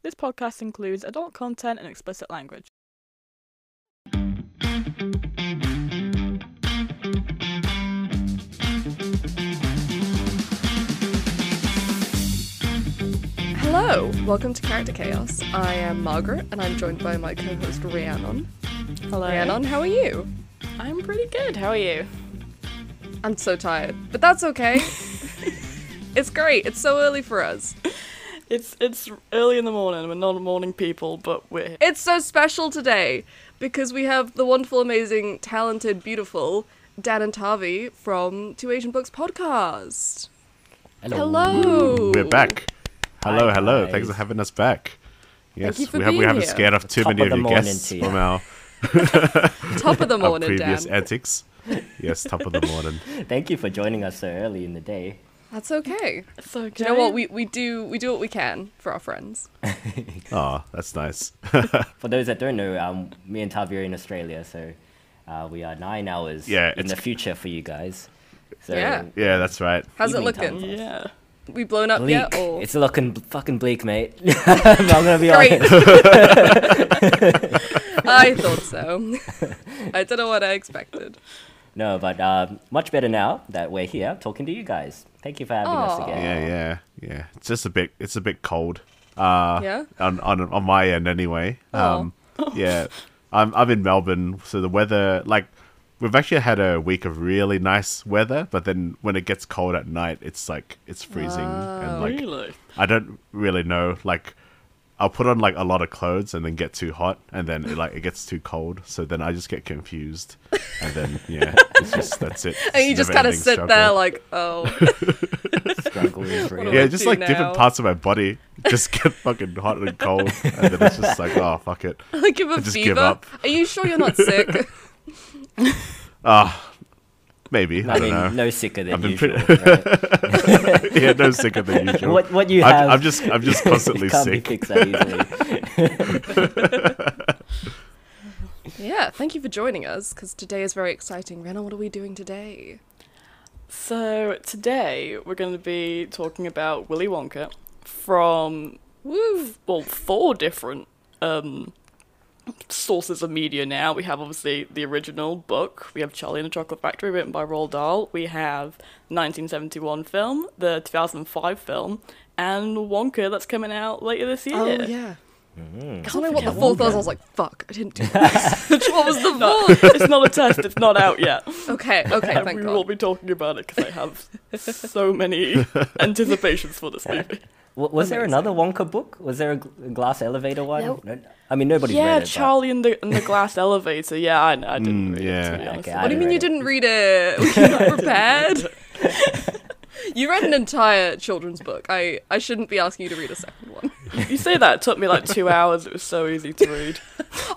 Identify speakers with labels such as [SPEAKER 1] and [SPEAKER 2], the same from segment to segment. [SPEAKER 1] This podcast includes adult content and explicit language.
[SPEAKER 2] Hello, welcome to Character Chaos. I am Margaret and I'm joined by my co host Rhiannon.
[SPEAKER 1] Hello.
[SPEAKER 2] Rhiannon, how are you?
[SPEAKER 1] I'm pretty good. How are you?
[SPEAKER 2] I'm so tired, but that's okay. it's great, it's so early for us.
[SPEAKER 1] It's it's early in the morning. We're not morning people, but we're
[SPEAKER 2] It's so special today because we have the wonderful, amazing, talented, beautiful Dan and Tavi from Two Asian Books podcast. Hello.
[SPEAKER 3] We're back. Hello,
[SPEAKER 4] Hi,
[SPEAKER 3] hello.
[SPEAKER 4] guys.
[SPEAKER 3] Thanks for having us back. Yes,
[SPEAKER 2] you for
[SPEAKER 3] we, have, we
[SPEAKER 2] being
[SPEAKER 3] haven't
[SPEAKER 2] here.
[SPEAKER 3] scared off too
[SPEAKER 4] Top
[SPEAKER 3] many
[SPEAKER 4] of
[SPEAKER 3] of,
[SPEAKER 4] the
[SPEAKER 3] your
[SPEAKER 4] morning
[SPEAKER 3] guests
[SPEAKER 4] to you.
[SPEAKER 3] from our,
[SPEAKER 2] Top of the
[SPEAKER 3] our
[SPEAKER 2] morning, Dan.
[SPEAKER 3] previous antics. Yes, top of the morning.
[SPEAKER 4] Thank you for joining us so early in the day.
[SPEAKER 2] That's okay.
[SPEAKER 1] it's okay.
[SPEAKER 2] Do you know what? We, we do we do what we can for our friends.
[SPEAKER 3] Oh, that's nice.
[SPEAKER 4] For those that don't know, um, me and Tavi are in Australia, so uh, we are nine hours
[SPEAKER 3] Yeah,
[SPEAKER 4] in
[SPEAKER 3] it's-
[SPEAKER 4] the future for you guys. So
[SPEAKER 2] Yeah.
[SPEAKER 3] Yeah, that's right.
[SPEAKER 2] How's it
[SPEAKER 4] Evening
[SPEAKER 2] looking?
[SPEAKER 4] time.
[SPEAKER 1] yeah.
[SPEAKER 2] We blown up
[SPEAKER 4] bleak.
[SPEAKER 2] yet? Or
[SPEAKER 4] It's looking b- fucking bleak, mate. I'm gonna be
[SPEAKER 2] Great.
[SPEAKER 4] honest.
[SPEAKER 2] I thought so. I don't know what I expected.
[SPEAKER 4] No, but um, much better now that we're here talking to you guys. Thank you for having us
[SPEAKER 2] Aw.
[SPEAKER 4] again.
[SPEAKER 3] Yeah, yeah, yeah. It's just a bit. It's a bit cold. Uh,
[SPEAKER 2] Yeah?
[SPEAKER 3] On on on my end, anyway.
[SPEAKER 2] Aw.
[SPEAKER 3] Um, yeah. I'm I'm in Melbourne, so the weather like we've actually had a week of really nice weather, but then when it gets cold at night, it's like it's freezing and like
[SPEAKER 1] really?
[SPEAKER 3] I don't really know. Like, I'll put on like a lot of clothes and then get too hot, and then it, like it gets too cold. So then I just get confused, and then yeah, it's just that's it.
[SPEAKER 2] And you
[SPEAKER 3] It's
[SPEAKER 2] just
[SPEAKER 3] never
[SPEAKER 2] kind of
[SPEAKER 3] ending
[SPEAKER 2] sit
[SPEAKER 3] struggle.
[SPEAKER 2] there like, oh,
[SPEAKER 4] Struggle is real.
[SPEAKER 3] yeah,
[SPEAKER 2] what
[SPEAKER 3] just
[SPEAKER 2] to
[SPEAKER 3] like
[SPEAKER 2] now.
[SPEAKER 3] different parts of my body just get fucking hot and cold, and then it's just like oh fuck it.
[SPEAKER 2] like you have a
[SPEAKER 3] just
[SPEAKER 2] fever.
[SPEAKER 3] give up.
[SPEAKER 2] Are you sure you're not sick?
[SPEAKER 3] Ah, maybe I,
[SPEAKER 4] I
[SPEAKER 3] don't
[SPEAKER 4] mean,
[SPEAKER 3] know.
[SPEAKER 4] no sicker than
[SPEAKER 3] I've been
[SPEAKER 4] usual.
[SPEAKER 3] pretty-
[SPEAKER 4] right?
[SPEAKER 3] yeah, no sicker than usual.
[SPEAKER 4] What what you have?
[SPEAKER 3] I'm, I'm just I'm just constantly
[SPEAKER 4] can't
[SPEAKER 3] sick.
[SPEAKER 4] be fixed that easily.
[SPEAKER 2] yeah. Thank you for joining us because today is very exciting. Rena, what are we doing today?
[SPEAKER 1] So today we're going to be talking about Willy Wonka from
[SPEAKER 2] Woo!
[SPEAKER 1] well four different um, sources of media. Now we have obviously the original book. We have Charlie and the Chocolate Factory, written by Roald Dahl. We have 1971 film, the 2005 film, and Wonka that's coming out later this year.
[SPEAKER 2] Oh yeah.
[SPEAKER 3] Mm-hmm.
[SPEAKER 2] I don't know what the
[SPEAKER 1] forget
[SPEAKER 2] fourth was. I was like, fuck, I didn't do this. what was the
[SPEAKER 1] No,
[SPEAKER 2] fourth?
[SPEAKER 1] it's not a test. It's not out yet.
[SPEAKER 2] Okay, okay,
[SPEAKER 1] And
[SPEAKER 2] thank
[SPEAKER 1] we
[SPEAKER 2] God.
[SPEAKER 1] will be talking about it because I have so many anticipations for this movie.
[SPEAKER 4] W- was there another Wonka book? Was there a gl- glass elevator one? No, I mean, nobody's
[SPEAKER 1] yeah,
[SPEAKER 4] read it. but-
[SPEAKER 1] Charlie and the and the glass elevator. Yeah, I, I didn't
[SPEAKER 3] Mm,
[SPEAKER 1] read it.
[SPEAKER 3] yeah.
[SPEAKER 1] To be honest.
[SPEAKER 4] Okay,
[SPEAKER 2] What do
[SPEAKER 4] I-
[SPEAKER 2] you
[SPEAKER 4] didn't
[SPEAKER 2] mean you
[SPEAKER 4] read it.
[SPEAKER 2] didn't read it? Were you not prepared? you read an entire children's book. I, I shouldn't be asking you to read a second one.
[SPEAKER 1] You say that it took me like two hours. It was so easy to read.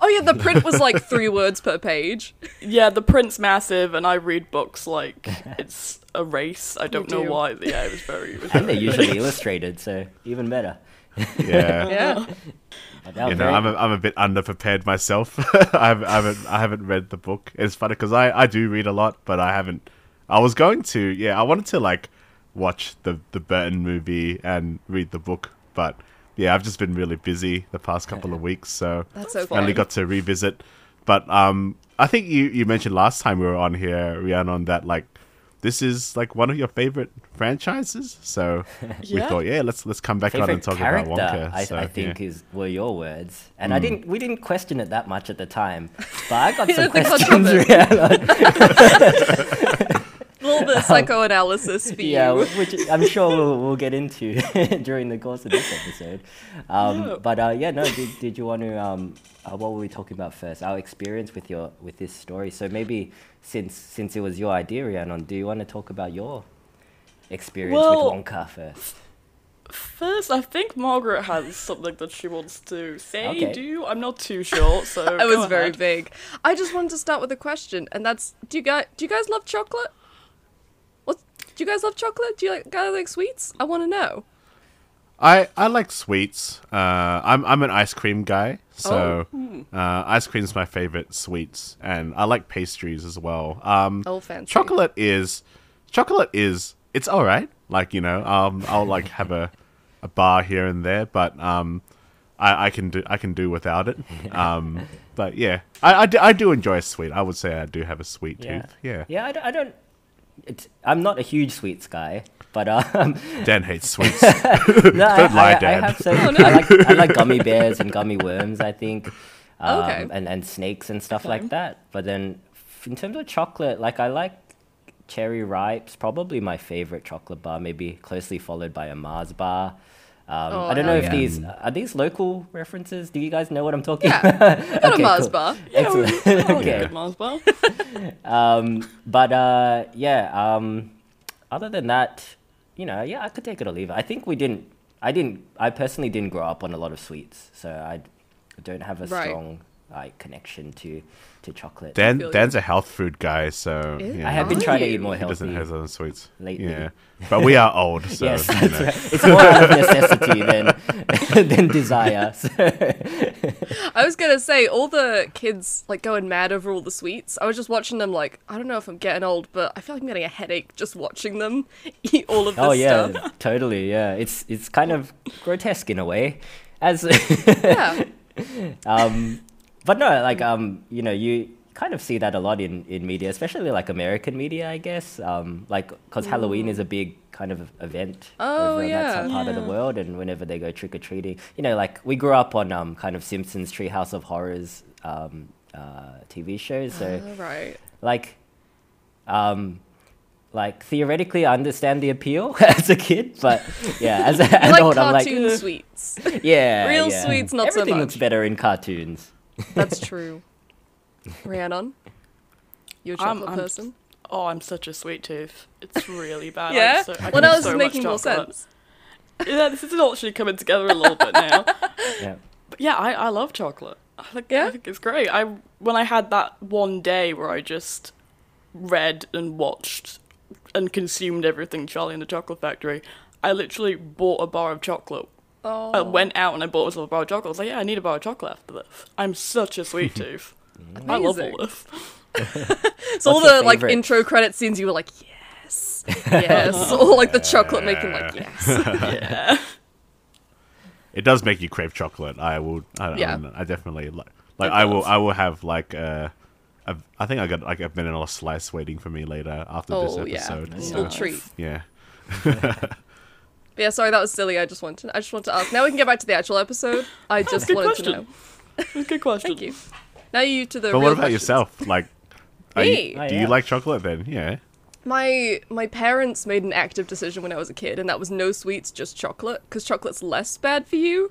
[SPEAKER 2] Oh yeah, the print was like three words per page.
[SPEAKER 1] Yeah, the print's massive, and I read books like it's a race. I don't know
[SPEAKER 2] do.
[SPEAKER 1] why. Yeah, it was very. It was
[SPEAKER 4] And
[SPEAKER 1] very-
[SPEAKER 4] they're usually illustrated, so even better.
[SPEAKER 3] Yeah.
[SPEAKER 2] Yeah.
[SPEAKER 4] But that
[SPEAKER 3] you
[SPEAKER 4] was
[SPEAKER 3] know,
[SPEAKER 4] very-
[SPEAKER 3] I'm a, I'm a bit underprepared myself. I, haven't, I haven't I haven't read the book. It's funny because I, I do read a lot, but I haven't. I was going to yeah, I wanted to like watch the the Burton movie and read the book, but yeah, I've just been really busy the past couple of weeks, so
[SPEAKER 2] That's okay.
[SPEAKER 3] only got to revisit. But um, I think you you mentioned last time we were on here, Rhiannon, that like this is like one of your favorite franchises, so we
[SPEAKER 1] Yeah.
[SPEAKER 3] thought yeah, let's let's come back on and
[SPEAKER 4] favorite
[SPEAKER 3] talk
[SPEAKER 4] character,
[SPEAKER 3] about Wonka.
[SPEAKER 4] I,
[SPEAKER 3] so,
[SPEAKER 4] I think
[SPEAKER 3] yeah. Hmm.
[SPEAKER 4] is were your words, and I didn't. We didn't question it that much at the time, but I got some
[SPEAKER 2] don't think much of
[SPEAKER 4] questions.
[SPEAKER 2] it.
[SPEAKER 4] yeah, like-
[SPEAKER 2] A little bit of psychoanalysis for
[SPEAKER 4] yeah,
[SPEAKER 2] you.
[SPEAKER 4] which I'm sure we'll, we'll get into during the course of this episode. Um,
[SPEAKER 1] Yeah.
[SPEAKER 4] But uh, yeah, no. Did, did you want to? Um, uh, what were we talking about first? Our experience with your with this story. So maybe since since it was your idea, Rhiannon, do you want to talk about your experience
[SPEAKER 1] Well-
[SPEAKER 4] with Wonka first?
[SPEAKER 1] First, I think Margaret has something that she wants to say.
[SPEAKER 4] Okay.
[SPEAKER 1] Do you? I'm not too sure. So
[SPEAKER 2] I was
[SPEAKER 1] go
[SPEAKER 2] very
[SPEAKER 1] ahead.
[SPEAKER 2] vague. I just wanted to start with a question, and that's: Do you guys do you guys love chocolate? What do you guys love chocolate? Do you like, guys like sweets? I want to know.
[SPEAKER 3] I, I like sweets. Uh, I'm I'm an ice cream guy, so uh, ice cream's my favorite sweets, and I like pastries as well. Um,
[SPEAKER 2] Oh, fancy.
[SPEAKER 3] chocolate is chocolate is it's all right. Like you know, um, I'll like have a a bar here and there, but um, I, I can do I can do without it. Um, but yeah, I, I, do, I do enjoy a sweet. I would say I do have a sweet tooth. Yeah.
[SPEAKER 4] Yeah, I don't. I don't it's, I'm not a huge sweets guy, but um,
[SPEAKER 3] Dan hates sweets.
[SPEAKER 4] no, I,
[SPEAKER 3] Don't lie,
[SPEAKER 4] I,
[SPEAKER 3] Dad.
[SPEAKER 4] I have some.
[SPEAKER 2] Oh, no.
[SPEAKER 4] I, like, I like gummy bears and gummy worms. I think, um,
[SPEAKER 2] Okay.
[SPEAKER 4] and and snakes and stuff like that. But then, f- in terms of chocolate, like I like cherry ripes. Probably my favorite chocolate bar. Maybe closely followed by a Mars bar. Um,
[SPEAKER 2] Oh,
[SPEAKER 4] I don't know
[SPEAKER 2] hell
[SPEAKER 4] if
[SPEAKER 2] yeah.
[SPEAKER 4] these are these local references. Do you guys know what I'm talking
[SPEAKER 2] Yeah.
[SPEAKER 4] about?
[SPEAKER 2] I got a Mars bar.
[SPEAKER 4] Excellent. okay.
[SPEAKER 1] Good Mars bar.
[SPEAKER 4] Um, but uh, yeah. Um, other than that, you know, yeah, I could take it or leave it. I think we didn't. I didn't. I personally didn't grow up on a lot of sweets, so I don't have a
[SPEAKER 2] Right.
[SPEAKER 4] strong like connection to to chocolate.
[SPEAKER 3] Dan
[SPEAKER 2] feel you.
[SPEAKER 3] Dan's a health food guy, so
[SPEAKER 2] Is-
[SPEAKER 3] yeah,
[SPEAKER 4] I have been
[SPEAKER 2] Are
[SPEAKER 4] trying to
[SPEAKER 2] you?
[SPEAKER 4] eat more
[SPEAKER 3] he doesn't
[SPEAKER 4] healthy.
[SPEAKER 3] have those sweets
[SPEAKER 4] lately.
[SPEAKER 3] Yeah, but we are old, so
[SPEAKER 4] yes,
[SPEAKER 3] you
[SPEAKER 4] that's
[SPEAKER 3] know.
[SPEAKER 4] right. It's more out of necessity than than desire. So,
[SPEAKER 2] I was gonna say all the kids like going mad over all the sweets. I was just watching them like I don't know if I'm getting old, but I feel like I'm getting a headache just watching them eat all of this
[SPEAKER 4] oh yeah,
[SPEAKER 2] stuff.
[SPEAKER 4] totally. Yeah, it's it's kind of grotesque in a way, as
[SPEAKER 2] Yeah,
[SPEAKER 4] um, but no, like um, you know, you kind of see that a lot in, in media, especially like American media, I guess. Um, like because Halloween is a big kind of event
[SPEAKER 2] Oh,
[SPEAKER 4] over in that
[SPEAKER 2] yeah.
[SPEAKER 4] side part of the
[SPEAKER 1] Yeah.
[SPEAKER 4] world, and whenever they go trick or treating, you know, like we grew up on um, kind of Simpsons Treehouse of Horrors um, uh, TV shows, so
[SPEAKER 2] all right.
[SPEAKER 4] like um like theoretically I understand the appeal as a kid but yeah as an
[SPEAKER 2] I like
[SPEAKER 4] adult I'm like
[SPEAKER 2] cartoon
[SPEAKER 4] "Ugh."
[SPEAKER 2] sweets.
[SPEAKER 4] yeah
[SPEAKER 2] Real
[SPEAKER 4] yeah.
[SPEAKER 2] sweets, not so
[SPEAKER 4] everything looks
[SPEAKER 2] much.
[SPEAKER 4] better in cartoons
[SPEAKER 2] That's true. Rhiannon, you're a
[SPEAKER 1] I'm-
[SPEAKER 2] chocolate
[SPEAKER 1] I'm-
[SPEAKER 2] person.
[SPEAKER 1] Oh, I'm such a sweet tooth. It's really bad.
[SPEAKER 2] yeah.
[SPEAKER 1] I'm so, I
[SPEAKER 2] well,
[SPEAKER 1] can
[SPEAKER 2] now
[SPEAKER 1] eat
[SPEAKER 2] this
[SPEAKER 1] so
[SPEAKER 2] is
[SPEAKER 1] much
[SPEAKER 2] making more
[SPEAKER 1] chocolate.
[SPEAKER 2] sense.
[SPEAKER 1] Yeah, this is actually coming together a little bit now.
[SPEAKER 4] yeah
[SPEAKER 1] But yeah, I, I love chocolate. I think,
[SPEAKER 2] Yeah?
[SPEAKER 1] I think it's great. I when I had that one day where I just read and watched and consumed everything Charlie and the Chocolate Factory, I literally bought a bar of chocolate.
[SPEAKER 2] Oh,
[SPEAKER 1] I went out and I bought myself a bar of chocolate. I was like, yeah, I need a bar of chocolate after this. I'm such a sweet tooth. I love all
[SPEAKER 2] Amazing.
[SPEAKER 1] this.
[SPEAKER 2] so all
[SPEAKER 4] What's your
[SPEAKER 2] the like
[SPEAKER 4] favourite?
[SPEAKER 2] intro credit scenes, you were like, yes, yes, or like the chocolate making, like yes.
[SPEAKER 3] It does make you crave chocolate. I will. I,
[SPEAKER 2] Yeah.
[SPEAKER 3] I, mean, I definitely like. Like
[SPEAKER 1] It
[SPEAKER 3] I will.
[SPEAKER 1] does.
[SPEAKER 3] I will have like a. a I think I got like a vanilla slice waiting for me later after this
[SPEAKER 2] Oh yeah,
[SPEAKER 3] episode.
[SPEAKER 2] little
[SPEAKER 3] So,
[SPEAKER 1] Nice.
[SPEAKER 2] treat.
[SPEAKER 3] yeah.
[SPEAKER 2] But yeah, sorry, that was silly. I just wanted, I just wanted to ask. Now we can get back to the actual episode. I just
[SPEAKER 1] good
[SPEAKER 2] wanted to know.
[SPEAKER 1] question. Good question.
[SPEAKER 2] Thank you. Now you to the.
[SPEAKER 3] But
[SPEAKER 2] real
[SPEAKER 3] what about
[SPEAKER 2] questions.
[SPEAKER 3] yourself? Like, are
[SPEAKER 2] Me?
[SPEAKER 3] you,
[SPEAKER 4] Oh,
[SPEAKER 3] do
[SPEAKER 4] yeah.
[SPEAKER 3] you like chocolate then? Yeah.
[SPEAKER 2] My my parents made an active decision when I was a kid, and that was no sweets, just chocolate, because chocolate's less bad for you.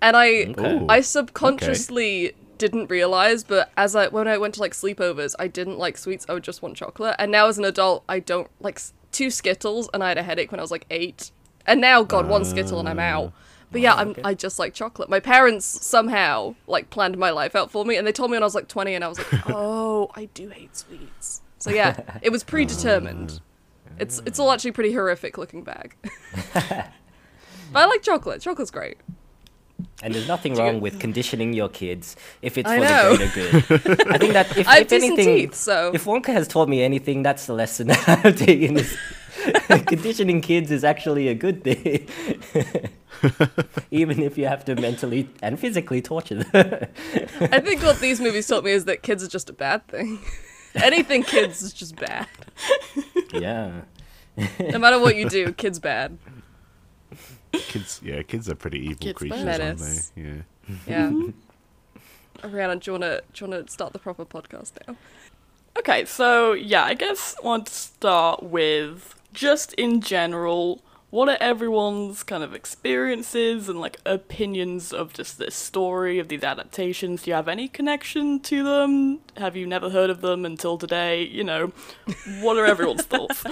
[SPEAKER 2] And I
[SPEAKER 4] Okay.
[SPEAKER 2] Uh, I subconsciously didn't realize, but as I when I went to like sleepovers, I didn't like sweets. I would just want chocolate. And now as an adult, I don't like s- two Skittles, and I had a headache when I was like eight. And now, God, one Skittle and I'm out. But yeah, I'm, I just like chocolate. My parents somehow like planned my life out for me, and they told me when I was like 20, and I was like, oh, I do hate sweets. So yeah, it was predetermined. It's it's all actually pretty horrific looking back. but I like chocolate. Chocolate's great.
[SPEAKER 4] and there's nothing wrong with conditioning your kids if it's
[SPEAKER 2] I
[SPEAKER 4] for
[SPEAKER 2] know.
[SPEAKER 4] the greater good i think that if,
[SPEAKER 2] I have
[SPEAKER 4] if
[SPEAKER 2] decent
[SPEAKER 4] anything
[SPEAKER 2] teeth, so-
[SPEAKER 4] if wonka has taught me anything that's the lesson that i've taken is conditioning kids is actually a good thing even if you have to mentally and physically torture them
[SPEAKER 2] I think what these movies taught me is that kids are just a bad thing. Anything kids is just bad.
[SPEAKER 4] yeah
[SPEAKER 2] No matter what you do, kids bad.
[SPEAKER 3] Kids. Yeah. Kids are pretty evil
[SPEAKER 1] Kids
[SPEAKER 3] creatures,
[SPEAKER 2] bad.
[SPEAKER 3] aren't
[SPEAKER 2] Menace.
[SPEAKER 3] they? Yeah.
[SPEAKER 2] Yeah. Rihanna, do you wanna do you wanna start the proper podcast now?
[SPEAKER 1] Okay, so yeah, I guess I want to start with just in general, what are everyone's kind of experiences and like opinions of just this story, of these adaptations? Do you have any connection to them? Have you never heard of them until today? You know, what are everyone's thoughts?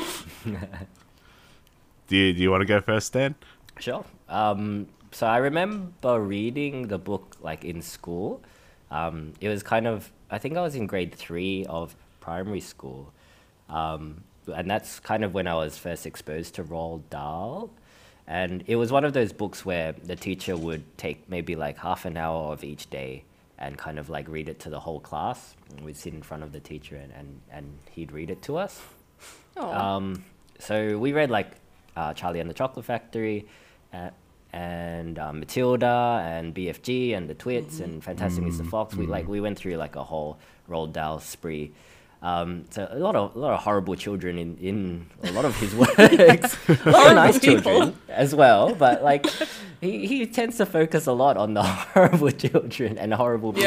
[SPEAKER 3] Do you, do you want to go first, Dan?
[SPEAKER 4] Sure. Um, so I remember reading the book like in school. Um, it was kind of I think I was in grade three of primary school, um, and that's kind of when I was first exposed to Roald Dahl. And it was one of those books where the teacher would take maybe like half an hour of each day and kind of like read it to the whole class. And we'd sit in front of the teacher and, and, and he'd read it to us.
[SPEAKER 2] Oh.
[SPEAKER 4] Um, so we read like uh, Charlie and the Chocolate Factory, uh, and um, Matilda and BFG and the Twits and Fantastic Mr. Fox. We like we went through like a whole Roald Dahl spree. Um, so a lot of a lot of horrible children in, in a lot of his works. a lot of nice
[SPEAKER 1] people.
[SPEAKER 4] children as well, but like he, he tends to focus a lot on the horrible children and horrible people.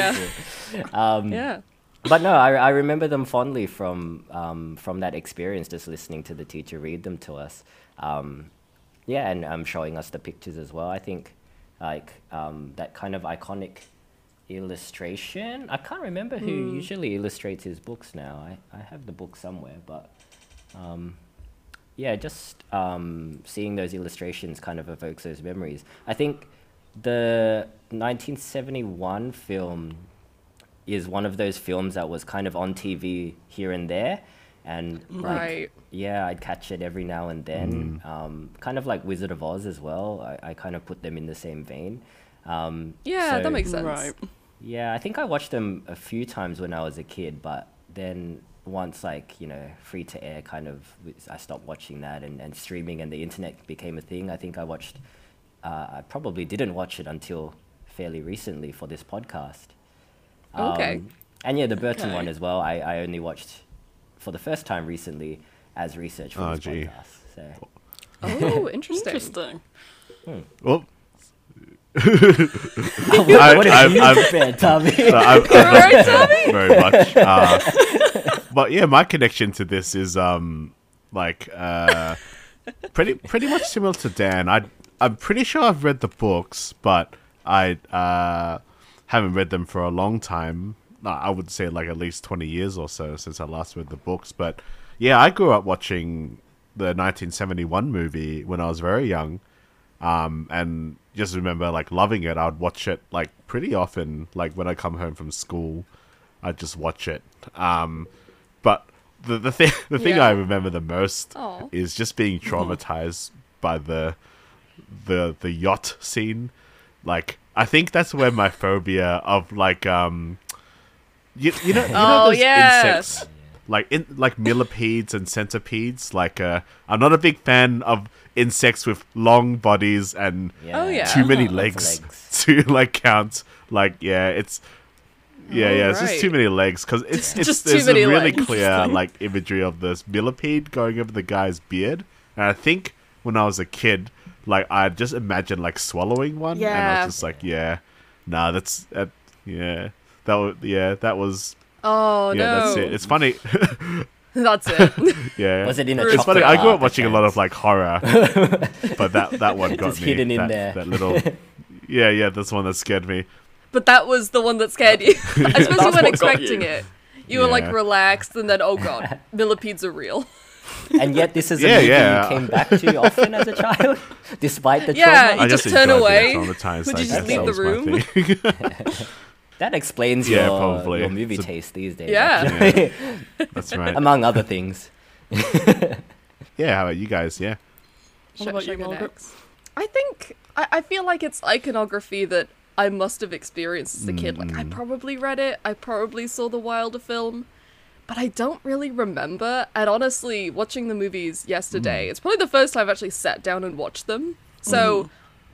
[SPEAKER 2] Yeah.
[SPEAKER 4] Um,
[SPEAKER 2] Yeah.
[SPEAKER 4] but no, I, I remember them fondly from um, from that experience, just listening to the teacher read them to us. Um, yeah, and um, showing us the pictures as well. I think like um, that kind of iconic illustration. I can't remember who usually illustrates his books now. I, I have the book somewhere, but um, yeah, just um, seeing those illustrations kind of evokes those memories. I think the 1971 film is one of those films that was kind of on TV here and there, and like,
[SPEAKER 2] Right.
[SPEAKER 4] yeah, I'd catch it every now and then.
[SPEAKER 3] Mm.
[SPEAKER 4] Um, kind of like Wizard of Oz as well. I, I kind of put them in the same vein. Um,
[SPEAKER 2] Yeah,
[SPEAKER 4] so-
[SPEAKER 2] that makes sense.
[SPEAKER 1] Right.
[SPEAKER 4] yeah, I think I watched them a few times when I was a kid, but then once like you know free to air kind of i stopped watching that and, and streaming and the internet became a thing i think i watched uh, i probably didn't watch it until fairly recently for this podcast
[SPEAKER 2] Okay.
[SPEAKER 4] um, and yeah, the Burton one
[SPEAKER 1] Okay.
[SPEAKER 4] as well. I, I only watched for the first time recently as research for
[SPEAKER 3] Oh,
[SPEAKER 4] this
[SPEAKER 3] gee.
[SPEAKER 4] podcast. So
[SPEAKER 2] Oh, interesting.
[SPEAKER 1] Interesting.
[SPEAKER 3] Well,
[SPEAKER 4] what, what
[SPEAKER 3] Oh. I-
[SPEAKER 4] have you
[SPEAKER 3] I-
[SPEAKER 4] prepared, Tommy?
[SPEAKER 3] I- I- I-
[SPEAKER 2] Right, Tommy?
[SPEAKER 3] very much. Uh, but yeah, my connection to this is um like uh pretty pretty much similar to Dan. I I'm pretty sure I've read the books, but I uh haven't read them for a long time. No, I would say like at least twenty years or so since I last read the books. But yeah, I grew up watching the 1971 movie when I was very young um, and just remember like loving it. I'd watch it like pretty often, like when I come home from school, I'd just watch it. Um, but the the thing the thing
[SPEAKER 2] Yeah.
[SPEAKER 3] I remember the most
[SPEAKER 2] Aw.
[SPEAKER 3] is just being traumatized by the the the yacht scene. Like I think that's where my phobia of like um you, you know you know
[SPEAKER 2] Oh,
[SPEAKER 3] those
[SPEAKER 2] yeah.
[SPEAKER 3] insects like in like millipedes and centipedes like uh I'm not a big fan of insects with long bodies and
[SPEAKER 2] Oh, yeah.
[SPEAKER 3] too many
[SPEAKER 4] Lots of
[SPEAKER 3] legs,
[SPEAKER 4] legs.
[SPEAKER 3] to like count like yeah it's yeah yeah it's just too
[SPEAKER 2] Alright.
[SPEAKER 3] many legs because it's it's
[SPEAKER 2] Just too
[SPEAKER 3] there's
[SPEAKER 2] many
[SPEAKER 3] a really
[SPEAKER 2] legs.
[SPEAKER 3] clear like imagery of this millipede going over the guy's beard and I think when I was a kid like I just imagined like swallowing one and I
[SPEAKER 2] Yeah.
[SPEAKER 3] was just like yeah nah that's that, yeah that was yeah that was
[SPEAKER 2] Oh
[SPEAKER 3] yeah
[SPEAKER 2] no.
[SPEAKER 3] that's it it's funny
[SPEAKER 2] That's it.
[SPEAKER 3] yeah
[SPEAKER 4] Was it in a
[SPEAKER 3] it's funny
[SPEAKER 4] chocolate
[SPEAKER 3] I grew
[SPEAKER 4] bar,
[SPEAKER 3] up watching a lot of like horror but that that one got
[SPEAKER 4] Just
[SPEAKER 3] me
[SPEAKER 4] hidden in
[SPEAKER 3] that,
[SPEAKER 4] there.
[SPEAKER 3] that little yeah yeah that's one that scared me
[SPEAKER 2] but that was the one that scared you. I suppose you
[SPEAKER 1] what
[SPEAKER 2] weren't
[SPEAKER 1] got
[SPEAKER 2] expecting
[SPEAKER 1] you.
[SPEAKER 2] it. You were
[SPEAKER 3] Yeah.
[SPEAKER 2] like relaxed, and then oh god, millipedes are real.
[SPEAKER 4] And yet, this is a
[SPEAKER 3] Yeah,
[SPEAKER 4] movie
[SPEAKER 3] yeah.
[SPEAKER 4] you came back to often as a child, despite the
[SPEAKER 2] Yeah,
[SPEAKER 4] trauma.
[SPEAKER 2] you just turn
[SPEAKER 3] enjoyed being
[SPEAKER 2] away.
[SPEAKER 3] traumatized,
[SPEAKER 2] Would
[SPEAKER 3] I
[SPEAKER 2] you just
[SPEAKER 3] guess.
[SPEAKER 4] leave the
[SPEAKER 3] That was my
[SPEAKER 2] room?
[SPEAKER 3] thing.
[SPEAKER 4] That explains
[SPEAKER 3] Yeah,
[SPEAKER 4] your,
[SPEAKER 3] probably.
[SPEAKER 4] your movie
[SPEAKER 3] It's a-
[SPEAKER 4] taste these days.
[SPEAKER 2] Yeah.
[SPEAKER 4] actually.
[SPEAKER 3] That's right.
[SPEAKER 4] Among other things.
[SPEAKER 3] yeah, how about you guys? Yeah.
[SPEAKER 1] What
[SPEAKER 2] Sh-
[SPEAKER 1] about
[SPEAKER 2] should I
[SPEAKER 1] you,
[SPEAKER 2] go
[SPEAKER 1] Margaret?
[SPEAKER 2] next? I think I, I feel like it's iconography that I must have experienced as a kid. Like I probably read it, I probably saw the Wilder film, but I don't really remember. And honestly, watching the movies yesterday, it's probably the first time I've actually sat down and watched them. So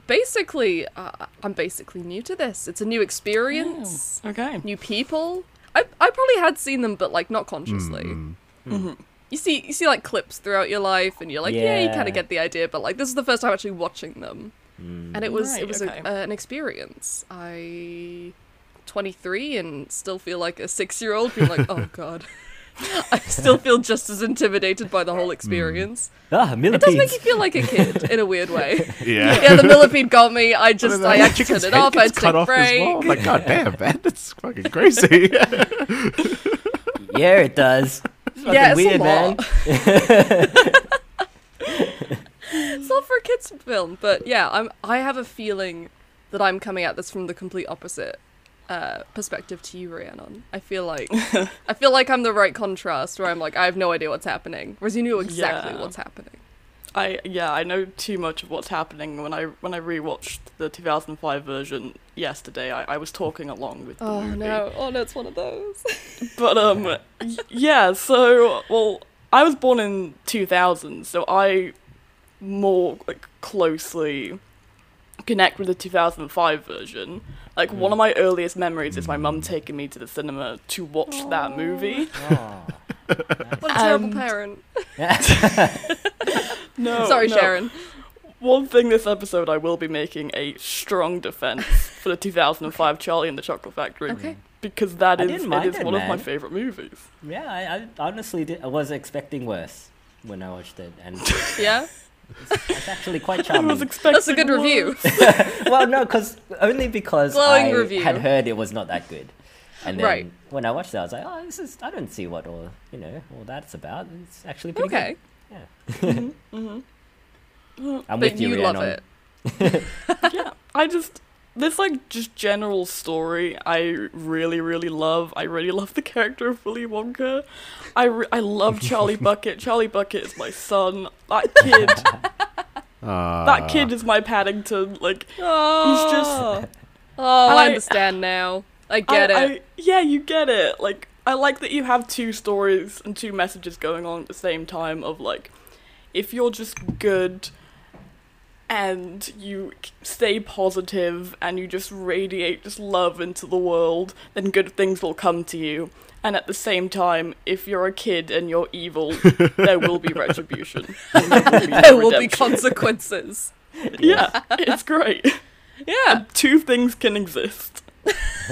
[SPEAKER 2] basically, uh, I'm basically new to this. It's a new experience
[SPEAKER 1] Okay.
[SPEAKER 2] new people. I, I probably had seen them, but like not consciously.
[SPEAKER 3] Mm-hmm. Mm.
[SPEAKER 2] You see, you see like clips throughout your life, and you're like, yeah, you kind
[SPEAKER 4] Yeah.
[SPEAKER 2] of get the idea. But like, this is the first time actually watching them, and it was
[SPEAKER 1] Right,
[SPEAKER 2] it was
[SPEAKER 1] okay.
[SPEAKER 2] a, uh, an experience. I, 23, and still feel like a six year old being like, oh god, I still feel just as intimidated by the whole experience.
[SPEAKER 4] Ah,
[SPEAKER 2] It does make
[SPEAKER 4] millipedes.
[SPEAKER 2] you feel like a kid in a weird way.
[SPEAKER 3] Yeah.
[SPEAKER 2] yeah, the millipede got me. I just I had to
[SPEAKER 3] Chicken's
[SPEAKER 2] turn it
[SPEAKER 3] head
[SPEAKER 2] off. I
[SPEAKER 3] gets
[SPEAKER 2] had to take a break.
[SPEAKER 3] I'm Like, god damn, man, that's fucking crazy.
[SPEAKER 4] Yeah, it does. It's fucking
[SPEAKER 2] Yeah, it's a
[SPEAKER 4] weird, man.
[SPEAKER 2] lot. It's not for a kids film, but yeah, I'm. I have a feeling that I'm coming at this from the complete opposite uh, perspective to you, Rhiannon. I feel like I feel like I'm the right contrast, where I'm like I have no idea what's happening, whereas you knew exactly
[SPEAKER 1] Yeah.
[SPEAKER 2] what's happening.
[SPEAKER 1] I yeah, I know too much of what's happening. When I when I rewatched the 2005 version yesterday, I, I was talking along with the
[SPEAKER 2] Oh
[SPEAKER 1] movie.
[SPEAKER 2] no! Oh no! It's one of those.
[SPEAKER 1] But um, y- yeah. So well, I was born in 2000, so I more like closely connect with the 2005 version. Like
[SPEAKER 2] Mm.
[SPEAKER 1] one of my earliest memories is my mum taking me to the cinema to watch that movie.
[SPEAKER 4] Oh.
[SPEAKER 2] What a terrible
[SPEAKER 1] And-
[SPEAKER 2] parent.
[SPEAKER 1] No,
[SPEAKER 2] Sorry,
[SPEAKER 1] no.
[SPEAKER 2] Sharon.
[SPEAKER 1] One thing this episode I will be making a strong defense for the 2005 Charlie and the Chocolate Factory
[SPEAKER 2] Okay.
[SPEAKER 1] because that
[SPEAKER 4] I
[SPEAKER 1] is
[SPEAKER 4] didn't
[SPEAKER 1] it
[SPEAKER 4] mind
[SPEAKER 1] is
[SPEAKER 4] it,
[SPEAKER 1] one of my
[SPEAKER 4] man.
[SPEAKER 1] favorite movies.
[SPEAKER 4] Yeah, I, I honestly did, I was expecting worse when I watched it, and
[SPEAKER 2] Yeah?
[SPEAKER 4] it's actually
[SPEAKER 1] I
[SPEAKER 4] quite
[SPEAKER 1] was
[SPEAKER 4] charming.
[SPEAKER 1] expecting
[SPEAKER 2] That's a good
[SPEAKER 1] more.
[SPEAKER 2] review.
[SPEAKER 4] well, no, because only because
[SPEAKER 2] Glowing
[SPEAKER 4] I
[SPEAKER 2] review.
[SPEAKER 4] had heard it was not that good, and then
[SPEAKER 2] Right.
[SPEAKER 4] when I watched it, I was like, oh, this is I don't see what all you know all that's about. It's actually pretty
[SPEAKER 2] Okay.
[SPEAKER 4] good. Yeah. I'm
[SPEAKER 2] But
[SPEAKER 4] with you,
[SPEAKER 2] Mm-hmm. you
[SPEAKER 4] Rhiannon.
[SPEAKER 2] love it.
[SPEAKER 1] yeah, I just this like just general story I really really love. I really love the character of Willy Wonka. I, re- I love Charlie Bucket. Charlie Bucket is my son. That kid,
[SPEAKER 3] Ah. Uh.
[SPEAKER 1] that kid is my Paddington. Like
[SPEAKER 2] Oh,
[SPEAKER 1] he's just
[SPEAKER 2] oh
[SPEAKER 1] And
[SPEAKER 2] I
[SPEAKER 1] I-
[SPEAKER 2] understand now. I get
[SPEAKER 1] I-
[SPEAKER 2] it.
[SPEAKER 1] I- yeah, you get it. Like, I like that you have two stories and two messages going on at the same time of like, if you're just good and you k- stay positive and you just radiate just love into the world, then good things will come to you. And at the same time, if you're a kid and you're evil, there will be retribution. And there will be, no
[SPEAKER 2] there will be
[SPEAKER 1] redemption.
[SPEAKER 2] consequences.
[SPEAKER 1] Yeah, it's great.
[SPEAKER 2] yeah.
[SPEAKER 1] Two things can exist.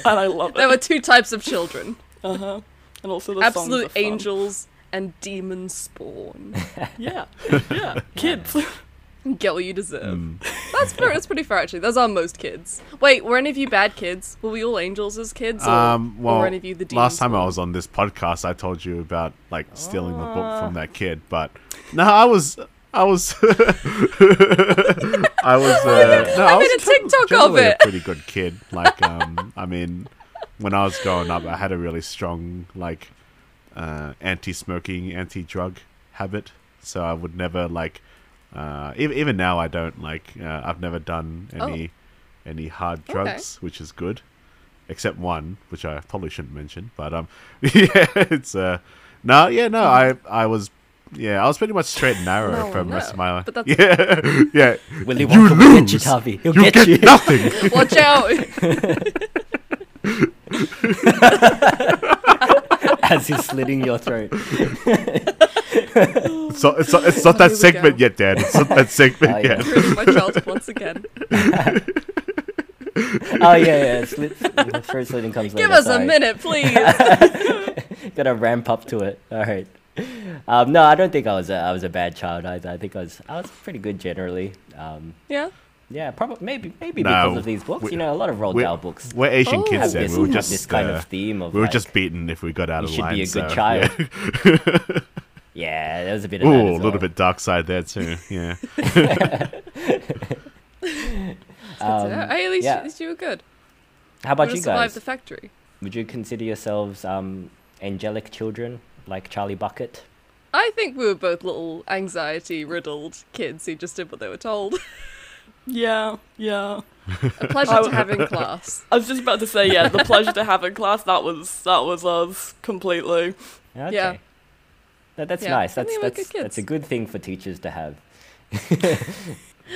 [SPEAKER 1] And I love it.
[SPEAKER 2] There were two types of children.
[SPEAKER 1] Uh huh. And also the songs are
[SPEAKER 2] Absolute
[SPEAKER 1] fun.
[SPEAKER 2] angels and demon spawn.
[SPEAKER 1] Yeah, yeah, kids.
[SPEAKER 2] Get what you deserve.
[SPEAKER 1] Mm.
[SPEAKER 3] Mm.
[SPEAKER 2] That's fair. That's pretty fair, actually. Those are most kids. Wait, were any of you bad kids? Were we all angels as kids? Or
[SPEAKER 3] Um,
[SPEAKER 2] or
[SPEAKER 3] well,
[SPEAKER 2] were any of you the demons?
[SPEAKER 3] last time I was on this podcast, I told you about like stealing the book
[SPEAKER 2] Ah.
[SPEAKER 3] from that kid, but no, I was, I was, I was. Uh, no, I, was
[SPEAKER 2] made a
[SPEAKER 3] gen-
[SPEAKER 2] TikTok of
[SPEAKER 3] generally
[SPEAKER 2] it.
[SPEAKER 3] A pretty good kid. Like, um, I mean, when I was growing up, I had a really strong like uh, anti-smoking, anti-drug habit, so I would never like. Uh, even even now, I don't like. Uh, I've never done
[SPEAKER 2] Oh.
[SPEAKER 3] any any hard
[SPEAKER 2] Okay.
[SPEAKER 3] drugs, which is good except one, which I probably shouldn't mention. But um, yeah, it's uh, no, yeah, no, I I was, yeah, I was pretty much straight and narrow
[SPEAKER 2] No,
[SPEAKER 3] for most
[SPEAKER 2] no,
[SPEAKER 3] of my life.
[SPEAKER 2] but that's-
[SPEAKER 3] yeah, yeah,
[SPEAKER 4] Willy
[SPEAKER 3] You
[SPEAKER 4] Wonka will get you,
[SPEAKER 3] lose.
[SPEAKER 4] Tavi. He'll
[SPEAKER 3] you
[SPEAKER 4] get,
[SPEAKER 3] get
[SPEAKER 4] you.
[SPEAKER 3] nothing.
[SPEAKER 2] Watch out!
[SPEAKER 4] as he's slitting your throat.
[SPEAKER 3] so it's not, it's not
[SPEAKER 2] Here
[SPEAKER 3] that
[SPEAKER 2] we
[SPEAKER 3] segment
[SPEAKER 2] go.
[SPEAKER 3] yet, Dad. It's not that segment
[SPEAKER 4] Oh, yeah.
[SPEAKER 3] yet.
[SPEAKER 2] Ruining my childhood once again.
[SPEAKER 4] Oh yeah, yeah. Slit, throat slitting comes later.
[SPEAKER 2] Give us a
[SPEAKER 4] sorry.
[SPEAKER 2] minute, please.
[SPEAKER 4] Gotta ramp up to it. All right. Um, no, I don't think I was a, I was a bad child either. I think I was I was pretty good generally. Um,
[SPEAKER 2] yeah.
[SPEAKER 4] yeah, probably maybe maybe
[SPEAKER 3] No,
[SPEAKER 4] because of these books.
[SPEAKER 3] we-
[SPEAKER 4] you know, a lot of Roald Dahl
[SPEAKER 3] We're,
[SPEAKER 4] books.
[SPEAKER 3] we're Asian
[SPEAKER 2] Oh.
[SPEAKER 3] kids,
[SPEAKER 4] have
[SPEAKER 3] and
[SPEAKER 4] this,
[SPEAKER 3] we were
[SPEAKER 4] have
[SPEAKER 3] just
[SPEAKER 4] this kind
[SPEAKER 3] uh,
[SPEAKER 4] of theme of
[SPEAKER 3] we were
[SPEAKER 4] like,
[SPEAKER 3] just beaten if we got out
[SPEAKER 4] you
[SPEAKER 3] of
[SPEAKER 4] should
[SPEAKER 3] line.
[SPEAKER 4] be a good
[SPEAKER 3] so,
[SPEAKER 4] child.
[SPEAKER 3] Yeah.
[SPEAKER 4] Yeah, there was a bit of that
[SPEAKER 3] Ooh, a
[SPEAKER 4] as
[SPEAKER 3] little
[SPEAKER 4] well.
[SPEAKER 3] bit dark side there too. Yeah.
[SPEAKER 2] That's it. Hey, at least,
[SPEAKER 4] Um, yeah.
[SPEAKER 2] at least you were good.
[SPEAKER 4] How
[SPEAKER 2] You
[SPEAKER 4] about you
[SPEAKER 2] survived
[SPEAKER 4] guys?
[SPEAKER 2] the factory.
[SPEAKER 4] Would you consider yourselves um, angelic children like Charlie Bucket?
[SPEAKER 2] I think we were both little anxiety-riddled kids who just did what they were told.
[SPEAKER 1] Yeah, yeah.
[SPEAKER 2] A pleasure to have in class.
[SPEAKER 1] I was just about to say, yeah, the pleasure to have in class. That was that was us completely.
[SPEAKER 4] Okay.
[SPEAKER 2] Yeah.
[SPEAKER 4] That, that's
[SPEAKER 2] Yeah.
[SPEAKER 4] nice.
[SPEAKER 2] And
[SPEAKER 4] That's
[SPEAKER 2] they were good
[SPEAKER 4] that's, that's a
[SPEAKER 2] kids.
[SPEAKER 4] good thing for teachers to have.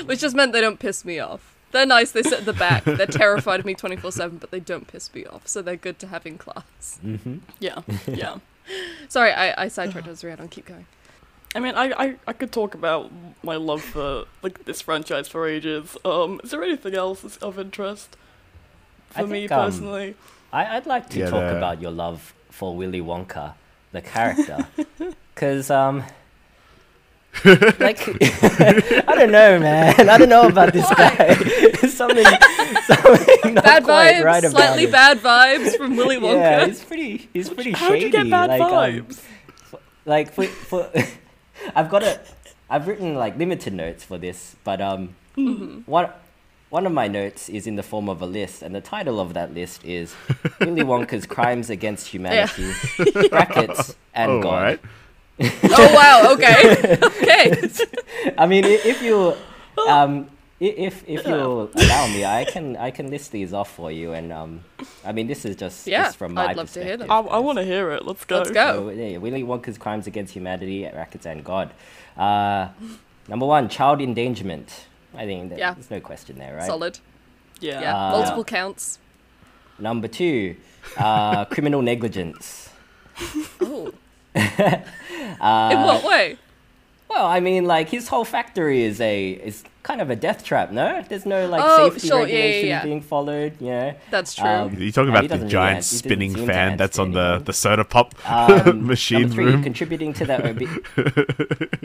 [SPEAKER 2] Which just meant they don't piss me off. They're nice, they sit at the back, they're terrified of me 24-7, but they don't piss me off, so they're good to have in class.
[SPEAKER 4] Mm-hmm.
[SPEAKER 1] Yeah, yeah.
[SPEAKER 2] Sorry, I, I sidetracked us, Rhiannon, keep going.
[SPEAKER 1] I mean, I, I I could talk about my love for like this franchise for ages. Um, is there anything else that's of interest for
[SPEAKER 4] I
[SPEAKER 1] me
[SPEAKER 4] think, um,
[SPEAKER 1] personally?
[SPEAKER 4] I, I'd like to
[SPEAKER 3] Yeah,
[SPEAKER 4] talk
[SPEAKER 3] the-
[SPEAKER 4] about your love for Willy Wonka, the character, because um, like I don't know, man. I don't know about this guy. something, something not
[SPEAKER 2] Bad
[SPEAKER 4] quite
[SPEAKER 2] vibes,
[SPEAKER 4] right about
[SPEAKER 2] slightly
[SPEAKER 4] him.
[SPEAKER 2] bad vibes from Willy Wonka.
[SPEAKER 4] Yeah, he's pretty. He's pretty
[SPEAKER 1] How
[SPEAKER 4] shady.
[SPEAKER 1] would you get bad
[SPEAKER 4] like, um,
[SPEAKER 1] vibes?
[SPEAKER 4] like for, for I've got a I've written like limited notes for this, but um
[SPEAKER 2] Mm-hmm.
[SPEAKER 4] one one of my notes is in the form of a list, and the title of that list is Willy Wonka's Crimes Against Humanity brackets and
[SPEAKER 3] All
[SPEAKER 4] God.
[SPEAKER 3] right.
[SPEAKER 2] Oh wow, okay. okay.
[SPEAKER 4] I mean, i- if you
[SPEAKER 2] Oh.
[SPEAKER 4] um i- if if you allow me, I can I can list these off for you, and um I mean this is just
[SPEAKER 2] Yeah,
[SPEAKER 4] just from
[SPEAKER 2] I'd
[SPEAKER 4] my
[SPEAKER 2] love to hear them.
[SPEAKER 4] perspective,
[SPEAKER 1] I, I
[SPEAKER 4] guys.
[SPEAKER 1] want to hear it. Let's go.
[SPEAKER 2] Let's go.
[SPEAKER 4] So, yeah, Willy Wonka's Crimes Against Humanity, Rackets and God. Uh, number one, child endangerment. I think that,
[SPEAKER 2] Yeah.
[SPEAKER 4] there's no question there, right?
[SPEAKER 2] Solid.
[SPEAKER 1] Yeah.
[SPEAKER 2] Yeah.
[SPEAKER 4] Uh,
[SPEAKER 2] Multiple counts.
[SPEAKER 4] Number two, uh, criminal negligence.
[SPEAKER 2] Oh.
[SPEAKER 4] Uh,
[SPEAKER 2] In what way?
[SPEAKER 4] Well, I mean, like his whole factory is a is kind of a death trap. No, there's no like
[SPEAKER 2] Oh,
[SPEAKER 4] safety
[SPEAKER 2] sure, yeah, yeah,
[SPEAKER 4] regulation
[SPEAKER 2] yeah.
[SPEAKER 4] being followed. You know,
[SPEAKER 2] That's true.
[SPEAKER 4] Um,
[SPEAKER 3] You're talking
[SPEAKER 4] and he
[SPEAKER 3] about the
[SPEAKER 4] doesn't really
[SPEAKER 3] giant
[SPEAKER 4] ans- he doesn't
[SPEAKER 3] spinning
[SPEAKER 4] seem to
[SPEAKER 3] fan that's
[SPEAKER 4] answer
[SPEAKER 3] on the,
[SPEAKER 4] anyone.
[SPEAKER 3] the soda pop
[SPEAKER 4] Um,
[SPEAKER 3] machine
[SPEAKER 4] number three,
[SPEAKER 3] room.
[SPEAKER 4] contributing to the obi-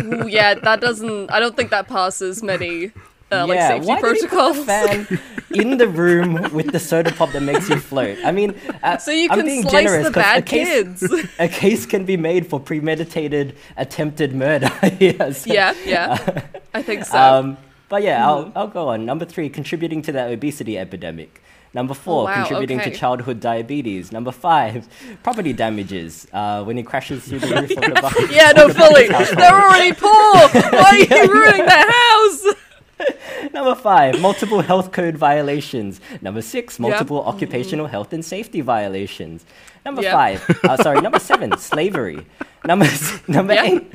[SPEAKER 2] Ooh, yeah, that doesn't. I don't think that passes many uh, like
[SPEAKER 4] yeah,
[SPEAKER 2] safety
[SPEAKER 4] why
[SPEAKER 2] protocols.
[SPEAKER 4] Did he put the fan in the room with the soda pop that makes you float. I mean, uh,
[SPEAKER 2] so you
[SPEAKER 4] I'm
[SPEAKER 2] can
[SPEAKER 4] being
[SPEAKER 2] slice
[SPEAKER 4] generous
[SPEAKER 2] the
[SPEAKER 4] 'cause a
[SPEAKER 2] bad
[SPEAKER 4] case,
[SPEAKER 2] kids.
[SPEAKER 4] A case can be made for premeditated attempted murder. yes.
[SPEAKER 2] yeah, yeah. I think so.
[SPEAKER 4] Um, but yeah,
[SPEAKER 2] Mm-hmm.
[SPEAKER 4] I'll, I'll go on. Number three, contributing to the obesity epidemic. Number four,
[SPEAKER 2] Oh, wow,
[SPEAKER 4] contributing
[SPEAKER 2] okay.
[SPEAKER 4] to childhood diabetes. Number five, property damages uh, when he crashes through the roof of the bus.
[SPEAKER 2] yeah, no, fully. They're already poor. Why are you ruining their house?
[SPEAKER 4] Number five, multiple health code violations. Number six, multiple occupational health and safety violations. Number
[SPEAKER 2] Mm-hmm. Yep.
[SPEAKER 4] five, uh, sorry, number seven, slavery. Number s- number
[SPEAKER 2] Yeah.
[SPEAKER 4] eight,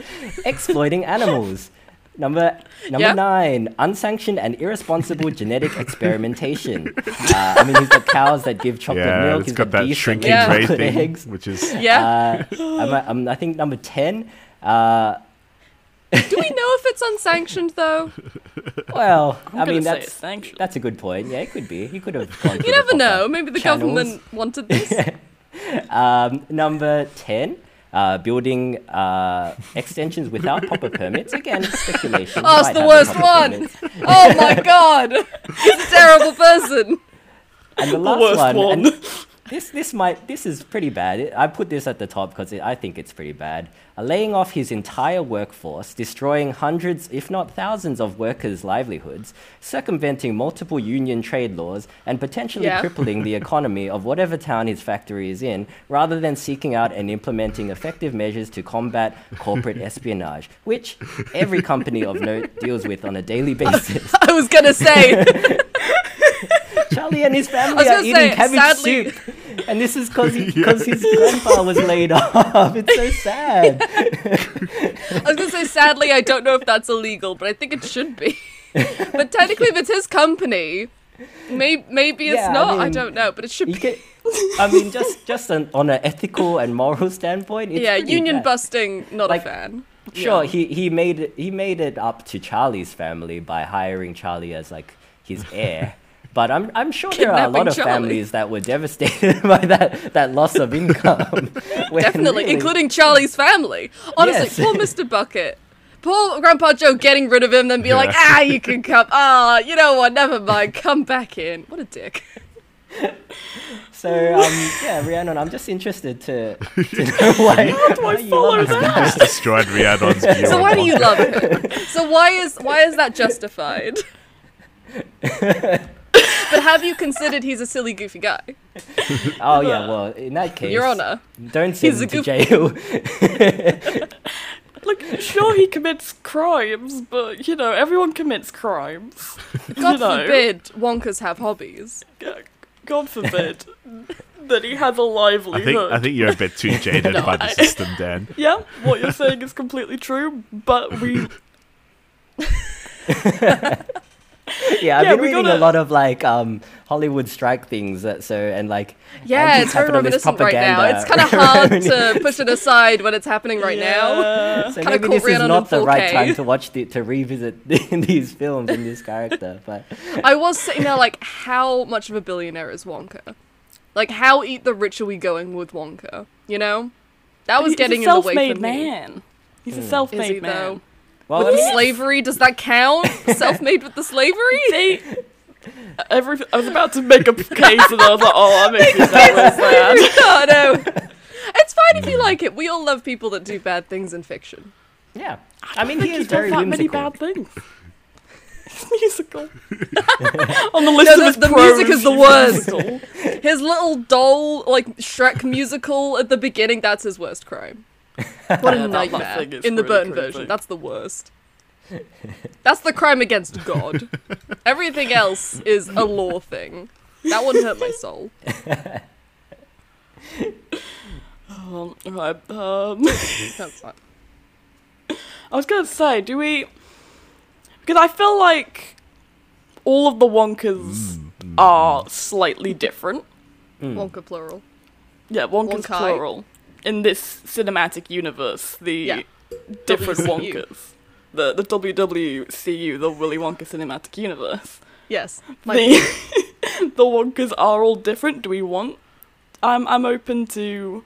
[SPEAKER 4] exploiting animals. Number number
[SPEAKER 2] Yeah.
[SPEAKER 4] nine, unsanctioned and irresponsible genetic experimentation. Uh, I mean, he's got cows that give chocolate
[SPEAKER 3] yeah,
[SPEAKER 4] milk.
[SPEAKER 3] it's
[SPEAKER 4] he's
[SPEAKER 3] got
[SPEAKER 4] beef
[SPEAKER 3] that
[SPEAKER 4] that
[SPEAKER 3] shrinking
[SPEAKER 4] lays
[SPEAKER 2] Yeah.
[SPEAKER 3] ray
[SPEAKER 4] chocolate
[SPEAKER 3] thing,
[SPEAKER 4] eggs.
[SPEAKER 3] which is
[SPEAKER 2] Yeah.
[SPEAKER 4] Uh, I'm, I'm, I think number ten. Uh,
[SPEAKER 2] Do we know if it's unsanctioned though?
[SPEAKER 4] well,
[SPEAKER 1] I'm
[SPEAKER 4] I
[SPEAKER 1] gonna
[SPEAKER 4] mean
[SPEAKER 1] say
[SPEAKER 4] that's
[SPEAKER 1] it's sanctioned.
[SPEAKER 4] That's a good point. Yeah, it could be. He could have. Gone
[SPEAKER 2] You never know. Maybe the
[SPEAKER 4] channels.
[SPEAKER 2] government wanted this.
[SPEAKER 4] Um, number ten, uh, building uh, extensions without proper permits. Again, it's speculation.
[SPEAKER 2] Oh,
[SPEAKER 4] Might
[SPEAKER 2] it's the
[SPEAKER 4] have
[SPEAKER 2] worst
[SPEAKER 4] proper
[SPEAKER 2] one.
[SPEAKER 4] permits.
[SPEAKER 2] Oh my god. He's a terrible person.
[SPEAKER 4] And the
[SPEAKER 1] The
[SPEAKER 4] last
[SPEAKER 1] worst
[SPEAKER 4] one.
[SPEAKER 1] one.
[SPEAKER 4] and This this might this is pretty bad. It- I put this at the top because I think it's pretty bad. Uh, laying off his entire workforce, destroying hundreds, if not thousands, of workers' livelihoods, circumventing multiple union trade laws, and potentially
[SPEAKER 2] Yeah.
[SPEAKER 4] crippling the economy of whatever town his factory is in, rather than seeking out and implementing effective measures to combat corporate espionage, which every company of note deals with on a daily basis.
[SPEAKER 2] I was gonna say.
[SPEAKER 4] Charlie and his
[SPEAKER 2] I was
[SPEAKER 4] family
[SPEAKER 2] gonna
[SPEAKER 4] are eating
[SPEAKER 2] say,
[SPEAKER 4] cabbage
[SPEAKER 2] sadly-
[SPEAKER 4] soup. And this is because his grandpa was laid off. It's so sad.
[SPEAKER 2] I was gonna say, sadly, I don't know if that's illegal, but I think it should be. but technically, if it's his company, may- maybe it's
[SPEAKER 4] Yeah, I
[SPEAKER 2] not. I,
[SPEAKER 4] mean,
[SPEAKER 2] don't know, but it should
[SPEAKER 4] You
[SPEAKER 2] be.
[SPEAKER 4] can, I mean, just just an, on an ethical and moral standpoint. It's
[SPEAKER 2] Yeah,
[SPEAKER 4] pretty
[SPEAKER 2] union
[SPEAKER 4] bad.
[SPEAKER 2] busting, not
[SPEAKER 4] Like-
[SPEAKER 2] a fan.
[SPEAKER 4] Sure,
[SPEAKER 1] Yeah.
[SPEAKER 4] he, he made it, he made it up to Charlie's family by hiring Charlie as like his heir. But I'm I'm sure there are a lot
[SPEAKER 2] Kidnapping
[SPEAKER 4] of
[SPEAKER 2] Charlie.
[SPEAKER 4] families that were devastated by that, that loss of income. when
[SPEAKER 2] Definitely,
[SPEAKER 4] really-
[SPEAKER 2] including Charlie's family. Honestly,
[SPEAKER 4] Yes.
[SPEAKER 2] poor Mr. Bucket. Poor Grandpa Joe getting rid of him, then be like,
[SPEAKER 3] Yeah.
[SPEAKER 2] ah, you can come. Ah, you know what? Never mind. Come back in. What a dick.
[SPEAKER 4] So um, yeah, Rhiannon, I'm just interested to, to know why. How do I
[SPEAKER 1] follow
[SPEAKER 3] just destroyed Rhiannon's view.
[SPEAKER 2] So
[SPEAKER 3] on
[SPEAKER 2] why do you
[SPEAKER 3] Monk.
[SPEAKER 2] love him? So why is why is that justified? but have you considered he's a silly, goofy guy,
[SPEAKER 4] Oh yeah, well in that case,
[SPEAKER 2] Your Honor?
[SPEAKER 4] don't send
[SPEAKER 2] he's
[SPEAKER 4] him
[SPEAKER 2] a
[SPEAKER 4] to
[SPEAKER 2] goof-
[SPEAKER 4] jail.
[SPEAKER 1] Like, sure, he commits crimes, but you know, everyone commits crimes.
[SPEAKER 2] God
[SPEAKER 1] you know,
[SPEAKER 2] forbid Wonkas have hobbies.
[SPEAKER 1] g- God forbid that he has a livelihood.
[SPEAKER 3] I think I think you're a bit too jaded by the
[SPEAKER 1] I-
[SPEAKER 3] system, Dan.
[SPEAKER 1] Yeah, what you're saying is completely true, but we
[SPEAKER 4] yeah, I've
[SPEAKER 1] Yeah,
[SPEAKER 4] been
[SPEAKER 1] we
[SPEAKER 4] reading
[SPEAKER 1] gotta-
[SPEAKER 4] a lot of like um, Hollywood strike things. That, so and like
[SPEAKER 2] Yeah, it's very
[SPEAKER 4] anti-capitalist
[SPEAKER 2] reminiscent right now.
[SPEAKER 4] propaganda.
[SPEAKER 2] It's kind of hard to push it aside when it's happening right now.
[SPEAKER 1] Yeah.
[SPEAKER 4] so
[SPEAKER 2] kinda
[SPEAKER 4] maybe
[SPEAKER 2] caught
[SPEAKER 4] this is
[SPEAKER 2] Rhiannon
[SPEAKER 4] not
[SPEAKER 2] in
[SPEAKER 4] the right
[SPEAKER 2] 4K.
[SPEAKER 4] time to watch the, to revisit these films and this character. But
[SPEAKER 2] I was sitting there like, how much of a billionaire is Wonka? Like, how eat the rich are we going with Wonka? You know, that was
[SPEAKER 1] He's
[SPEAKER 2] getting
[SPEAKER 1] a
[SPEAKER 2] in the way
[SPEAKER 1] self-made
[SPEAKER 2] for me.
[SPEAKER 1] man. He's a
[SPEAKER 3] Hmm.
[SPEAKER 1] self-made
[SPEAKER 2] Is he
[SPEAKER 1] man.
[SPEAKER 2] though?
[SPEAKER 4] well,
[SPEAKER 2] with
[SPEAKER 4] I mean,
[SPEAKER 2] the slavery, does that count? Self-made with the slavery?
[SPEAKER 1] They. Every, I was about to make a case and I was like, oh, that makes me sound so sad.
[SPEAKER 2] no, no. It's fine if you like it. We all love people that do bad things in fiction.
[SPEAKER 4] yeah, I mean he
[SPEAKER 1] He's
[SPEAKER 4] is
[SPEAKER 1] done
[SPEAKER 4] very
[SPEAKER 1] that many
[SPEAKER 4] whimsical.
[SPEAKER 1] bad things. It's musical. On the list
[SPEAKER 2] the-
[SPEAKER 1] of his
[SPEAKER 2] the
[SPEAKER 1] pros,
[SPEAKER 2] music is the
[SPEAKER 1] he's
[SPEAKER 2] worst.
[SPEAKER 1] musical.
[SPEAKER 2] His little doll, like Shrek musical at the beginning, that's his worst crime. What
[SPEAKER 1] Yeah,
[SPEAKER 2] a
[SPEAKER 1] that- that
[SPEAKER 2] nightmare.
[SPEAKER 1] thing is
[SPEAKER 2] In the
[SPEAKER 1] really
[SPEAKER 2] Burton
[SPEAKER 1] creepy.
[SPEAKER 2] version, that's the worst. That's the crime against God. Everything else is a law thing. That one hurt my soul.
[SPEAKER 1] Um, right, um,
[SPEAKER 2] That's fine.
[SPEAKER 1] I was gonna say, do we Because I feel like all of the Wonkas are slightly different.
[SPEAKER 2] Wonka plural.
[SPEAKER 1] Yeah, Wonka's
[SPEAKER 2] Wonkai.
[SPEAKER 1] plural. In this cinematic universe, the
[SPEAKER 2] Yeah.
[SPEAKER 1] different
[SPEAKER 2] WCU.
[SPEAKER 1] Wonkas. The, the WWCU, the Willy Wonka Cinematic Universe.
[SPEAKER 2] Yes. My
[SPEAKER 1] The, the Wonkas are all different. Do we want. I'm, I'm open to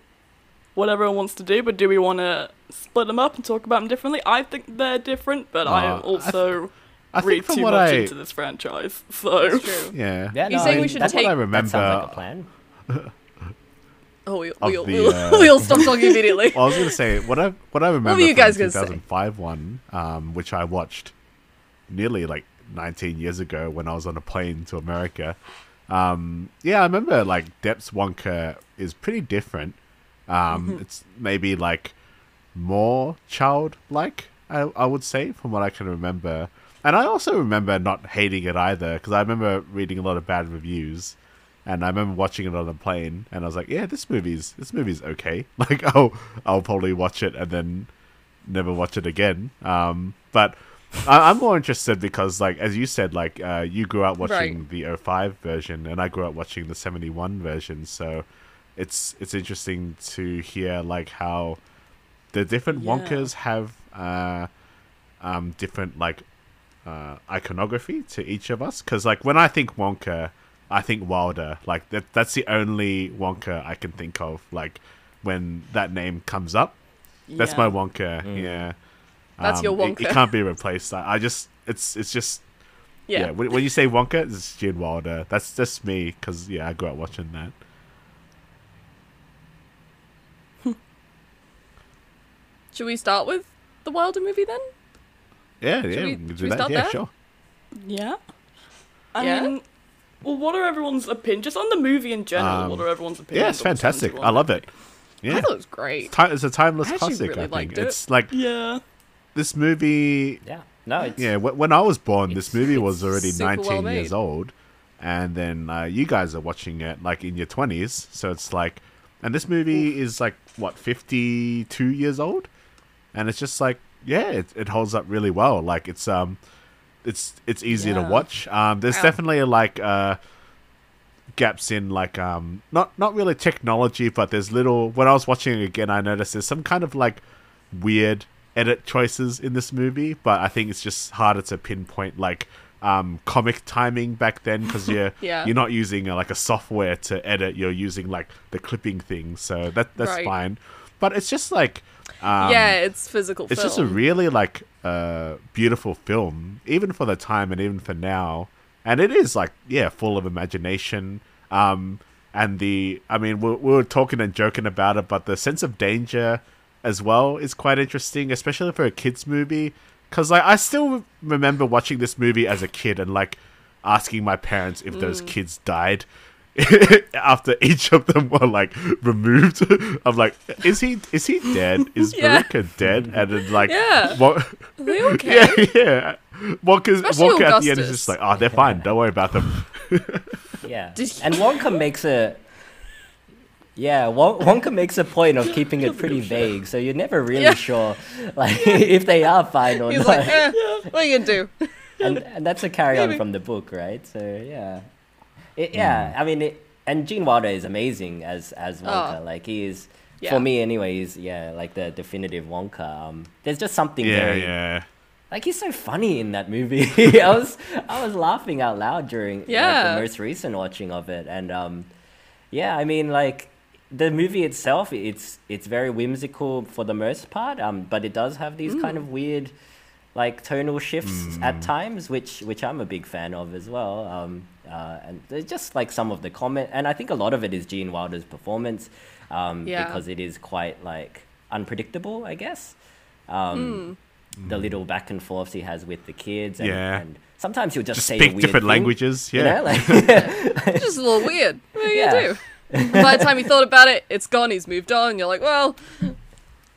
[SPEAKER 1] what everyone wants to do, but do we want to split them up and talk about them differently? I think they're different, but
[SPEAKER 3] Aw, Ah, I
[SPEAKER 1] I
[SPEAKER 3] th-
[SPEAKER 1] also
[SPEAKER 3] I
[SPEAKER 1] read
[SPEAKER 3] think from
[SPEAKER 1] too
[SPEAKER 3] what
[SPEAKER 1] much
[SPEAKER 3] I
[SPEAKER 1] into this franchise. So
[SPEAKER 2] It's true.
[SPEAKER 3] yeah,
[SPEAKER 4] Yeah,
[SPEAKER 2] You
[SPEAKER 4] no,
[SPEAKER 2] saying
[SPEAKER 4] I-
[SPEAKER 2] we should
[SPEAKER 4] that's what
[SPEAKER 2] take-
[SPEAKER 4] I
[SPEAKER 3] I
[SPEAKER 4] remember. That sounds
[SPEAKER 3] remember-
[SPEAKER 4] like a plan.
[SPEAKER 2] Oh, we,
[SPEAKER 3] Of
[SPEAKER 2] we, all,
[SPEAKER 3] the,
[SPEAKER 2] we, all,
[SPEAKER 3] uh,
[SPEAKER 2] we all stopped talking immediately.
[SPEAKER 3] Well, I was gonna say what I what I remember
[SPEAKER 2] were you
[SPEAKER 3] from
[SPEAKER 2] guys
[SPEAKER 3] the
[SPEAKER 2] gonna say?
[SPEAKER 3] 2005 one, um, which I watched nearly like 19 years ago when I was on a plane to America. Um, yeah, I remember like Depp's Wonka is pretty different. Um, It's maybe like more childlike, I, I would say, from what I can remember. And I also remember not hating it either because I remember reading a lot of bad reviews. And I remember watching it on the plane, and I was like, "Yeah, this movie's this movie's okay. Like, I'll I'll probably watch it, and then never watch it again. Um, but I, I'm more interested because, like as you said, like uh, you grew up watching the 05 version, and I grew up watching the 71 version. So it's it's interesting to hear like how the different
[SPEAKER 1] Yeah.
[SPEAKER 3] Wonkas have uh, um, different like uh, iconography to each of us. Because like when I think Wonka, I think Wilder. Like that that's the only Wonka I can think of. Like when that name comes up. That's
[SPEAKER 1] yeah.
[SPEAKER 3] my Wonka. Yeah, Um,
[SPEAKER 2] That's your
[SPEAKER 3] it- It,
[SPEAKER 2] Wonka.
[SPEAKER 3] can't be replaced. I, I just, it's, it's just, yeah.
[SPEAKER 2] yeah.
[SPEAKER 3] When, when you say Wonka, it's Gene Wilder. That's just me because yeah, I grew up watching that.
[SPEAKER 2] Should we start with the Wilder movie then?
[SPEAKER 3] Yeah, yeah,
[SPEAKER 2] we-
[SPEAKER 3] can
[SPEAKER 2] should we start
[SPEAKER 3] Yeah,
[SPEAKER 2] there?
[SPEAKER 3] sure.
[SPEAKER 1] Yeah. I
[SPEAKER 2] Yeah?
[SPEAKER 1] mean, well, what are everyone's opinion just on the movie in general?
[SPEAKER 3] Um,
[SPEAKER 1] what are everyone's opinions?
[SPEAKER 3] Yeah, it's
[SPEAKER 1] on the
[SPEAKER 3] fantastic.
[SPEAKER 1] 71?
[SPEAKER 3] I love it. Yeah,
[SPEAKER 2] I thought it was great.
[SPEAKER 3] Ti- it's a timeless
[SPEAKER 2] I actually
[SPEAKER 3] classic.
[SPEAKER 2] really
[SPEAKER 3] I
[SPEAKER 2] liked
[SPEAKER 3] think
[SPEAKER 2] it.
[SPEAKER 3] it's like
[SPEAKER 1] Yeah,
[SPEAKER 3] this movie.
[SPEAKER 4] Yeah. No, it's
[SPEAKER 3] Yeah, wh- when I was born, this
[SPEAKER 4] It's-
[SPEAKER 3] movie
[SPEAKER 4] it's
[SPEAKER 3] was already
[SPEAKER 2] super
[SPEAKER 3] 19
[SPEAKER 2] well
[SPEAKER 3] years
[SPEAKER 2] made.
[SPEAKER 3] old, and then uh, you guys are watching it like in your 20s. So it's like, and this movie is like what 52 years old, and it's just like, yeah, it, it holds up really well. Like it's um, it's it's easy to
[SPEAKER 1] Yeah.
[SPEAKER 3] watch. Um, there's
[SPEAKER 2] Wow.
[SPEAKER 3] definitely like uh, gaps in like um, not not really technology, but there's little. When I was watching it again, I noticed there's some kind of like weird edit choices in this movie, but I think it's just harder to pinpoint like um, comic timing back then because you're
[SPEAKER 2] Yeah.
[SPEAKER 3] you're not using uh, like a software to edit. You're using like the clipping thing, so that that's
[SPEAKER 2] Right.
[SPEAKER 3] fine. But it's just like um,
[SPEAKER 2] yeah, it's physical
[SPEAKER 3] it's
[SPEAKER 2] film.
[SPEAKER 3] just a really like uh, beautiful film, even for the time and even for now. And it is like yeah, full of imagination. Um, and the I mean, we, we were talking and joking about it, but the sense of danger as well is quite interesting, especially for a kids movie. Because like I still remember watching this movie as a kid and like asking my parents if those kids died. after each of them were like removed i'm like is he is he dead is
[SPEAKER 2] Yeah.
[SPEAKER 3] Baruka dead and then like
[SPEAKER 2] Yeah.
[SPEAKER 3] Won-
[SPEAKER 2] Are they okay?
[SPEAKER 3] yeah yeah Wonka's,
[SPEAKER 2] Especially
[SPEAKER 3] Wonka at the end is
[SPEAKER 2] Augustus.
[SPEAKER 3] just like oh they're fine don't worry about them
[SPEAKER 4] yeah.
[SPEAKER 2] Did-
[SPEAKER 4] And Wonka makes a yeah, Won- Wonka makes a point of keeping it pretty vague, so you're never really
[SPEAKER 2] Yeah.
[SPEAKER 4] sure like if they are fine or
[SPEAKER 2] He's
[SPEAKER 4] not.
[SPEAKER 2] like, eh, what are you gonna do?
[SPEAKER 4] and, and that's a carry on
[SPEAKER 2] Maybe.
[SPEAKER 4] from the book, right? So yeah,
[SPEAKER 3] Hmm.
[SPEAKER 4] it, yeah. I mean, it, and Gene Wilder is amazing as as Wonka.
[SPEAKER 2] Oh.
[SPEAKER 4] Like he is
[SPEAKER 2] Yeah.
[SPEAKER 4] for me, anyways. Yeah, like the definitive Wonka. Um, there's just something
[SPEAKER 3] yeah
[SPEAKER 4] very
[SPEAKER 3] yeah
[SPEAKER 4] like he's so funny in that movie. I was I was laughing out loud during like,
[SPEAKER 2] Yeah.
[SPEAKER 4] the most recent watching of it, and um, yeah, I mean like the movie itself, it's it's very whimsical for the most part, um, but it does have these
[SPEAKER 2] Mm.
[SPEAKER 4] kind of weird like tonal shifts at times, which which I'm a big fan of as well. Um, uh, and there's just like some of the comment, and I think a lot of it is Gene Wilder's performance, um,
[SPEAKER 2] Yeah.
[SPEAKER 4] because it is quite like unpredictable, I guess. Um,
[SPEAKER 2] Hmm.
[SPEAKER 4] The little back and forths he has with the kids, and,
[SPEAKER 3] Hmm. Yeah.
[SPEAKER 4] and sometimes he'll just,
[SPEAKER 3] just
[SPEAKER 4] say a
[SPEAKER 3] speak
[SPEAKER 4] weird
[SPEAKER 3] different
[SPEAKER 4] thing,
[SPEAKER 3] languages
[SPEAKER 4] you
[SPEAKER 3] yeah
[SPEAKER 4] know, like-
[SPEAKER 2] It's just a little weird. What are you
[SPEAKER 4] Yeah.
[SPEAKER 2] gonna do? By the time he thought about it, it's gone. He's moved on. You're like, well,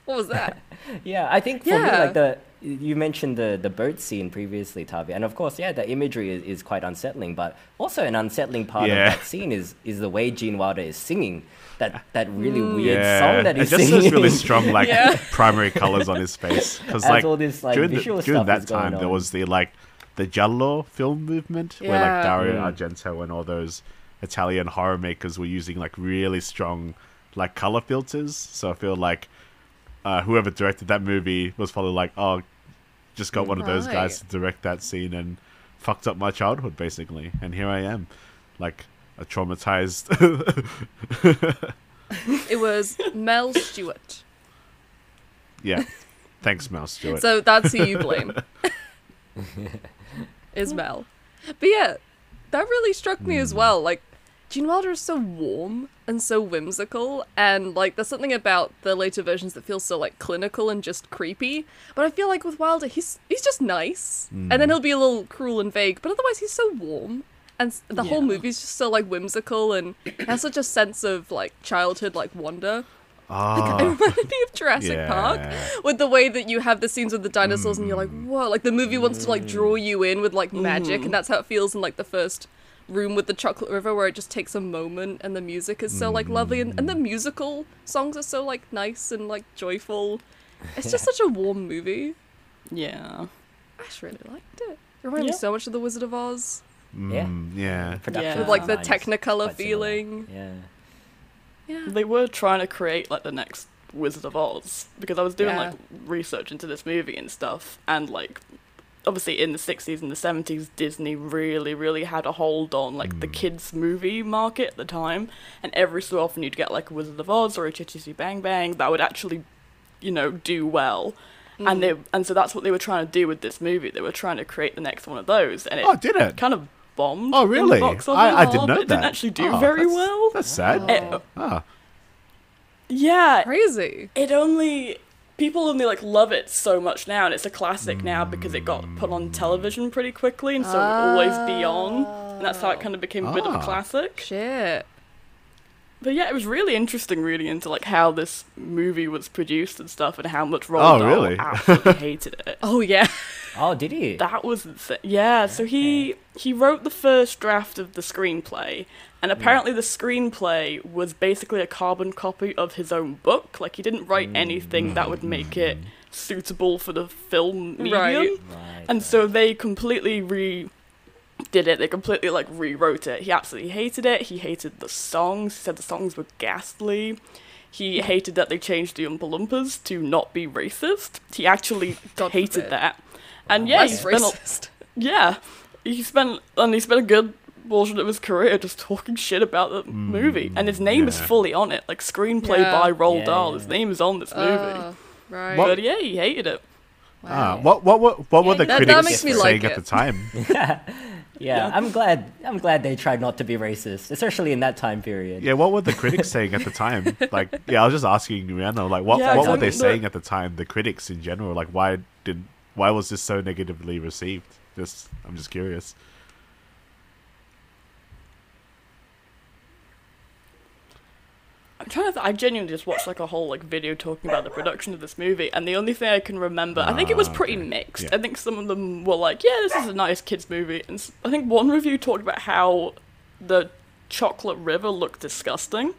[SPEAKER 2] what was that?
[SPEAKER 4] Yeah, I think for me,
[SPEAKER 2] Yeah.
[SPEAKER 4] like the you mentioned the the boat scene previously, Tavi, and of course, yeah, the imagery is, is quite unsettling. But also, an unsettling part
[SPEAKER 3] Yeah.
[SPEAKER 4] of that scene is is the way Gene Wilder is singing that that really
[SPEAKER 2] Hmm.
[SPEAKER 4] weird
[SPEAKER 3] yeah,
[SPEAKER 4] song that
[SPEAKER 3] and
[SPEAKER 4] he's
[SPEAKER 3] just
[SPEAKER 4] singing.
[SPEAKER 3] those really strong like
[SPEAKER 2] Yeah.
[SPEAKER 3] primary colors on his face because
[SPEAKER 4] As
[SPEAKER 3] like,
[SPEAKER 4] all this, like,
[SPEAKER 3] during, the-
[SPEAKER 4] visual
[SPEAKER 3] during
[SPEAKER 4] stuff
[SPEAKER 3] that
[SPEAKER 4] is going
[SPEAKER 3] time there
[SPEAKER 4] on.
[SPEAKER 3] was the like the giallo film movement, where
[SPEAKER 2] Yeah.
[SPEAKER 3] like Dario
[SPEAKER 4] Mm.
[SPEAKER 3] Argento and all those Italian horror makers were using like really strong like color filters. So I feel like uh, whoever directed that movie was probably like, oh, just got one of those guys to
[SPEAKER 2] Right.
[SPEAKER 3] direct that scene and fucked up my childhood basically, and here I am, like a traumatized.
[SPEAKER 2] It was Mel Stewart.
[SPEAKER 3] yeah, thanks, Mel Stewart.
[SPEAKER 2] So that's who you blame. is Mel. But yeah, that really struck me
[SPEAKER 3] Hmm.
[SPEAKER 2] as well. Like, Gene Wilder is so warm and so whimsical, and like, there's something about the later versions that feels so like clinical and just creepy. But I feel like with Wilder, he's he's just nice, and
[SPEAKER 3] Hmm.
[SPEAKER 2] then he'll be a little cruel and vague. But otherwise, he's so warm, and s- the whole
[SPEAKER 1] Yeah.
[SPEAKER 2] movie's just so like whimsical and has such a sense of like childhood like wonder. It
[SPEAKER 3] Ah,
[SPEAKER 2] reminded me of Jurassic
[SPEAKER 3] Yeah.
[SPEAKER 2] Park with the way that you have the scenes with the dinosaurs and you're like,
[SPEAKER 3] Mm.
[SPEAKER 2] whoa, like the movie wants to like draw you in with like magic,
[SPEAKER 3] Mm-hmm.
[SPEAKER 2] and that's how it feels in like the first room with the chocolate river where it just takes a moment and the music is so like lovely and, and the
[SPEAKER 3] Mm.
[SPEAKER 2] musical songs are so like nice and like joyful. It's just such a warm movie.
[SPEAKER 1] Yeah.
[SPEAKER 2] I just really liked it. It reminded
[SPEAKER 1] Yeah.
[SPEAKER 2] me so much of The Wizard of Oz.
[SPEAKER 4] Yeah.
[SPEAKER 3] mm, yeah.
[SPEAKER 4] Production
[SPEAKER 1] With,
[SPEAKER 2] like, the
[SPEAKER 4] design is
[SPEAKER 2] Technicolor
[SPEAKER 4] quite similar.
[SPEAKER 2] feeling.
[SPEAKER 4] Yeah.
[SPEAKER 2] Yeah.
[SPEAKER 1] They were trying to create like the next Wizard of Oz because I was doing
[SPEAKER 2] Yeah.
[SPEAKER 1] like research into this movie and stuff, and like obviously in the 60s and the 70s disney really really had a hold on like
[SPEAKER 3] Hmm.
[SPEAKER 1] the kids movie market at the time and every so often you'd get like a wizard of oz or a chitty bang bang that would actually you know do well and they and so that's what they were trying to do with this movie they were trying to create the next one of those and it
[SPEAKER 3] Oh, did it?
[SPEAKER 1] kind of bombed
[SPEAKER 3] Oh,
[SPEAKER 1] in the
[SPEAKER 3] really?
[SPEAKER 1] box office,
[SPEAKER 3] I, I didn't
[SPEAKER 1] but
[SPEAKER 3] know that.
[SPEAKER 1] it didn't actually do
[SPEAKER 3] Oh,
[SPEAKER 1] very
[SPEAKER 3] that's-
[SPEAKER 1] well
[SPEAKER 3] That's sad.
[SPEAKER 1] It-
[SPEAKER 3] Ah,
[SPEAKER 1] yeah
[SPEAKER 2] Crazy.
[SPEAKER 1] it only people only like love it so much now and it's a classic now because it
[SPEAKER 3] Mm.
[SPEAKER 1] got put on television pretty quickly and so it would always be on and that's how it kind of became a bit of a
[SPEAKER 3] Ah.
[SPEAKER 1] classic
[SPEAKER 2] Shit.
[SPEAKER 1] but yeah it was really interesting reading into like how this movie was produced and stuff and how much
[SPEAKER 3] Oh,
[SPEAKER 1] Roald Dahl
[SPEAKER 3] really?
[SPEAKER 1] absolutely hated it
[SPEAKER 2] Oh yeah.
[SPEAKER 4] Oh, did he?
[SPEAKER 1] that was insane. yeah. So he he wrote the first draft of the screenplay, and apparently the screenplay was basically a carbon copy of his own book. Like he didn't write anything that would make it suitable for the film medium.
[SPEAKER 2] Right.
[SPEAKER 4] Right.
[SPEAKER 1] And so they completely re did it. They completely like rewrote it. He absolutely hated it. He hated the songs. He said the songs were ghastly. He
[SPEAKER 2] Hmm.
[SPEAKER 1] hated that they changed the Oompa Loompas to not be racist. He actually
[SPEAKER 2] God
[SPEAKER 1] hated
[SPEAKER 2] forbid. Oh,
[SPEAKER 1] that. And yeah, he
[SPEAKER 2] That's
[SPEAKER 1] spent a-
[SPEAKER 2] racist.
[SPEAKER 1] yeah, he spent and he spent a good portion of his career just talking shit about the
[SPEAKER 4] Hmm.
[SPEAKER 1] movie, and his name is
[SPEAKER 3] yeah.
[SPEAKER 1] fully on it, like screenplay
[SPEAKER 2] Yeah.
[SPEAKER 1] by Roald
[SPEAKER 4] Yeah,
[SPEAKER 1] Dahl.
[SPEAKER 4] yeah.
[SPEAKER 1] His name is on this movie,
[SPEAKER 2] Ah, right.
[SPEAKER 1] but yeah, he hated it.
[SPEAKER 3] ah. What, what, what, what were the
[SPEAKER 4] That- that
[SPEAKER 3] critics
[SPEAKER 4] makes me
[SPEAKER 3] saying
[SPEAKER 2] like
[SPEAKER 3] at
[SPEAKER 2] it.
[SPEAKER 3] the time?
[SPEAKER 4] yeah, I'm glad. I'm glad they tried not to be racist, especially in that time period.
[SPEAKER 3] yeah, what were the critics saying at the time? Like, yeah, I was just asking Rihanna, like, what,
[SPEAKER 1] Yeah,
[SPEAKER 3] what were they
[SPEAKER 1] exactly.
[SPEAKER 3] saying at the time? The critics in general, like, why did, why was this so negatively received? Just, I'm just curious.
[SPEAKER 1] I'm trying to. Th- I genuinely just watched like a whole like video talking about the production of this movie, and the only thing I can remember, I think it was
[SPEAKER 3] Ah,
[SPEAKER 1] pretty
[SPEAKER 3] okay.
[SPEAKER 1] mixed.
[SPEAKER 3] Yeah.
[SPEAKER 1] I think some of them were like, "Yeah, this is a nice kids movie," and s- I think one review talked about how the chocolate river looked disgusting.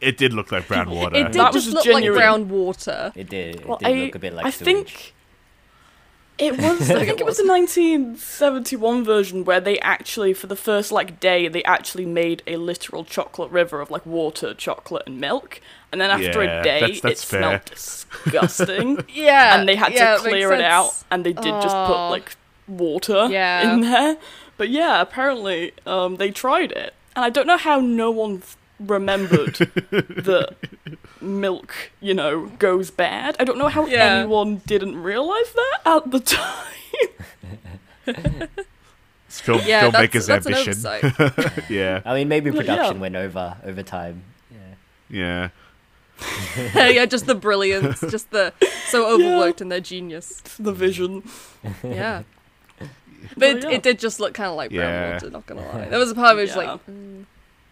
[SPEAKER 3] It did look like brown water.
[SPEAKER 2] It did
[SPEAKER 1] That was
[SPEAKER 2] just look like
[SPEAKER 1] genuine.
[SPEAKER 2] brown water.
[SPEAKER 4] It did. It
[SPEAKER 1] Well,
[SPEAKER 4] did
[SPEAKER 1] I-
[SPEAKER 4] look a bit like
[SPEAKER 1] I
[SPEAKER 4] sewage.
[SPEAKER 1] think it was. I think it was the 1971 version where they actually, for the first like day, they actually made a literal chocolate river of like water, chocolate, and milk. And then after
[SPEAKER 3] Yeah,
[SPEAKER 1] a day,
[SPEAKER 3] that's- that's
[SPEAKER 1] it
[SPEAKER 3] fair.
[SPEAKER 1] smelled disgusting.
[SPEAKER 2] Yeah.
[SPEAKER 1] and they had to
[SPEAKER 2] yeah, makes
[SPEAKER 1] clear it out,
[SPEAKER 2] sense.
[SPEAKER 1] and they did just put
[SPEAKER 2] Aw.
[SPEAKER 1] like water
[SPEAKER 2] Yeah.
[SPEAKER 1] in there. But yeah, apparently um, they tried it, and I don't know how no one f- remembered that milk, you know, goes bad. I don't know how
[SPEAKER 2] Yeah.
[SPEAKER 1] anyone didn't realize that at the time.
[SPEAKER 3] It's film,
[SPEAKER 2] Yeah,
[SPEAKER 3] filmmaker's
[SPEAKER 2] that's, that's an
[SPEAKER 3] ambition.
[SPEAKER 2] oversight.
[SPEAKER 3] yeah,
[SPEAKER 4] I mean, maybe
[SPEAKER 1] But, yeah.
[SPEAKER 4] production went over over time. Yeah.
[SPEAKER 3] yeah.
[SPEAKER 2] yeah, just the brilliance, just the so overworked and their genius.
[SPEAKER 1] It's the vision.
[SPEAKER 2] Yeah.
[SPEAKER 1] Well,
[SPEAKER 2] But it,
[SPEAKER 1] Oh, yeah.
[SPEAKER 2] it did just look kind of like brown
[SPEAKER 3] Yeah.
[SPEAKER 2] water. Not gonna lie, there was a part of it was
[SPEAKER 1] Yeah.
[SPEAKER 2] like, mm,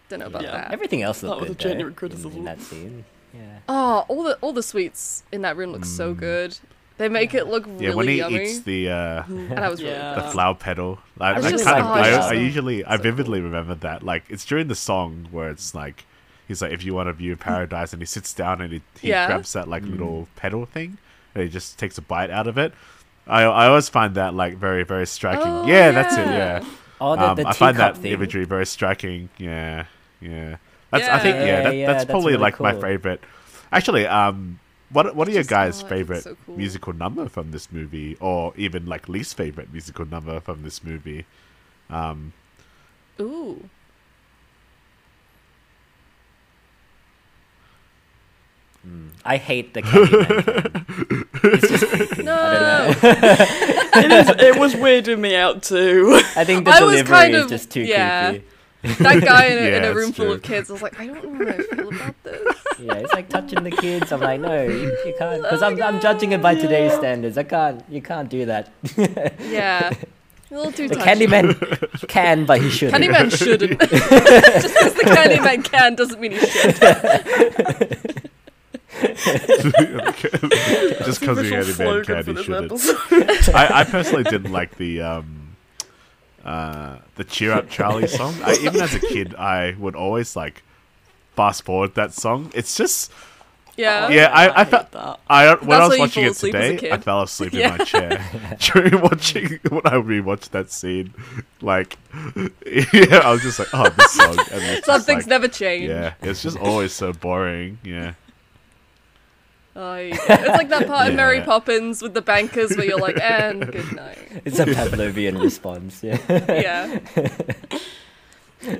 [SPEAKER 2] don't know about
[SPEAKER 1] Yeah.
[SPEAKER 2] that.
[SPEAKER 4] Everything else
[SPEAKER 1] That
[SPEAKER 4] looked
[SPEAKER 1] was a
[SPEAKER 4] good. though,
[SPEAKER 1] genuine
[SPEAKER 4] in-
[SPEAKER 1] criticism.
[SPEAKER 4] in that scene. Yeah.
[SPEAKER 2] oh, all the all the sweets in that room look so good. They make it look
[SPEAKER 3] Mm. Yeah,
[SPEAKER 2] really
[SPEAKER 3] when he
[SPEAKER 2] yummy,
[SPEAKER 3] eats the uh,
[SPEAKER 2] and I was
[SPEAKER 1] Yeah.
[SPEAKER 2] really
[SPEAKER 3] the
[SPEAKER 1] Uh,
[SPEAKER 3] flower petal. I,
[SPEAKER 4] was
[SPEAKER 3] I
[SPEAKER 4] just
[SPEAKER 3] kind of-
[SPEAKER 4] like,
[SPEAKER 3] I-
[SPEAKER 4] yeah.
[SPEAKER 3] I usually, I
[SPEAKER 2] So
[SPEAKER 3] vividly remember that. Like, it's during the song where it's like, he's like, if you want to view paradise, and he sits down and he, he
[SPEAKER 2] Yeah.
[SPEAKER 4] Mm.
[SPEAKER 3] grabs that like little petal thing, and he just takes a bite out of it. I, I always find that like very very striking.
[SPEAKER 2] Oh,
[SPEAKER 3] yeah, that's it.
[SPEAKER 2] yeah.
[SPEAKER 3] Yeah.
[SPEAKER 4] Oh, the,
[SPEAKER 3] Um,
[SPEAKER 4] the
[SPEAKER 3] I find
[SPEAKER 4] teacup
[SPEAKER 3] that
[SPEAKER 4] thing.
[SPEAKER 3] imagery very striking. Yeah, yeah. That's I think
[SPEAKER 2] Yeah.
[SPEAKER 3] yeah,
[SPEAKER 4] Yeah,
[SPEAKER 3] that,
[SPEAKER 4] yeah,
[SPEAKER 3] that's
[SPEAKER 4] that's
[SPEAKER 3] probably
[SPEAKER 4] really
[SPEAKER 3] like my
[SPEAKER 4] cool.
[SPEAKER 3] favorite. Actually, um, what what are your
[SPEAKER 2] Just, oh, I
[SPEAKER 3] guys'
[SPEAKER 2] think it's
[SPEAKER 3] favorite
[SPEAKER 2] so cool.
[SPEAKER 3] musical number from this movie, or even like least favorite musical number from this movie? Um,
[SPEAKER 2] Ooh.
[SPEAKER 4] I hate the Candyman. thing. it's just creepy. I
[SPEAKER 2] No.
[SPEAKER 4] don't know.
[SPEAKER 1] it, is, it was weirding me out too.
[SPEAKER 4] I think the
[SPEAKER 2] I was
[SPEAKER 4] delivery
[SPEAKER 2] kind
[SPEAKER 4] is
[SPEAKER 2] of-
[SPEAKER 4] just too
[SPEAKER 2] yeah.
[SPEAKER 4] creepy.
[SPEAKER 2] That guy in a, in
[SPEAKER 3] Yeah,
[SPEAKER 2] a
[SPEAKER 3] it's
[SPEAKER 2] room full
[SPEAKER 3] true.
[SPEAKER 2] of kids, I was like, I don't know how I feel about this.
[SPEAKER 4] Yeah, it's like touching the kids. I'm like, no, you, you can't,
[SPEAKER 2] Oh
[SPEAKER 4] because I'm, I'm judging it by today's standards. I can't, you can't do that. the
[SPEAKER 2] Yeah. A little too touchy.
[SPEAKER 4] Candyman can, but he shouldn't.
[SPEAKER 2] Candyman shouldn't. Just because the Candyman can doesn't mean he should.
[SPEAKER 3] just because we
[SPEAKER 1] Official
[SPEAKER 3] had a man
[SPEAKER 1] slogan for
[SPEAKER 3] candy
[SPEAKER 1] this
[SPEAKER 3] shouldn't.
[SPEAKER 1] episode.
[SPEAKER 3] I, I personally didn't like the um, uh, the cheer up Charlie song. I, even as a kid, I would always like fast forward that song. It's just
[SPEAKER 2] Yeah.
[SPEAKER 3] yeah. I, I
[SPEAKER 1] hate
[SPEAKER 3] felt
[SPEAKER 1] that.
[SPEAKER 3] I uh, when
[SPEAKER 2] That's
[SPEAKER 3] I
[SPEAKER 2] how
[SPEAKER 3] was
[SPEAKER 2] you
[SPEAKER 3] watching
[SPEAKER 2] fall
[SPEAKER 3] it
[SPEAKER 2] asleep as a
[SPEAKER 3] today, I
[SPEAKER 2] kid.
[SPEAKER 3] fell asleep
[SPEAKER 2] Yeah.
[SPEAKER 3] in my chair during watching when I rewatched that scene. Like, yeah, I was just like, oh, this song. And it's
[SPEAKER 2] Some
[SPEAKER 3] just
[SPEAKER 2] things
[SPEAKER 3] like-
[SPEAKER 2] never change.
[SPEAKER 3] Yeah, it's just always so boring. Yeah.
[SPEAKER 2] I- it's like that part in
[SPEAKER 3] Yeah.
[SPEAKER 2] Mary Poppins with the bankers where you're like, and good night.
[SPEAKER 4] It's a Pavlovian response. Yeah.
[SPEAKER 2] Yeah.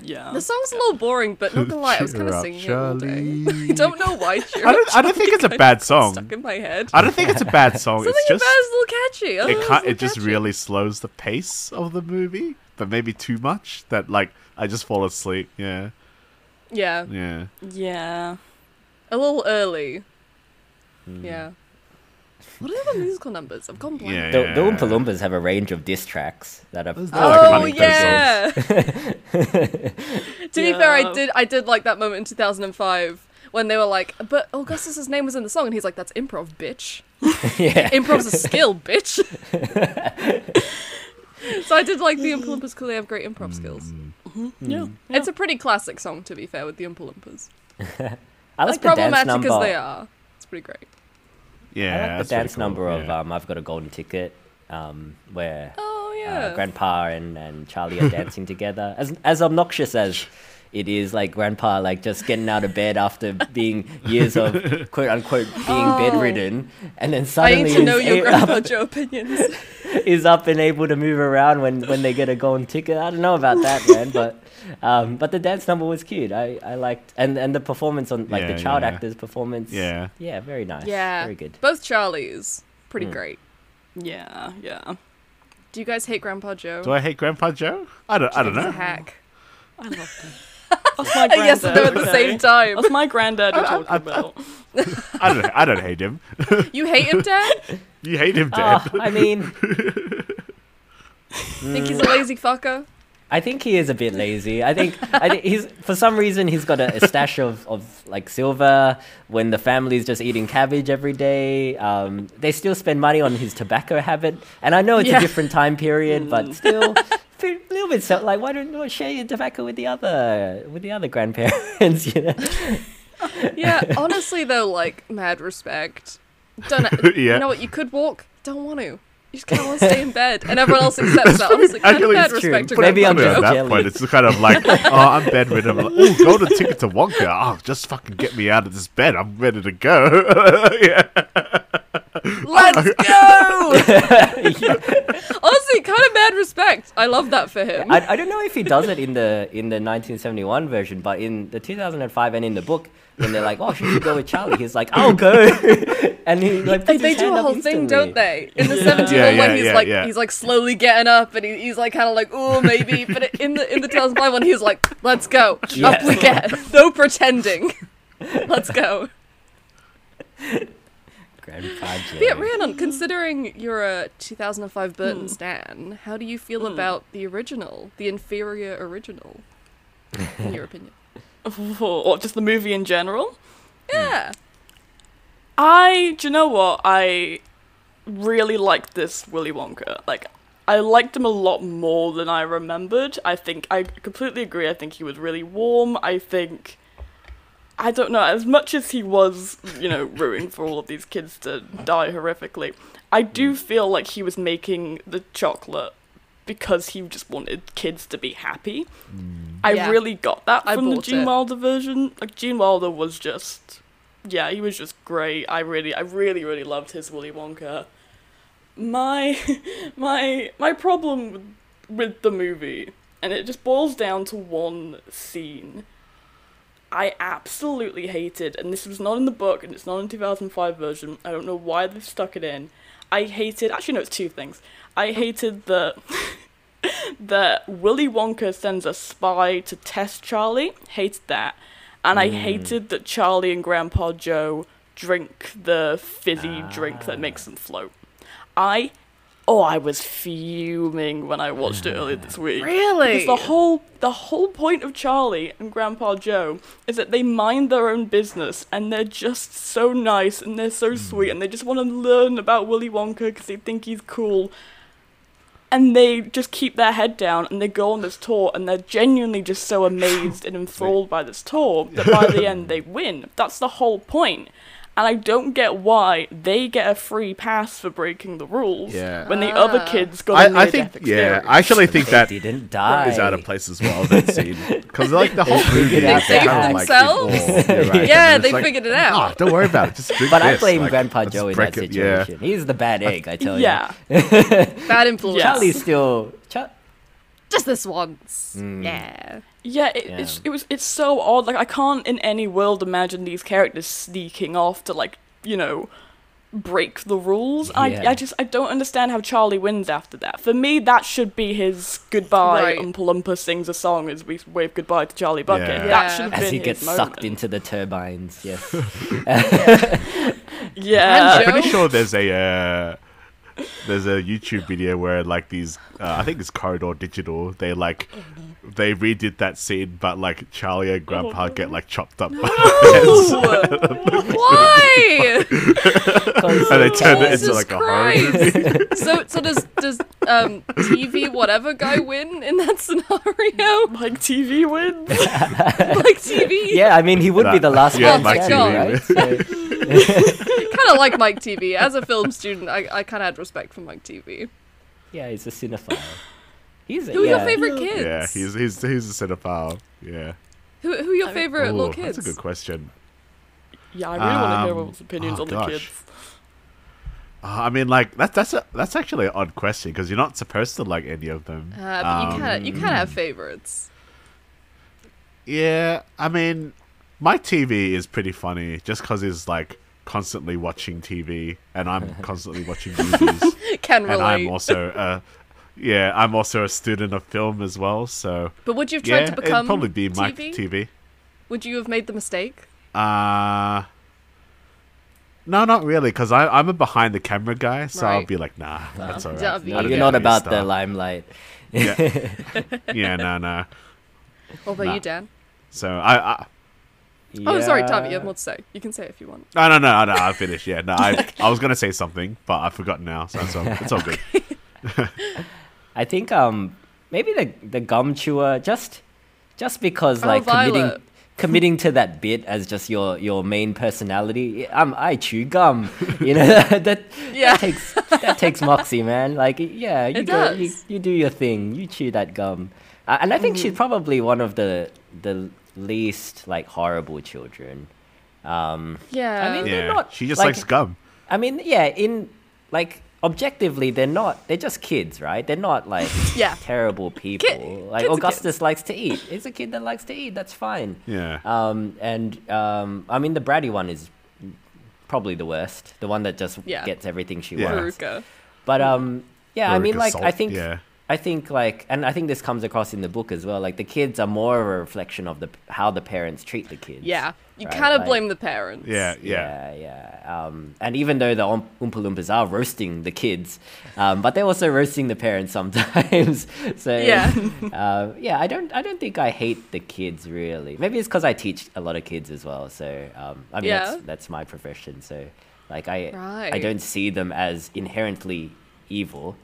[SPEAKER 1] Yeah.
[SPEAKER 2] The song's a little boring, but not gonna lie, I was kind of
[SPEAKER 3] Cheer up,
[SPEAKER 2] singing it all day.
[SPEAKER 3] Charlie.
[SPEAKER 2] I don't know why cheer
[SPEAKER 3] I
[SPEAKER 2] up
[SPEAKER 3] don't, I don't think it's a bad song.
[SPEAKER 2] stuck in my head.
[SPEAKER 3] I don't think it's a bad song.
[SPEAKER 2] Something
[SPEAKER 3] it's just
[SPEAKER 2] about it's a little catchy. I don't know,
[SPEAKER 3] it
[SPEAKER 2] it's a
[SPEAKER 3] can't,
[SPEAKER 2] little
[SPEAKER 3] it just
[SPEAKER 2] catchy.
[SPEAKER 3] really slows the pace of the movie, but maybe too much that like I just fall asleep. Yeah,
[SPEAKER 2] Yeah.
[SPEAKER 3] yeah.
[SPEAKER 1] Yeah.
[SPEAKER 2] A little early.
[SPEAKER 3] Mm.
[SPEAKER 2] Yeah. What are the other musical numbers? I've gone blank.
[SPEAKER 3] Yeah.
[SPEAKER 4] The, the Oompa Loompas have a range of diss tracks that are.
[SPEAKER 3] Oh, like
[SPEAKER 2] Oh
[SPEAKER 3] running through
[SPEAKER 2] yeah. to be fair, I
[SPEAKER 1] Yeah.
[SPEAKER 2] did I did like that moment in 2005 when they were like, "But Augustus's name was in the song," and he's like, "That's improv, bitch.
[SPEAKER 4] yeah.
[SPEAKER 2] Improv's a skill, bitch." so I did like the Oompa Loompas 'cause they have great improv
[SPEAKER 3] Mm,
[SPEAKER 2] skills.
[SPEAKER 1] Yeah.
[SPEAKER 2] Mm. It's a pretty classic song, to be fair, with the Oompa Loompas.
[SPEAKER 4] I
[SPEAKER 2] As
[SPEAKER 4] like the dance
[SPEAKER 2] problematic
[SPEAKER 4] number.
[SPEAKER 2] as they are, it's pretty great.
[SPEAKER 3] Yeah,
[SPEAKER 4] I like
[SPEAKER 3] that's
[SPEAKER 4] the
[SPEAKER 3] pretty
[SPEAKER 4] dance
[SPEAKER 3] cool,
[SPEAKER 4] number of
[SPEAKER 3] yeah.
[SPEAKER 4] um, I've got a golden ticket, um, where
[SPEAKER 2] Oh yeah.
[SPEAKER 4] uh, Grandpa and, and Charlie are dancing together. As as obnoxious as it is, like Grandpa, like just getting out of bed after being years of quote unquote being bedridden, and then
[SPEAKER 2] Oh. I
[SPEAKER 4] suddenly
[SPEAKER 2] need to know
[SPEAKER 4] is
[SPEAKER 2] your
[SPEAKER 4] a-
[SPEAKER 2] grandpa Joe opinions.
[SPEAKER 4] is up and able to move around when, when they get a golden ticket. I don't know about that, man, but um, but the dance number was cute. I, I liked and, and the performance on like
[SPEAKER 3] Yeah,
[SPEAKER 4] the child
[SPEAKER 3] yeah.
[SPEAKER 4] actor's performance.
[SPEAKER 3] Yeah.
[SPEAKER 4] yeah, very nice.
[SPEAKER 2] Yeah.
[SPEAKER 4] very good.
[SPEAKER 2] Both Charlies, pretty great.
[SPEAKER 1] Yeah. Yeah.
[SPEAKER 2] Do you guys hate Grandpa Joe?
[SPEAKER 3] Do I hate Grandpa Joe? I don't. I don't
[SPEAKER 2] He's a
[SPEAKER 3] know.
[SPEAKER 2] hack.
[SPEAKER 1] I love them. That's my granddad.
[SPEAKER 2] Yes, they're at the
[SPEAKER 1] okay?
[SPEAKER 2] same time.
[SPEAKER 1] That's my granddad we're talking
[SPEAKER 3] I- I-
[SPEAKER 1] about.
[SPEAKER 3] I don't. I don't hate him.
[SPEAKER 2] You hate him, Dad?
[SPEAKER 3] You hate him,
[SPEAKER 4] Oh,
[SPEAKER 2] Ah,
[SPEAKER 3] Dad.
[SPEAKER 4] I mean,
[SPEAKER 2] Think he's a
[SPEAKER 3] Mm.
[SPEAKER 2] lazy fucker?
[SPEAKER 4] I think he is a bit lazy. I think I think he's for some reason he's got a, a stash of, of like silver. When the family's just eating cabbage every day, um, they still spend money on his tobacco habit. And I know it's
[SPEAKER 2] Yeah.
[SPEAKER 4] a different time period, but still, a little bit so, like why don't you share your tobacco with the other with the other grandparents? You know,
[SPEAKER 2] Yeah, honestly though, like mad respect. Don't
[SPEAKER 3] Yeah.
[SPEAKER 2] you know what? You could walk. Don't want to. You just kind of want to stay in bed, and everyone else accepts that. I was like,
[SPEAKER 3] actually,
[SPEAKER 2] mad
[SPEAKER 3] it's
[SPEAKER 4] true.
[SPEAKER 2] respect to
[SPEAKER 4] But maybe
[SPEAKER 2] Grandpa
[SPEAKER 4] I'm
[SPEAKER 2] Joe.
[SPEAKER 3] Probably
[SPEAKER 4] just
[SPEAKER 3] at that
[SPEAKER 4] jelly.
[SPEAKER 3] point, it's kind of like, oh, I'm bedridden. I'm like, oh, golden ticket to Wonka. Oh, just fucking get me out of this bed. I'm ready to go. yeah.
[SPEAKER 2] Let's go. honestly, kind of mad respect. I love that for him.
[SPEAKER 4] I, I don't know if he does it in the in the 1971 version, but in the 2005 and in the book, when they're like, "Oh, should we go with Charlie?" He's like, "I'll go," and he like
[SPEAKER 2] They,
[SPEAKER 4] puts
[SPEAKER 2] they
[SPEAKER 4] his
[SPEAKER 2] do
[SPEAKER 4] hand
[SPEAKER 2] a
[SPEAKER 4] up
[SPEAKER 2] whole thing,
[SPEAKER 4] instantly.
[SPEAKER 2] don't they? In the 71
[SPEAKER 3] Yeah, yeah,
[SPEAKER 2] one, he's
[SPEAKER 3] yeah,
[SPEAKER 2] like
[SPEAKER 3] yeah.
[SPEAKER 2] he's like slowly getting up, and he, he's like kind of like, oh, maybe. But it- in the in the 2005 one, he's like, let's go, up
[SPEAKER 4] Yeah.
[SPEAKER 2] we get, no pretending, let's go.
[SPEAKER 4] Grandpa Joe.
[SPEAKER 2] But yeah, Rhiannon, considering you're a 2005 Burton
[SPEAKER 3] Hmm.
[SPEAKER 2] stan, how do you feel about the original, the inferior original, in your opinion?
[SPEAKER 1] Or or just the movie in general.
[SPEAKER 3] Hmm.
[SPEAKER 2] Yeah,
[SPEAKER 1] I, do you know what? I really liked this Willy Wonka. Like, I liked him a lot more than I remembered. I think I completely agree. I think he was really warm. I think I don't know. As much as he was, you know, rooting for all of these kids to die horrifically, I do feel like he was making the chocolate because he just wanted kids to be happy. I
[SPEAKER 2] Yeah.
[SPEAKER 1] really got that
[SPEAKER 2] I
[SPEAKER 1] from the
[SPEAKER 2] bought
[SPEAKER 1] Gene
[SPEAKER 2] it.
[SPEAKER 1] Wilder version. Like Gene Wilder was just, yeah, he was just great. I really, I really, really loved his Willy Wonka. My, my, my problem with, with the movie, and it just boils down to one scene. I absolutely hated, and this was not in the book, and it's not in 2005 version. I don't know why they stuck it in. I hated. Actually, no, it's two things. I hated that that Willy Wonka sends a spy to test Charlie. Hated that, and I hated that Charlie and Grandpa Joe drink the fizzy drink that makes them float. I. Oh, I was fuming when I watched it earlier this week.
[SPEAKER 2] Really?
[SPEAKER 1] Because the whole the whole point of Charlie and Grandpa Joe is that they mind their own business and they're just so nice and they're
[SPEAKER 3] Hmm.
[SPEAKER 1] so sweet and they just want to learn about Willy Wonka because they think he's cool. And they just keep their head down and they go on this tour and they're genuinely just so amazed and enthralled by this tour that by the end they win. That's the whole point. And I don't get why they get a free pass for breaking the rules
[SPEAKER 3] Yeah.
[SPEAKER 1] when the other kids got a
[SPEAKER 3] I, I
[SPEAKER 1] near-death
[SPEAKER 3] think yeah,
[SPEAKER 1] experience.
[SPEAKER 3] I actually think that
[SPEAKER 4] They
[SPEAKER 3] is
[SPEAKER 4] didn't die.
[SPEAKER 3] out of place as well. That scene because like the whole movie,
[SPEAKER 4] figured
[SPEAKER 3] is
[SPEAKER 4] it
[SPEAKER 3] kind
[SPEAKER 4] out
[SPEAKER 3] of like
[SPEAKER 2] themselves.
[SPEAKER 3] evolved, you're right.
[SPEAKER 2] Yeah,
[SPEAKER 3] And it's
[SPEAKER 2] they
[SPEAKER 3] like,
[SPEAKER 2] figured it out.
[SPEAKER 3] "Ah, don't worry about it. Just drink
[SPEAKER 4] But I
[SPEAKER 3] this,"
[SPEAKER 4] blame
[SPEAKER 3] like,
[SPEAKER 4] Grandpa
[SPEAKER 3] let's
[SPEAKER 4] Joe in
[SPEAKER 3] break
[SPEAKER 4] that
[SPEAKER 3] it, yeah.
[SPEAKER 4] situation. He's the bad egg, I tell
[SPEAKER 1] yeah.
[SPEAKER 2] Bad influence.
[SPEAKER 1] Yeah.
[SPEAKER 4] you. Charlie's still. Char-
[SPEAKER 2] Just this once.
[SPEAKER 3] Hmm.
[SPEAKER 2] Yeah.
[SPEAKER 1] Yeah, it, It's,
[SPEAKER 4] Yeah.
[SPEAKER 1] it was. It's so odd. Like I can't in any world imagine these characters sneaking off to like you know break the rules. I
[SPEAKER 4] Yeah.
[SPEAKER 1] I just I don't understand how Charlie wins after that. For me, that should be his goodbye.
[SPEAKER 2] Right.
[SPEAKER 1] Oompa Loompa sings a song as we wave goodbye to Charlie Bucket.
[SPEAKER 3] Yeah.
[SPEAKER 1] That
[SPEAKER 2] Yeah.
[SPEAKER 1] should have
[SPEAKER 4] as
[SPEAKER 1] been
[SPEAKER 4] he
[SPEAKER 1] his
[SPEAKER 4] gets
[SPEAKER 1] moment.
[SPEAKER 4] sucked into the turbines. Yes.
[SPEAKER 1] Yeah,
[SPEAKER 2] And Joe.
[SPEAKER 3] pretty sure there's a uh, there's a YouTube video where like these uh, I think it's Corridor Digital they like they redid that scene but like Charlie and Grandpa
[SPEAKER 2] Oh,
[SPEAKER 3] get like chopped up
[SPEAKER 2] Why?
[SPEAKER 3] and they turn it into
[SPEAKER 2] Jesus
[SPEAKER 3] like a horror. movie.
[SPEAKER 2] Christ. so so does does um TV whatever guy win in that scenario?
[SPEAKER 1] like TV wins.
[SPEAKER 2] like TV?
[SPEAKER 4] yeah, I mean, he would be
[SPEAKER 3] That-
[SPEAKER 4] the last
[SPEAKER 3] yeah,
[SPEAKER 4] one
[SPEAKER 2] Mike
[SPEAKER 4] standing, right?
[SPEAKER 3] TV,
[SPEAKER 4] So-
[SPEAKER 2] kind of like Mike TV. As a film student, I, I kind of had respect for Mike TV.
[SPEAKER 4] yeah, he's a cinephile. He's a,
[SPEAKER 2] Who are
[SPEAKER 4] yeah.
[SPEAKER 2] your favorite kids?
[SPEAKER 3] yeah, he's he's he's a cinephile. Yeah,
[SPEAKER 2] Who, who are your favorite
[SPEAKER 3] Ooh,
[SPEAKER 2] little kids?
[SPEAKER 3] that's a good question.
[SPEAKER 1] yeah, I really want to hear
[SPEAKER 3] Um,
[SPEAKER 1] everyone's opinions
[SPEAKER 3] oh,
[SPEAKER 1] on the
[SPEAKER 3] gosh.
[SPEAKER 1] kids.
[SPEAKER 3] Uh, I mean, like that's that's a, that's actually an odd question because you're not supposed to like any of them.
[SPEAKER 2] Uh, but
[SPEAKER 3] Um,
[SPEAKER 2] you kind of you kind of have favorites.
[SPEAKER 3] Yeah, I mean, my TV is pretty funny just because he's like constantly watching TV and I'm constantly watching movies.
[SPEAKER 2] Can relate.
[SPEAKER 3] and I'm also uh, yeah, I'm also a student of film as well. So
[SPEAKER 2] but would you have tried
[SPEAKER 3] yeah,
[SPEAKER 2] to
[SPEAKER 3] it'd
[SPEAKER 2] become
[SPEAKER 3] probably be
[SPEAKER 2] TV?
[SPEAKER 3] Mike TV.
[SPEAKER 2] Would you have made the mistake?
[SPEAKER 3] Uh, no, not really, because I'm a behind the camera guy, so I'll
[SPEAKER 2] Right.
[SPEAKER 3] be like, nah, that's alright.
[SPEAKER 2] that'd be-
[SPEAKER 3] I
[SPEAKER 4] No,
[SPEAKER 3] don't
[SPEAKER 4] you're
[SPEAKER 3] need
[SPEAKER 4] not
[SPEAKER 3] to be a
[SPEAKER 4] about the
[SPEAKER 3] star.
[SPEAKER 4] limelight.
[SPEAKER 3] Yeah, yeah, no, no.
[SPEAKER 2] What about
[SPEAKER 3] Nah.
[SPEAKER 2] you, Dan?
[SPEAKER 3] So I, I
[SPEAKER 2] Oh, sorry, Tom.
[SPEAKER 4] Yeah.
[SPEAKER 2] You have more to say. You can say it if you want.
[SPEAKER 3] No, no, no, no. I finished. Yeah, no. I, I was gonna say something, but I forgot now. So it's all, it's all good.
[SPEAKER 4] I think um maybe the the gum chewer just just because
[SPEAKER 2] Oh,
[SPEAKER 4] like
[SPEAKER 2] Violet.
[SPEAKER 4] committing committing to that bit as just your your main personality. Um, I chew gum. You know that
[SPEAKER 2] Yeah.
[SPEAKER 4] that takes that takes moxie, man. Like yeah, you
[SPEAKER 2] It
[SPEAKER 4] go you,
[SPEAKER 2] does. Mm-hmm.
[SPEAKER 4] you do your thing. You chew that gum, uh, and I think she's probably one of the the least like horrible children. Um,
[SPEAKER 2] Yeah.
[SPEAKER 4] I mean, they're
[SPEAKER 3] Yeah,
[SPEAKER 4] not,
[SPEAKER 3] she just
[SPEAKER 4] like-
[SPEAKER 3] likes gum.
[SPEAKER 4] I mean, yeah, in like objectively, they're not. They're just kids, right? They're not like
[SPEAKER 2] Yeah.
[SPEAKER 4] terrible people. like
[SPEAKER 2] kids are
[SPEAKER 4] Augustus likes to eat. He's a kid that likes to eat. That's fine.
[SPEAKER 3] Yeah.
[SPEAKER 4] Um, and um, I mean, the bratty one is probably the worst. The one that just
[SPEAKER 2] Yeah.
[SPEAKER 4] gets everything she
[SPEAKER 3] Yeah.
[SPEAKER 4] wants.
[SPEAKER 2] Veruca.
[SPEAKER 4] But um, yeah, I
[SPEAKER 3] Veruca
[SPEAKER 4] mean, like I
[SPEAKER 3] Salt,
[SPEAKER 4] think
[SPEAKER 3] yeah.
[SPEAKER 4] I think like, and I think this comes across in the book as well. Like the kids are more of a reflection of the how the parents treat the kids.
[SPEAKER 2] Yeah. You
[SPEAKER 4] Right,
[SPEAKER 2] kind of
[SPEAKER 4] like-
[SPEAKER 2] blame the parents.
[SPEAKER 3] yeah, yeah,
[SPEAKER 4] Yeah, yeah. Um, and even though the Oom- Oompa Loompas are roasting the kids, um, but they're also roasting the parents sometimes. so
[SPEAKER 2] Yeah.
[SPEAKER 4] uh, yeah. I don't, I don't think I hate the kids really. Maybe it's because I teach a lot of kids as well. So um, I mean,
[SPEAKER 2] Yeah.
[SPEAKER 4] that's that's my profession. So like, I I
[SPEAKER 2] Right.
[SPEAKER 4] don't see them as inherently evil.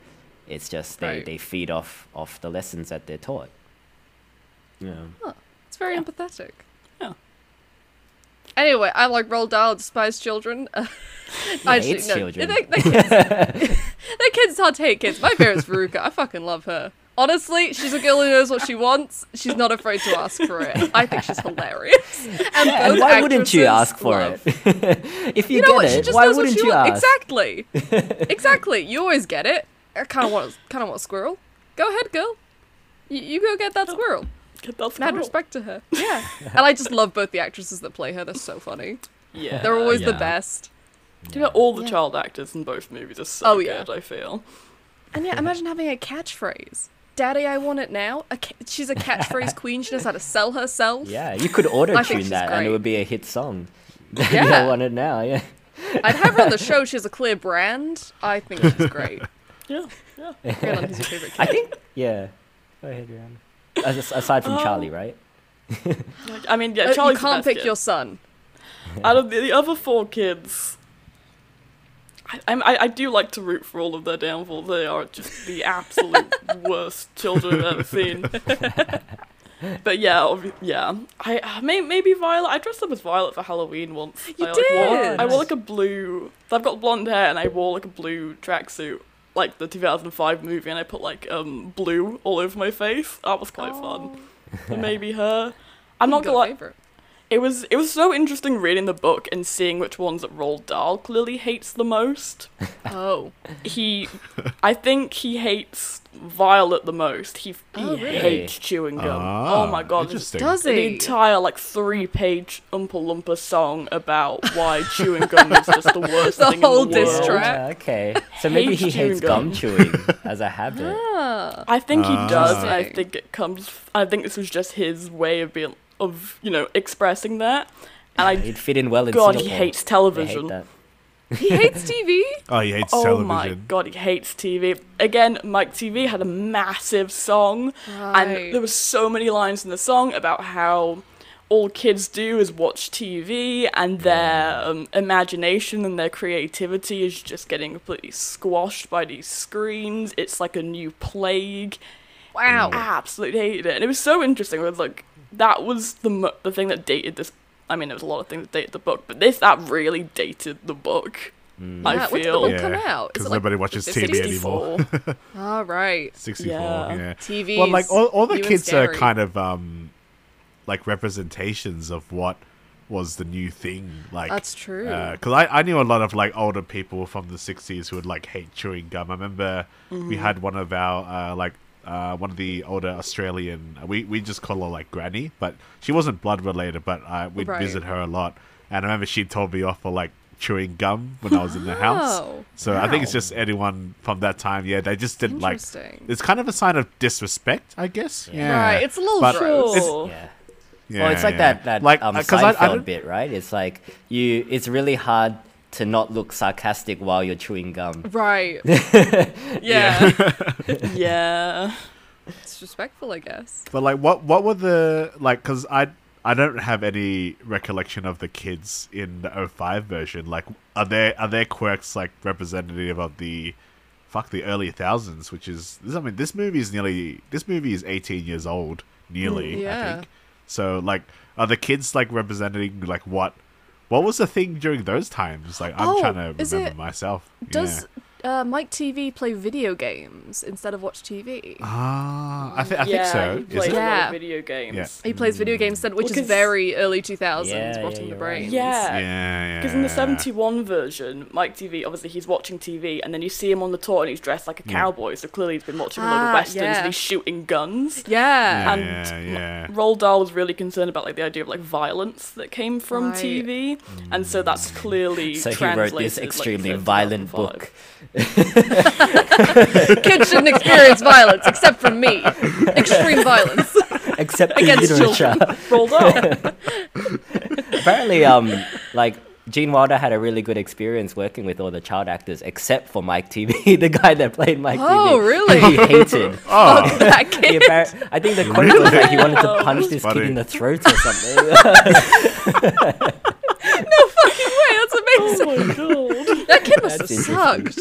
[SPEAKER 4] It's just they,
[SPEAKER 2] Right.
[SPEAKER 4] they feed off off the lessons that they're taught. Yeah.
[SPEAKER 2] It's very empathetic.
[SPEAKER 1] Yeah.
[SPEAKER 2] Anyway, I like Roll Dahl, despise children. I just-
[SPEAKER 4] hates
[SPEAKER 2] no,
[SPEAKER 4] children.
[SPEAKER 2] They're, they're kids. they're kids hard to hate kids. My favorite's Veruca. I fucking love her. Honestly, she's a girl who knows what she wants. She's not afraid to ask for it. I think she's hilarious. And,
[SPEAKER 4] Yeah, and
[SPEAKER 2] both
[SPEAKER 4] why wouldn't you
[SPEAKER 2] actresses
[SPEAKER 4] ask for
[SPEAKER 2] love-
[SPEAKER 4] it? if you,
[SPEAKER 2] You know
[SPEAKER 4] get
[SPEAKER 2] what? She
[SPEAKER 4] it,
[SPEAKER 2] just
[SPEAKER 4] why
[SPEAKER 2] knows
[SPEAKER 4] wouldn't
[SPEAKER 2] what she
[SPEAKER 4] you
[SPEAKER 2] wants.
[SPEAKER 4] ask?
[SPEAKER 2] Exactly. exactly. You always get it. I kind of want, kind of want a squirrel. Go ahead, girl. You, you go get that squirrel.
[SPEAKER 1] Get that
[SPEAKER 2] Mad
[SPEAKER 1] squirrel.
[SPEAKER 2] respect to her. Yeah. and I just love both the actresses that play her. They're so funny.
[SPEAKER 1] Yeah.
[SPEAKER 2] They're always the
[SPEAKER 4] yeah.
[SPEAKER 2] best.
[SPEAKER 1] You know, all the
[SPEAKER 2] Yeah.
[SPEAKER 1] child actors in both movies are so
[SPEAKER 2] Oh,
[SPEAKER 1] good,
[SPEAKER 2] yeah.
[SPEAKER 1] I feel.
[SPEAKER 2] And yeah, imagine having a catchphrase. Daddy, I want it now. A ca- she's a catchphrase queen. She knows how to sell herself.
[SPEAKER 4] Yeah, you could auto tune
[SPEAKER 2] she's
[SPEAKER 4] that and
[SPEAKER 2] great.
[SPEAKER 4] it would be a hit song.
[SPEAKER 2] Yeah.
[SPEAKER 4] I want it now, yeah.
[SPEAKER 2] I'd have her on the show. She has a clear brand. I think she's great.
[SPEAKER 1] Yeah, yeah.
[SPEAKER 2] Rhiannon, who's your favorite kid?
[SPEAKER 4] I think, yeah. Go ahead, Rhiannon. As- Aside
[SPEAKER 1] Oh,
[SPEAKER 4] from Charlie, right?
[SPEAKER 1] Like, I mean,
[SPEAKER 2] Uh,
[SPEAKER 1] yeah,
[SPEAKER 2] you
[SPEAKER 1] Charlie's the
[SPEAKER 2] can't
[SPEAKER 1] best
[SPEAKER 2] pick
[SPEAKER 1] kid.
[SPEAKER 2] your son.
[SPEAKER 1] Out of the, the other four kids, I, I'm- I, I do like to root for all of their downfall. They are just the absolute worst children I've ever seen. but yeah, obvi- yeah. I uh, may, maybe Violet. I dressed up as Violet for Halloween once.
[SPEAKER 2] You
[SPEAKER 1] I, like, wore-
[SPEAKER 2] did!
[SPEAKER 1] I wore like a blue. I've got blonde hair, and I wore like a blue tracksuit, like the 2005 movie, and I put like um blue all over my face. That was quite fun. But maybe her. I'm not
[SPEAKER 2] You've got
[SPEAKER 1] gonna
[SPEAKER 2] a
[SPEAKER 1] lie.
[SPEAKER 2] Oh, favorite.
[SPEAKER 1] It was it was so interesting reading the book and seeing which ones that Roald Dahl clearly hates the most.
[SPEAKER 2] Oh,
[SPEAKER 1] He, I think he hates Violet the most. He, he
[SPEAKER 2] Oh, really?
[SPEAKER 1] hates chewing gum.
[SPEAKER 3] Ah,
[SPEAKER 1] oh my god! there's
[SPEAKER 3] interesting.
[SPEAKER 2] does
[SPEAKER 1] The
[SPEAKER 2] he?
[SPEAKER 1] entire like three page Oompa Loompa song about why chewing gum is just the worst
[SPEAKER 2] The
[SPEAKER 1] thing in the
[SPEAKER 2] whole
[SPEAKER 1] world.
[SPEAKER 2] diss track.
[SPEAKER 4] Yeah, okay. So maybe
[SPEAKER 1] Hates
[SPEAKER 4] he
[SPEAKER 1] chewing
[SPEAKER 4] hates gum
[SPEAKER 1] gum.
[SPEAKER 4] chewing as a habit.
[SPEAKER 2] Ah.
[SPEAKER 1] I think he does. and I
[SPEAKER 2] Interesting.
[SPEAKER 1] think it comes. I think this was just his way of being of you know expressing that. And I
[SPEAKER 4] It'd fit in well in
[SPEAKER 1] God, he
[SPEAKER 4] Singapore.
[SPEAKER 1] hates
[SPEAKER 4] They hate
[SPEAKER 1] television.
[SPEAKER 4] that.
[SPEAKER 2] he hates TV.
[SPEAKER 3] Oh, he hates
[SPEAKER 1] Oh
[SPEAKER 3] television.
[SPEAKER 1] my god, he hates TV. Again, Mike TV had a massive song,
[SPEAKER 2] Right.
[SPEAKER 1] and there was so many lines in the song about how all kids do is watch TV, and their um, imagination and their creativity is just getting completely squashed by these screens. It's like a new plague.
[SPEAKER 2] Wow.
[SPEAKER 3] Mm.
[SPEAKER 2] Ah,
[SPEAKER 1] Absolutely hated it, and it was so interesting. It was like that was the mo- the thing that dated this. I mean, there was a lot of things that dated the book, but this that really dated the book. I
[SPEAKER 2] Yeah,
[SPEAKER 1] feel
[SPEAKER 2] when did the book
[SPEAKER 3] Yeah,
[SPEAKER 2] come out? Is
[SPEAKER 3] 'cause
[SPEAKER 2] it, like,
[SPEAKER 3] nobody watches
[SPEAKER 2] the
[SPEAKER 3] TV
[SPEAKER 2] 60s?
[SPEAKER 3] anymore.
[SPEAKER 2] All right.
[SPEAKER 3] 64,
[SPEAKER 1] Yeah.
[SPEAKER 3] yeah.
[SPEAKER 2] TV.
[SPEAKER 3] Well, like all, all the kids are
[SPEAKER 2] of.
[SPEAKER 3] kind of um, like representations of what was the new thing. Like uh,
[SPEAKER 2] That's true.
[SPEAKER 3] Because I, I knew a lot of like older people from the '60s who would like hate chewing gum. I remember
[SPEAKER 2] Mm-hmm.
[SPEAKER 3] we had one of our uh, like uh, one of the older Australian. uh, We we just call her like Granny, but she wasn't blood related. But uh, we'd
[SPEAKER 2] Right.
[SPEAKER 3] visit her a lot, and I remember she told me off for like chewing gum when I was in the house.
[SPEAKER 2] Oh, Wow.
[SPEAKER 3] So I think it's just anyone from that time. Yeah, they just didn't like.
[SPEAKER 2] Interesting.
[SPEAKER 3] It's kind of a sign of disrespect, I guess. Yeah,
[SPEAKER 2] Right, it's a little
[SPEAKER 3] But-
[SPEAKER 2] gross.
[SPEAKER 3] It's-
[SPEAKER 1] Sure.
[SPEAKER 4] Yeah.
[SPEAKER 3] Yeah,
[SPEAKER 4] well, it's like
[SPEAKER 3] yeah.
[SPEAKER 4] that that um,
[SPEAKER 3] uh,
[SPEAKER 4] Seinfeld
[SPEAKER 3] I, I don't-
[SPEAKER 4] bit, right? It's like you. It's really hard to not look sarcastic while you're chewing gum.
[SPEAKER 2] Right. yeah.
[SPEAKER 1] yeah.
[SPEAKER 2] it's respectful, I guess.
[SPEAKER 3] But like, what what were the like? Because I I don't have any recollection of the kids in the 05 version. Like, are there are their quirks like representative of the fuck the early thousands? Which is this- I mean, this movie is nearly this movie is eighteen years old nearly. I
[SPEAKER 2] yeah.
[SPEAKER 3] think. So like, are the kids like representing like what? What was the thing during those times? Like, I'm
[SPEAKER 2] Oh,
[SPEAKER 3] trying to
[SPEAKER 2] is
[SPEAKER 3] remember
[SPEAKER 2] it-
[SPEAKER 3] myself. Yeah.
[SPEAKER 2] Does uh, Mike TV play video games instead of watch TV?
[SPEAKER 3] Ah, I, th- I
[SPEAKER 1] yeah,
[SPEAKER 3] think
[SPEAKER 1] He
[SPEAKER 3] so. Is
[SPEAKER 1] played
[SPEAKER 3] it?
[SPEAKER 1] a lot
[SPEAKER 2] Yeah.
[SPEAKER 1] of video games.
[SPEAKER 3] Yeah.
[SPEAKER 2] He plays video games instead, which
[SPEAKER 1] Well,
[SPEAKER 2] is
[SPEAKER 1] 'cause-
[SPEAKER 2] very early 2000s,
[SPEAKER 4] Yeah, yeah,
[SPEAKER 2] rotting the
[SPEAKER 4] you're
[SPEAKER 2] brain.
[SPEAKER 4] right.
[SPEAKER 1] Yeah.
[SPEAKER 3] Yeah, yeah.
[SPEAKER 1] Because in the 71 version, Mike TV, obviously he's watching TV, and then you see him on the tour and he's dressed like a
[SPEAKER 3] Yeah.
[SPEAKER 1] cowboy, so clearly he's been watching a lot of
[SPEAKER 2] Ah,
[SPEAKER 1] westerns
[SPEAKER 2] yeah.
[SPEAKER 1] and he's shooting guns.
[SPEAKER 2] Yeah.
[SPEAKER 1] and
[SPEAKER 3] yeah, yeah.
[SPEAKER 1] Roald Dahl was really concerned about like the idea of like violence that came from
[SPEAKER 2] Right.
[SPEAKER 1] TV, and so that's clearly
[SPEAKER 4] So he wrote
[SPEAKER 1] translated,
[SPEAKER 4] this
[SPEAKER 1] like,
[SPEAKER 4] extremely
[SPEAKER 1] into
[SPEAKER 4] violent
[SPEAKER 1] 2005.
[SPEAKER 4] book.
[SPEAKER 2] Kids shouldn't experience violence except from me. Extreme violence.
[SPEAKER 4] except in
[SPEAKER 1] Against
[SPEAKER 4] literature.
[SPEAKER 1] children. Roald Dahl.
[SPEAKER 4] Apparently, um, like Gene Wilder had a really good experience working with all the child actors, except for Mike TV, the guy that played Mike
[SPEAKER 2] Oh,
[SPEAKER 4] TV.
[SPEAKER 2] really?
[SPEAKER 4] He hated.
[SPEAKER 3] Oh.
[SPEAKER 2] Fuck that
[SPEAKER 4] He
[SPEAKER 2] kid.
[SPEAKER 4] appar- I think the quote was like he wanted to
[SPEAKER 1] Wow.
[SPEAKER 4] punch this
[SPEAKER 3] Funny.
[SPEAKER 4] kid in the throat or something.
[SPEAKER 2] Wait, that's amazing.
[SPEAKER 1] oh my god.
[SPEAKER 2] That kid must have
[SPEAKER 4] That's
[SPEAKER 2] sucked.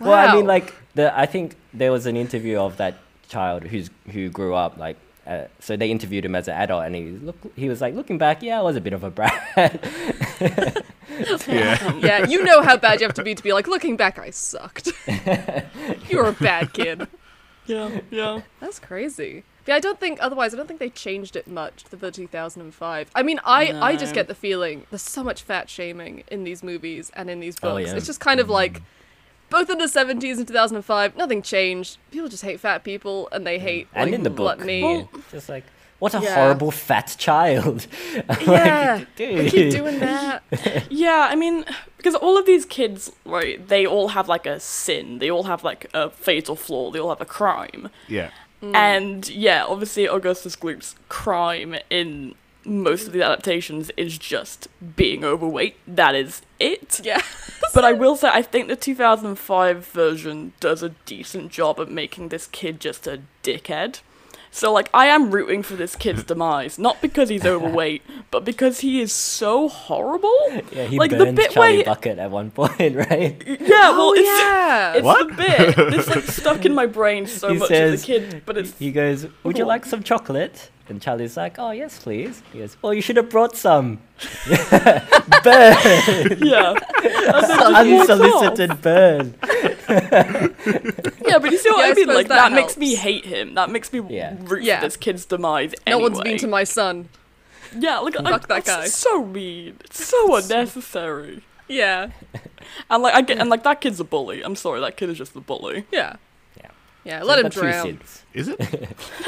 [SPEAKER 4] Well, I mean,
[SPEAKER 2] Wow.
[SPEAKER 4] like the I think there was an interview of that child who's who grew up like Uh, so they interviewed him as an adult, and he look he was like looking back, yeah, I was a bit of a brat.
[SPEAKER 3] Yeah.
[SPEAKER 2] Um, Yeah, you know how bad you have to be to be like, looking back, I sucked. You're a bad kid.
[SPEAKER 1] Yeah, yeah.
[SPEAKER 2] That's crazy. But I don't think otherwise. I don't think they changed it much for the 2005. I mean, I I just
[SPEAKER 1] No.
[SPEAKER 2] get the feeling there's so much fat shaming in these movies and in these
[SPEAKER 4] Oh,
[SPEAKER 2] books.
[SPEAKER 4] yeah.
[SPEAKER 2] It's just kind of like both in the 70s and 2005, nothing changed. People just hate fat people and they hate
[SPEAKER 4] Mm. and
[SPEAKER 2] like,
[SPEAKER 4] in the book,
[SPEAKER 2] gluttony.
[SPEAKER 4] just like what a
[SPEAKER 2] Yeah.
[SPEAKER 4] horrible fat child. I'm
[SPEAKER 2] yeah, they keep
[SPEAKER 4] dude.
[SPEAKER 2] doing that.
[SPEAKER 1] Yeah, I mean, because all of these kids, right, they all have like a sin, they all have like a fatal flaw, they all have a crime.
[SPEAKER 3] yeah.
[SPEAKER 2] Mm.
[SPEAKER 1] And yeah, obviously, Augustus Gloop's crime in most of the adaptations is just being overweight. That is it.
[SPEAKER 2] Yeah,
[SPEAKER 1] But I will say, I think the 2005 version does a decent job at making this kid just a dickhead. So, like, I am rooting for this kid's demise, not because he's overweight, but because he is so horrible.
[SPEAKER 4] Yeah, he
[SPEAKER 1] like, the
[SPEAKER 4] burns
[SPEAKER 1] bit
[SPEAKER 4] Charlie
[SPEAKER 1] where he-
[SPEAKER 4] Bucket at one point, right?
[SPEAKER 1] yeah, well,
[SPEAKER 2] Oh,
[SPEAKER 1] it's,
[SPEAKER 2] yeah.
[SPEAKER 1] it's
[SPEAKER 3] What?
[SPEAKER 1] the bit that's like stuck in my brain so
[SPEAKER 4] He
[SPEAKER 1] much
[SPEAKER 4] says-
[SPEAKER 1] as a kid, but it's
[SPEAKER 4] He goes, "Would you
[SPEAKER 1] Oh.
[SPEAKER 4] like some chocolate?" And Charlie's like, "Oh yes, please." He goes, "Well, you should have brought some." burn,
[SPEAKER 1] yeah,
[SPEAKER 4] unsolicited burn.
[SPEAKER 1] yeah. But you see what
[SPEAKER 2] Yeah,
[SPEAKER 1] I
[SPEAKER 2] I
[SPEAKER 1] mean?
[SPEAKER 2] suppose
[SPEAKER 1] Like
[SPEAKER 2] that
[SPEAKER 1] that, makes me
[SPEAKER 2] helps.
[SPEAKER 1] hate him. That makes me
[SPEAKER 4] Yeah.
[SPEAKER 1] root
[SPEAKER 2] Yeah.
[SPEAKER 1] for this kid's demise.
[SPEAKER 2] no
[SPEAKER 1] anyway.
[SPEAKER 2] one's been to my son.
[SPEAKER 1] Yeah, like I,
[SPEAKER 2] Fuck that
[SPEAKER 1] that's
[SPEAKER 2] guy.
[SPEAKER 1] So mean. It's so unnecessary.
[SPEAKER 2] Yeah,
[SPEAKER 1] And like I get, and like that kid's a bully. I'm sorry, that kid is just a bully.
[SPEAKER 2] yeah,
[SPEAKER 4] Yeah.
[SPEAKER 2] yeah. Let him
[SPEAKER 4] Got two
[SPEAKER 2] drown.
[SPEAKER 4] sins.
[SPEAKER 3] Is it?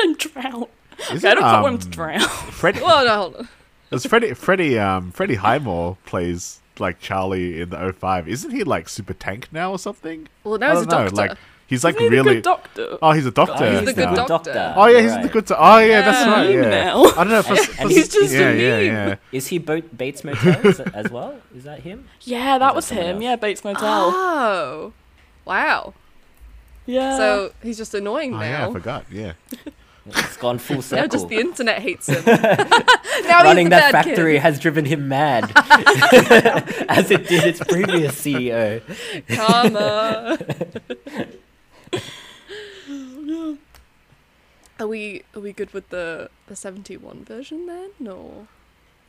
[SPEAKER 1] and drown.
[SPEAKER 3] Is
[SPEAKER 1] Okay, I
[SPEAKER 3] it
[SPEAKER 1] don't
[SPEAKER 3] um,
[SPEAKER 1] want him to drown.
[SPEAKER 3] Fred,
[SPEAKER 2] Well, no, hold on.
[SPEAKER 3] it's Freddie Freddie um Freddie Highmore plays like Charlie in the 05. Isn't he like super tank now or something?
[SPEAKER 2] Well, now
[SPEAKER 3] I
[SPEAKER 2] he's a
[SPEAKER 3] don't know.
[SPEAKER 2] doctor.
[SPEAKER 3] Like he's like
[SPEAKER 1] He's a
[SPEAKER 3] really
[SPEAKER 1] good doctor.
[SPEAKER 3] Oh, he's a doctor.
[SPEAKER 4] Oh,
[SPEAKER 2] he's the good
[SPEAKER 3] now.
[SPEAKER 2] doc- doctor.
[SPEAKER 3] Oh yeah, he's
[SPEAKER 4] right.
[SPEAKER 3] the good. doc- oh yeah, that's
[SPEAKER 1] Yeah.
[SPEAKER 3] right.
[SPEAKER 1] Meme
[SPEAKER 3] Yeah.
[SPEAKER 1] now.
[SPEAKER 3] I don't know. If
[SPEAKER 4] And-
[SPEAKER 3] it's,
[SPEAKER 4] and
[SPEAKER 2] he's just a
[SPEAKER 3] yeah, yeah,
[SPEAKER 2] meme.
[SPEAKER 3] yeah.
[SPEAKER 4] Is he Bo- Bates Motel as- as well? Is that him?
[SPEAKER 1] Yeah, that was
[SPEAKER 4] someone
[SPEAKER 1] him.
[SPEAKER 4] else?
[SPEAKER 1] Yeah, Bates Motel.
[SPEAKER 2] Oh, wow.
[SPEAKER 1] yeah.
[SPEAKER 2] So he's just annoying
[SPEAKER 3] Oh yeah, I
[SPEAKER 2] now.
[SPEAKER 3] forgot. Yeah.
[SPEAKER 4] It's gone full circle.
[SPEAKER 2] now just the internet hates him. now he's
[SPEAKER 4] Running
[SPEAKER 2] the
[SPEAKER 4] that
[SPEAKER 2] bad
[SPEAKER 4] factory has driven him mad, as it did its previous E CEO.
[SPEAKER 2] Kid. Karma. are we are we good with the the seventy one version then? No.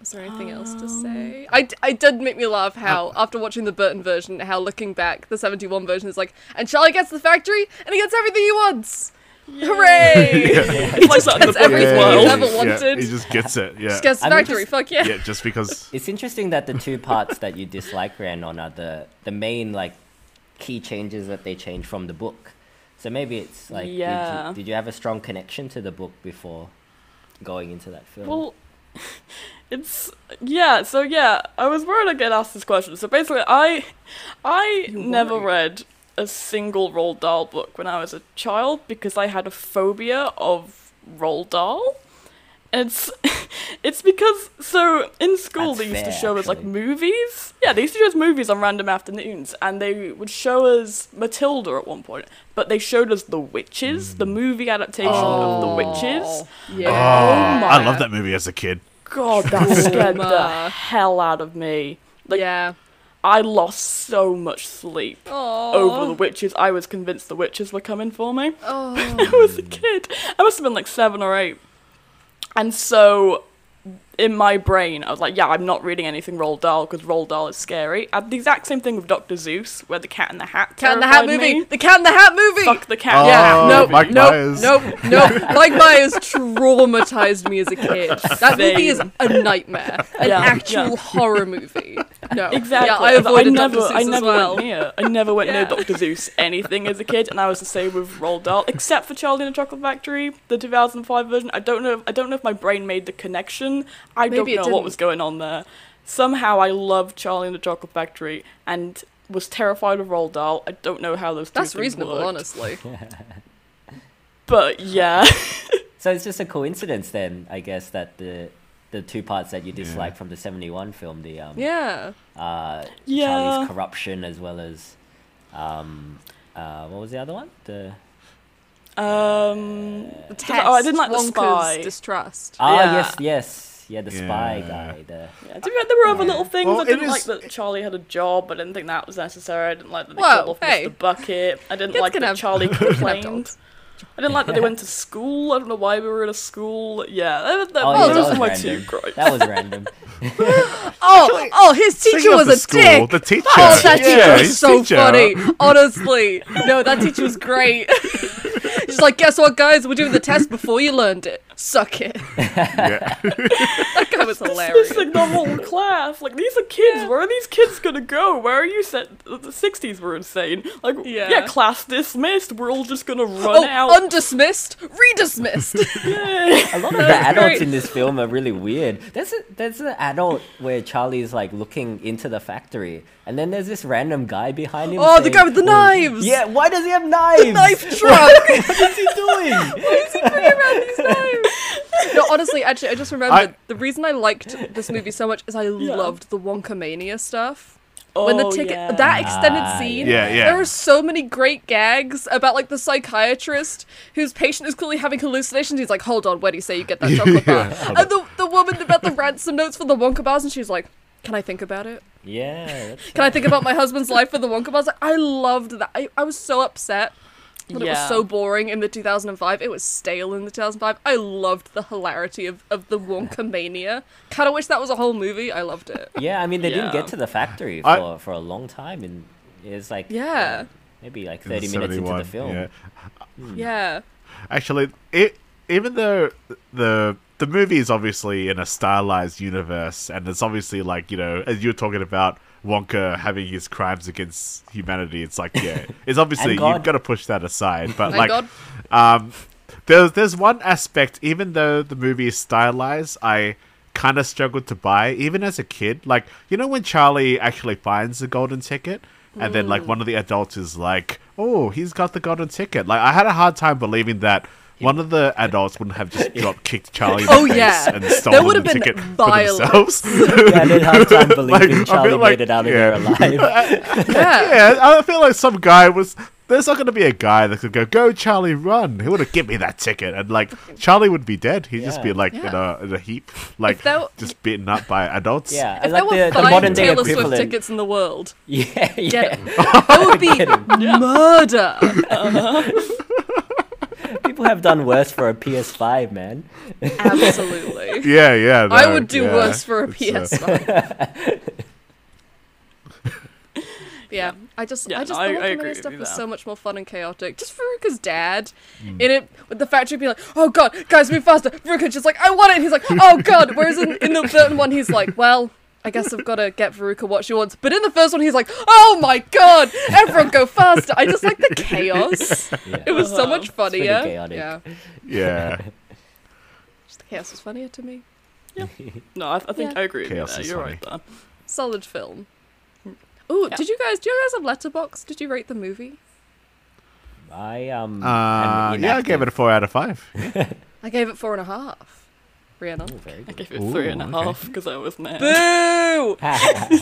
[SPEAKER 2] Is there anything else to
[SPEAKER 1] Um.
[SPEAKER 2] say? I, d- I did make me laugh how, after watching the Burton version, how looking back, the 71 version is like, and Charlie gets the factory and he gets everything he wants! Hooray!
[SPEAKER 1] it's like that in the book
[SPEAKER 2] That's everything
[SPEAKER 1] as well.
[SPEAKER 2] he's ever wanted.
[SPEAKER 3] Yeah, he just gets it. Yeah.
[SPEAKER 2] Just gets the
[SPEAKER 4] I mean,
[SPEAKER 2] factory,
[SPEAKER 4] just-
[SPEAKER 2] fuck yeah.
[SPEAKER 3] yeah, just because.
[SPEAKER 4] It's interesting that the two parts that you dislike ran on are the the main like key changes that they changed from the book. So maybe it's like, did,
[SPEAKER 1] Yeah.
[SPEAKER 4] you, did you have a strong connection to the book before going into that film?
[SPEAKER 1] Well, it's yeah. So yeah, I was worried I'd get asked this question. So basically, I I
[SPEAKER 2] You
[SPEAKER 1] never
[SPEAKER 2] worried.
[SPEAKER 1] read a single Roald Dahl book when I was a child because I had a phobia of Roald Dahl. And It's it's because so in school
[SPEAKER 4] That's
[SPEAKER 1] they used to
[SPEAKER 4] fair,
[SPEAKER 1] show us like
[SPEAKER 4] actually.
[SPEAKER 1] movies. Yeah, they used to show us movies on random afternoons, and they would show us Matilda at one point, but they showed us The Witches,
[SPEAKER 4] Mm.
[SPEAKER 1] the movie adaptation of
[SPEAKER 4] Oh.
[SPEAKER 1] The Witches.
[SPEAKER 2] Yeah.
[SPEAKER 3] Oh,
[SPEAKER 1] my.
[SPEAKER 3] I love that movie as a kid.
[SPEAKER 1] God, that scared the
[SPEAKER 2] Trauma.
[SPEAKER 1] hell out of me. Like,
[SPEAKER 2] yeah.
[SPEAKER 1] I lost so much sleep over the witches. I was convinced the witches were coming for me.
[SPEAKER 2] Oh.
[SPEAKER 1] I was a kid. I must have been like seven or eight. And so, in my brain, I was like, yeah, I'm not reading anything Roald Dahl because Roald Dahl is scary. I had the exact same thing with Dr. Zeus, where the cat in the hat
[SPEAKER 2] Cat in the Hat
[SPEAKER 1] terrified
[SPEAKER 2] movie.
[SPEAKER 1] me.
[SPEAKER 2] The Cat in the Hat movie.
[SPEAKER 1] Fuck the cat in the
[SPEAKER 2] yeah.
[SPEAKER 1] hat.
[SPEAKER 3] Oh,
[SPEAKER 2] nope.
[SPEAKER 3] Mike
[SPEAKER 2] nope.
[SPEAKER 3] Myers.
[SPEAKER 2] Nope. Nope. Mike Myers traumatized me as a kid. That movie is a nightmare. An
[SPEAKER 1] Yeah,
[SPEAKER 2] actual
[SPEAKER 1] yeah.
[SPEAKER 2] horror movie. No.
[SPEAKER 1] Exactly.
[SPEAKER 2] Yeah, I avoided
[SPEAKER 1] never,
[SPEAKER 2] Dr. Seuss
[SPEAKER 1] I
[SPEAKER 2] as
[SPEAKER 1] never
[SPEAKER 2] well.
[SPEAKER 1] went near. I never went near
[SPEAKER 2] Yeah.
[SPEAKER 1] Dr. Zeus anything as a kid, and I was the same with Roald Dahl, except for Charlie and the Chocolate Factory, the 2005 version. I don't know. If, I don't know if my brain made the connection. I
[SPEAKER 2] Maybe it
[SPEAKER 1] don't know what was
[SPEAKER 2] didn't.
[SPEAKER 1] going on there. Somehow, I loved Charlie and the Chocolate Factory and was terrified of Roald Dahl. I don't know how those two
[SPEAKER 2] That's
[SPEAKER 1] things
[SPEAKER 2] reasonable,
[SPEAKER 1] worked.
[SPEAKER 2] honestly.
[SPEAKER 1] But yeah,
[SPEAKER 4] so it's just a coincidence then, I guess, that the the two parts that you dislike from the seventy one film, the um
[SPEAKER 2] Yeah.
[SPEAKER 4] uh
[SPEAKER 1] Yeah.
[SPEAKER 4] Charlie's corruption as well as um uh what was the other one? The
[SPEAKER 1] um,
[SPEAKER 2] The
[SPEAKER 1] Because- oh, I didn't like
[SPEAKER 2] test,
[SPEAKER 1] The
[SPEAKER 2] Wonka's
[SPEAKER 1] Spy.
[SPEAKER 2] distrust.
[SPEAKER 4] Ah
[SPEAKER 1] Oh, Yeah.
[SPEAKER 4] yes, yes. Yeah, the spy
[SPEAKER 3] Yeah.
[SPEAKER 4] guy. The
[SPEAKER 1] yeah, do you remember- there were other little things.
[SPEAKER 3] Well,
[SPEAKER 1] I
[SPEAKER 3] it
[SPEAKER 1] didn't
[SPEAKER 3] is-
[SPEAKER 1] like that Charlie had a job. I didn't think that was necessary. I didn't like that they
[SPEAKER 2] Whoa,
[SPEAKER 1] called off
[SPEAKER 2] hey.
[SPEAKER 1] Mr. Bucket. I didn't
[SPEAKER 2] Kids
[SPEAKER 1] like
[SPEAKER 2] can
[SPEAKER 1] that
[SPEAKER 2] have-
[SPEAKER 1] Charlie
[SPEAKER 2] Can have
[SPEAKER 1] complained.
[SPEAKER 2] dogs.
[SPEAKER 1] I didn't like that they went to school. I don't know why we were in a school. Yeah, that, that,
[SPEAKER 4] yeah,
[SPEAKER 1] those were my two gripes.
[SPEAKER 4] That was random.
[SPEAKER 2] Oh, oh, his
[SPEAKER 3] Speaking
[SPEAKER 2] teacher
[SPEAKER 3] of
[SPEAKER 2] was
[SPEAKER 3] the
[SPEAKER 2] a dick.
[SPEAKER 3] The teacher.
[SPEAKER 2] Oh, that teacher
[SPEAKER 3] yeah,
[SPEAKER 2] was
[SPEAKER 3] his
[SPEAKER 2] so
[SPEAKER 3] teacher.
[SPEAKER 2] funny. Honestly, no, that teacher was great. She's like, guess what, guys? We're doing the test before you learned it. Suck it.
[SPEAKER 3] Yeah.
[SPEAKER 2] That guy was
[SPEAKER 1] This
[SPEAKER 2] hilarious.
[SPEAKER 1] is like the whole class. Like these are kids. Where are these kids gonna go? Where are you set? The sixties were insane. Like
[SPEAKER 2] Yeah.
[SPEAKER 1] yeah. class dismissed. We're all just gonna run out.
[SPEAKER 2] Oh, undismissed, redismissed.
[SPEAKER 1] Yay.
[SPEAKER 4] A lot of the adults
[SPEAKER 2] great.
[SPEAKER 4] in this film are really weird. There's a, there's an adult where Charlie's like looking into the factory, and then there's this random guy behind him.
[SPEAKER 2] Oh, the
[SPEAKER 4] saying,
[SPEAKER 2] guy with the
[SPEAKER 4] "Well,
[SPEAKER 2] knives."
[SPEAKER 4] Yeah, why does he have knives?
[SPEAKER 2] Knife truck.
[SPEAKER 4] What is he doing?
[SPEAKER 2] no, honestly, actually, I just remembered
[SPEAKER 3] I-
[SPEAKER 2] the reason I liked this movie so much is I loved the Wonka Mania stuff. when the
[SPEAKER 1] Oh,
[SPEAKER 2] ticket
[SPEAKER 1] yeah.
[SPEAKER 2] that extended
[SPEAKER 4] Ah,
[SPEAKER 2] scene
[SPEAKER 3] yeah. Yeah, yeah.
[SPEAKER 2] there are so many great gags about like the psychiatrist whose patient is clearly having hallucinations he's like hold on where do you say you get that chocolate bar and the, the woman about the ransom notes for the wonka bars and she's like can i think about it
[SPEAKER 4] yeah, that's-
[SPEAKER 2] can i think about my husband's life for the wonka bars Like, i loved that i, I was so upset that it was
[SPEAKER 1] Yeah.
[SPEAKER 2] so boring in the 2005 it was stale in the 2005 i loved the hilarity of, of the wonka mania kind of wish that was a whole movie i loved it
[SPEAKER 4] yeah. I mean, they didn't
[SPEAKER 1] Yeah.
[SPEAKER 4] get to the factory for
[SPEAKER 3] I-
[SPEAKER 4] for a long time, and it's like uh,
[SPEAKER 2] yeah
[SPEAKER 4] maybe like thirty minutes into the
[SPEAKER 3] 71,
[SPEAKER 4] film.
[SPEAKER 3] yeah.
[SPEAKER 4] Hmm.
[SPEAKER 2] yeah
[SPEAKER 3] Actually, it even though the the movie is obviously in a stylized universe, and it's obviously like you know, as you were talking about Wonka having his crimes against humanity, it's like yeah, it's obviously
[SPEAKER 4] God.
[SPEAKER 3] you've got to push that aside. But
[SPEAKER 2] Thank
[SPEAKER 3] like,
[SPEAKER 2] God.
[SPEAKER 3] um, there's there's one aspect, even though the movie is stylized, I kind of struggled to buy, even as a kid. Like you know when Charlie actually finds the golden ticket, and then like one of the adults is like, "Oh, he's got the golden ticket." Like I had a hard time believing that. One of the adults wouldn't have just drop kicked Charlie in the
[SPEAKER 2] Oh,
[SPEAKER 3] face
[SPEAKER 2] yeah.
[SPEAKER 3] and
[SPEAKER 2] There
[SPEAKER 3] stolen
[SPEAKER 2] would have
[SPEAKER 3] the
[SPEAKER 2] been
[SPEAKER 3] ticket
[SPEAKER 2] violence.
[SPEAKER 3] for themselves.
[SPEAKER 4] Yeah, I didn't have time believing
[SPEAKER 3] I feel
[SPEAKER 4] Charlie
[SPEAKER 3] like-
[SPEAKER 4] made it out of
[SPEAKER 3] yeah.
[SPEAKER 4] there alive.
[SPEAKER 2] yeah
[SPEAKER 3] Yeah, I feel like some guy was. There's not going to be a guy that could go, "Go, Charlie, run!" He would have give me that ticket, and like Charlie would be dead. He'd just be
[SPEAKER 4] Yeah.
[SPEAKER 3] like in,
[SPEAKER 2] Yeah.
[SPEAKER 3] a, in a heap, like
[SPEAKER 2] that-
[SPEAKER 3] just beaten up by adults.
[SPEAKER 4] Yeah,
[SPEAKER 2] If
[SPEAKER 4] like
[SPEAKER 2] there were
[SPEAKER 4] the, the
[SPEAKER 2] five
[SPEAKER 4] modern day
[SPEAKER 2] Taylor Swift
[SPEAKER 4] equivalent.
[SPEAKER 2] tickets in the world,
[SPEAKER 4] Yeah,
[SPEAKER 2] get
[SPEAKER 4] yeah.
[SPEAKER 2] it. That would be murder.
[SPEAKER 4] People have done worse for a PS5, man.
[SPEAKER 2] Absolutely.
[SPEAKER 3] yeah, yeah.
[SPEAKER 2] I
[SPEAKER 3] no,
[SPEAKER 2] would do
[SPEAKER 3] yeah.
[SPEAKER 2] worse for a
[SPEAKER 3] It's, uh,
[SPEAKER 2] PS5. yeah, I just,
[SPEAKER 1] Yeah,
[SPEAKER 2] I just,
[SPEAKER 1] no, I-
[SPEAKER 2] the
[SPEAKER 1] I
[SPEAKER 2] Wonder
[SPEAKER 1] agree
[SPEAKER 2] Man
[SPEAKER 1] with
[SPEAKER 2] stuff
[SPEAKER 1] you
[SPEAKER 2] was
[SPEAKER 1] there.
[SPEAKER 2] so much more fun and chaotic. Just Veruca's dad
[SPEAKER 3] Hmm.
[SPEAKER 2] in it with the factory being like, "Oh God, guys, move faster!" Veruca's just like, "I want it." And he's like, "Oh God." Whereas in, in the third one, he's like, "Well." I guess I've got to get Veruca what she wants. But in the first one, he's like, oh my god, everyone go faster. I just like the chaos.
[SPEAKER 4] Yeah.
[SPEAKER 2] It was
[SPEAKER 1] Uh-huh.
[SPEAKER 2] so much
[SPEAKER 4] pretty
[SPEAKER 2] funnier.
[SPEAKER 4] chaotic.
[SPEAKER 2] Yeah.
[SPEAKER 3] yeah,
[SPEAKER 2] Just the chaos was funnier to me.
[SPEAKER 1] No, I, I think
[SPEAKER 2] Yeah.
[SPEAKER 1] I agree with
[SPEAKER 3] Chaos
[SPEAKER 1] you.
[SPEAKER 3] is
[SPEAKER 1] There. You're right there.
[SPEAKER 2] Solid film. Ooh,
[SPEAKER 1] Yeah.
[SPEAKER 2] did you guys do you guys have letterbox? Did you rate the movie?
[SPEAKER 4] I um.
[SPEAKER 3] uh, yeah. I gave it a four out of five.
[SPEAKER 2] I gave it four and a half. Rihanna.
[SPEAKER 4] Oh, very
[SPEAKER 1] I
[SPEAKER 4] good.
[SPEAKER 1] gave it three and a
[SPEAKER 3] Ooh,
[SPEAKER 1] half
[SPEAKER 3] okay.
[SPEAKER 1] because I was mad.
[SPEAKER 2] Boo!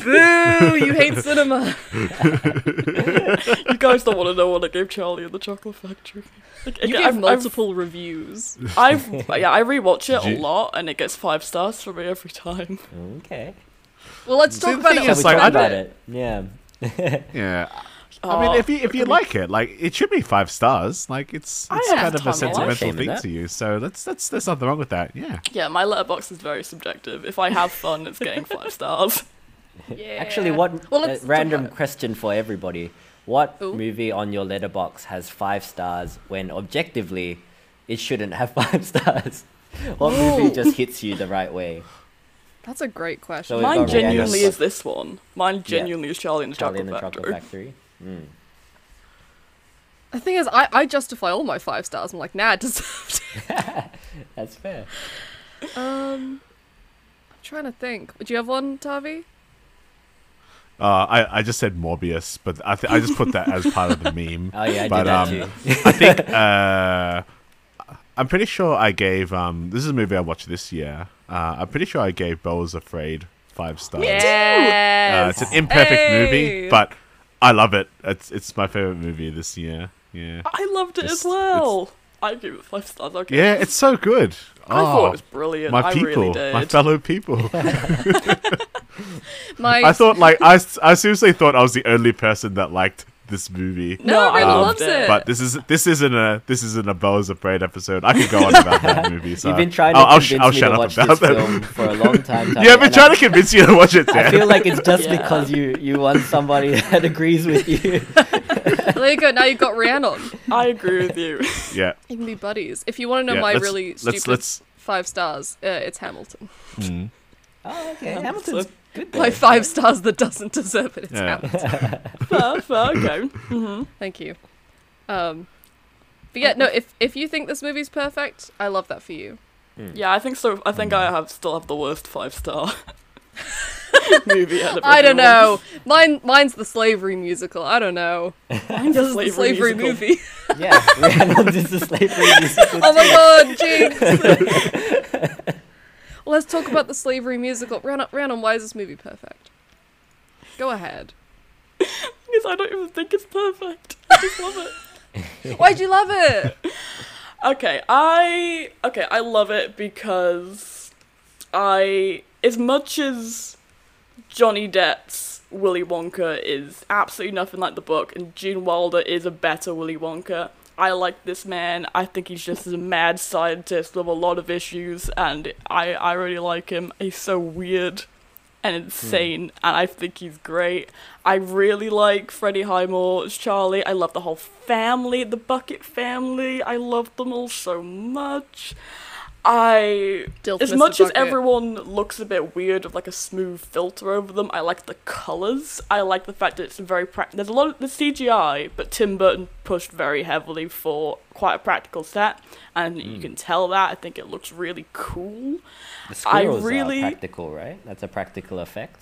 [SPEAKER 2] Boo! You hate cinema.
[SPEAKER 1] you guys don't want to know what I gave Charlie in the Chocolate Factory. Like,
[SPEAKER 2] You
[SPEAKER 1] again,
[SPEAKER 2] gave
[SPEAKER 1] I've-
[SPEAKER 2] multiple reviews.
[SPEAKER 1] I've, I've yeah, I rewatch it
[SPEAKER 3] Did
[SPEAKER 1] a
[SPEAKER 3] you-
[SPEAKER 1] lot, and it gets five stars from me every time.
[SPEAKER 4] okay.
[SPEAKER 2] Well, let's
[SPEAKER 3] See,
[SPEAKER 2] talk
[SPEAKER 3] the
[SPEAKER 2] about
[SPEAKER 3] thing
[SPEAKER 2] it.
[SPEAKER 3] is,
[SPEAKER 2] on
[SPEAKER 3] like,
[SPEAKER 4] talked
[SPEAKER 3] I
[SPEAKER 2] Reddit.
[SPEAKER 4] about it. Yeah.
[SPEAKER 3] Yeah. I mean, if you if you like it, like it should be five stars. Like it's
[SPEAKER 1] I
[SPEAKER 3] it's
[SPEAKER 1] have
[SPEAKER 3] kind of a
[SPEAKER 1] time, I like
[SPEAKER 3] sentimental
[SPEAKER 4] it.
[SPEAKER 3] thing to you, so that's that's there's nothing wrong with that. Yeah.
[SPEAKER 1] Yeah, my letterbox is very subjective. If I have fun, it's getting five stars.
[SPEAKER 4] Actually,
[SPEAKER 2] Yeah.
[SPEAKER 4] what
[SPEAKER 2] Well,
[SPEAKER 4] uh,
[SPEAKER 2] let's talk
[SPEAKER 4] random
[SPEAKER 2] about it.
[SPEAKER 4] question for everybody? What
[SPEAKER 2] Ooh.
[SPEAKER 4] movie on your letterbox has five stars when objectively it shouldn't have five stars? What movie
[SPEAKER 2] Ooh.
[SPEAKER 4] just hits you the right way?
[SPEAKER 2] That's a great question.
[SPEAKER 4] So-
[SPEAKER 1] Mine
[SPEAKER 4] got Rihanna's
[SPEAKER 1] genuinely
[SPEAKER 4] like-
[SPEAKER 1] is this one. Mine genuinely is Charlie and the
[SPEAKER 4] Charlie
[SPEAKER 1] Chocolate
[SPEAKER 4] and the
[SPEAKER 1] Factory.
[SPEAKER 4] Chocolate Factory. Mm.
[SPEAKER 2] The thing is, I, I justify all my five stars. I'm like, nah, it deserved
[SPEAKER 4] That's fair.
[SPEAKER 2] it. Um, I'm trying to think. Do you have one, Tavi?
[SPEAKER 3] Uh, I, I just said Morbius, but I, th- I just put that as part of the meme.
[SPEAKER 4] Oh yeah, I
[SPEAKER 3] But,
[SPEAKER 4] did that
[SPEAKER 3] um,
[SPEAKER 4] too.
[SPEAKER 3] I think uh, I'm pretty sure I gave um, this is a movie I watched this year. Uh, I'm pretty sure I gave Bella's Afraid five stars. Uh,
[SPEAKER 2] Yes.
[SPEAKER 3] it's an imperfect
[SPEAKER 2] Hey!
[SPEAKER 3] movie, but I love it. It's it's my favorite movie this year. Yeah,
[SPEAKER 1] I loved it
[SPEAKER 3] It's-
[SPEAKER 1] as well. I give it five stars. Okay.
[SPEAKER 3] yeah, it's so good. Oh,
[SPEAKER 1] I thought it was brilliant.
[SPEAKER 3] my
[SPEAKER 1] I
[SPEAKER 3] people,
[SPEAKER 1] really did.
[SPEAKER 3] my fellow people.
[SPEAKER 2] My
[SPEAKER 3] I thought like I, s- I seriously thought I was the only person that liked this movie.
[SPEAKER 2] No,
[SPEAKER 1] No, I
[SPEAKER 2] everyone
[SPEAKER 1] Um,
[SPEAKER 2] loves it.
[SPEAKER 3] But this is this isn't a this isn't a Bella's Afraid episode. I could go on about that movie. So
[SPEAKER 4] You've been trying to
[SPEAKER 3] I'll, I'll sh-
[SPEAKER 4] convince
[SPEAKER 3] I'll
[SPEAKER 4] me
[SPEAKER 3] shut
[SPEAKER 4] to
[SPEAKER 3] up
[SPEAKER 4] watch
[SPEAKER 3] about
[SPEAKER 4] this
[SPEAKER 3] that.
[SPEAKER 4] film for a long time.
[SPEAKER 3] yeah, I've been
[SPEAKER 4] and
[SPEAKER 3] trying to convince you to watch it.
[SPEAKER 4] I, I
[SPEAKER 3] Dan.
[SPEAKER 4] feel like it's just
[SPEAKER 1] Yeah.
[SPEAKER 4] because you you want somebody that agrees with you.
[SPEAKER 2] there you go. Now you've got Rhiannon.
[SPEAKER 1] I agree with you.
[SPEAKER 3] yeah.
[SPEAKER 2] You can be buddies. If you want to know
[SPEAKER 3] Yeah,
[SPEAKER 2] my
[SPEAKER 3] let's-
[SPEAKER 2] really
[SPEAKER 3] let's-
[SPEAKER 2] stupid
[SPEAKER 3] let's- hmm.
[SPEAKER 2] five stars, uh, it's Hamilton.
[SPEAKER 4] Oh, okay,
[SPEAKER 1] Um,
[SPEAKER 4] Hamilton's
[SPEAKER 1] so-
[SPEAKER 4] good.
[SPEAKER 2] My
[SPEAKER 4] there.
[SPEAKER 2] five stars that doesn't deserve it. It's
[SPEAKER 3] Yeah.
[SPEAKER 2] Hamilton.
[SPEAKER 4] Mm.
[SPEAKER 1] fair, fair, okay. Mm-hmm.
[SPEAKER 2] Thank you. Um, but yeah, no. If if you think this movie's perfect, I love that for you.
[SPEAKER 1] Yeah, I think so. I think I have still have the worst five star movie. Out of
[SPEAKER 2] I don't
[SPEAKER 1] everyone.
[SPEAKER 2] know. Mine mine's the slavery musical. I don't't know.
[SPEAKER 1] Mine's
[SPEAKER 2] Yours is the slavery
[SPEAKER 1] musical.
[SPEAKER 2] movie.
[SPEAKER 4] Yeah, Rhiannon's is the slavery musical.
[SPEAKER 2] oh my god, Jinx. Let's talk about the slavery musical. Rhiannon, Rhiannon, why is this movie perfect? Go ahead.
[SPEAKER 1] Because I don't even think it's perfect. I just love it.
[SPEAKER 2] Why'd you love it?
[SPEAKER 1] Okay, I okay, I love it because I as much as Johnny Depp's Willy Wonka is absolutely nothing like the book and Gene Wilder is a better Willy Wonka. I like this man. I think he's just a mad scientist with a lot of issues and I I really like him. He's so weird and
[SPEAKER 4] Hmm.
[SPEAKER 1] insane and I think he's great. I really like Freddie Highmore's Charlie. I love the whole family, the Bucket family. I love them all so much. I
[SPEAKER 2] Dilf
[SPEAKER 1] as
[SPEAKER 2] Mr.
[SPEAKER 1] much as
[SPEAKER 2] Bucket.
[SPEAKER 1] everyone looks a bit weird with like a smooth filter over them, I like the colors. I like the fact that it's very practical. There's a lot of the CGI, but Tim Burton pushed very heavily for quite a practical set, and you
[SPEAKER 4] Hmm.
[SPEAKER 1] can tell that. I think it looks really cool.
[SPEAKER 4] The
[SPEAKER 1] I
[SPEAKER 4] squirrels
[SPEAKER 1] really-
[SPEAKER 4] are practical, right? That's a practical effect.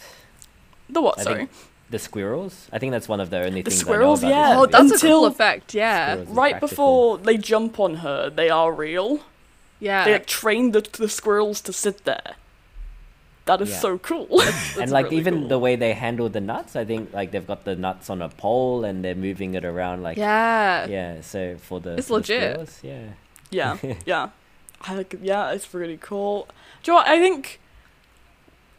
[SPEAKER 1] The what?
[SPEAKER 4] I
[SPEAKER 1] sorry.
[SPEAKER 4] think the squirrels. I think that's one of the only
[SPEAKER 1] The
[SPEAKER 4] things.
[SPEAKER 1] squirrels,
[SPEAKER 4] I know about
[SPEAKER 1] yeah.
[SPEAKER 2] Oh,
[SPEAKER 4] This movie.
[SPEAKER 2] that's
[SPEAKER 1] Until-
[SPEAKER 2] a cool effect. Yeah,
[SPEAKER 4] Squirrels. is
[SPEAKER 1] right
[SPEAKER 4] practical.
[SPEAKER 1] before they jump on her, they are real. They
[SPEAKER 2] yeah.
[SPEAKER 1] like, train the, the squirrels to sit there. That is
[SPEAKER 4] Yeah.
[SPEAKER 1] so cool.
[SPEAKER 4] and like even the way they handle the nuts, I think like they've got the nuts on a pole and they're moving it around like
[SPEAKER 2] Yeah.
[SPEAKER 4] yeah, So for the
[SPEAKER 2] It's
[SPEAKER 4] for the
[SPEAKER 2] legit.
[SPEAKER 4] squirrels, yeah.
[SPEAKER 1] yeah, yeah, I like yeah, it's really cool. Do you know what, I think?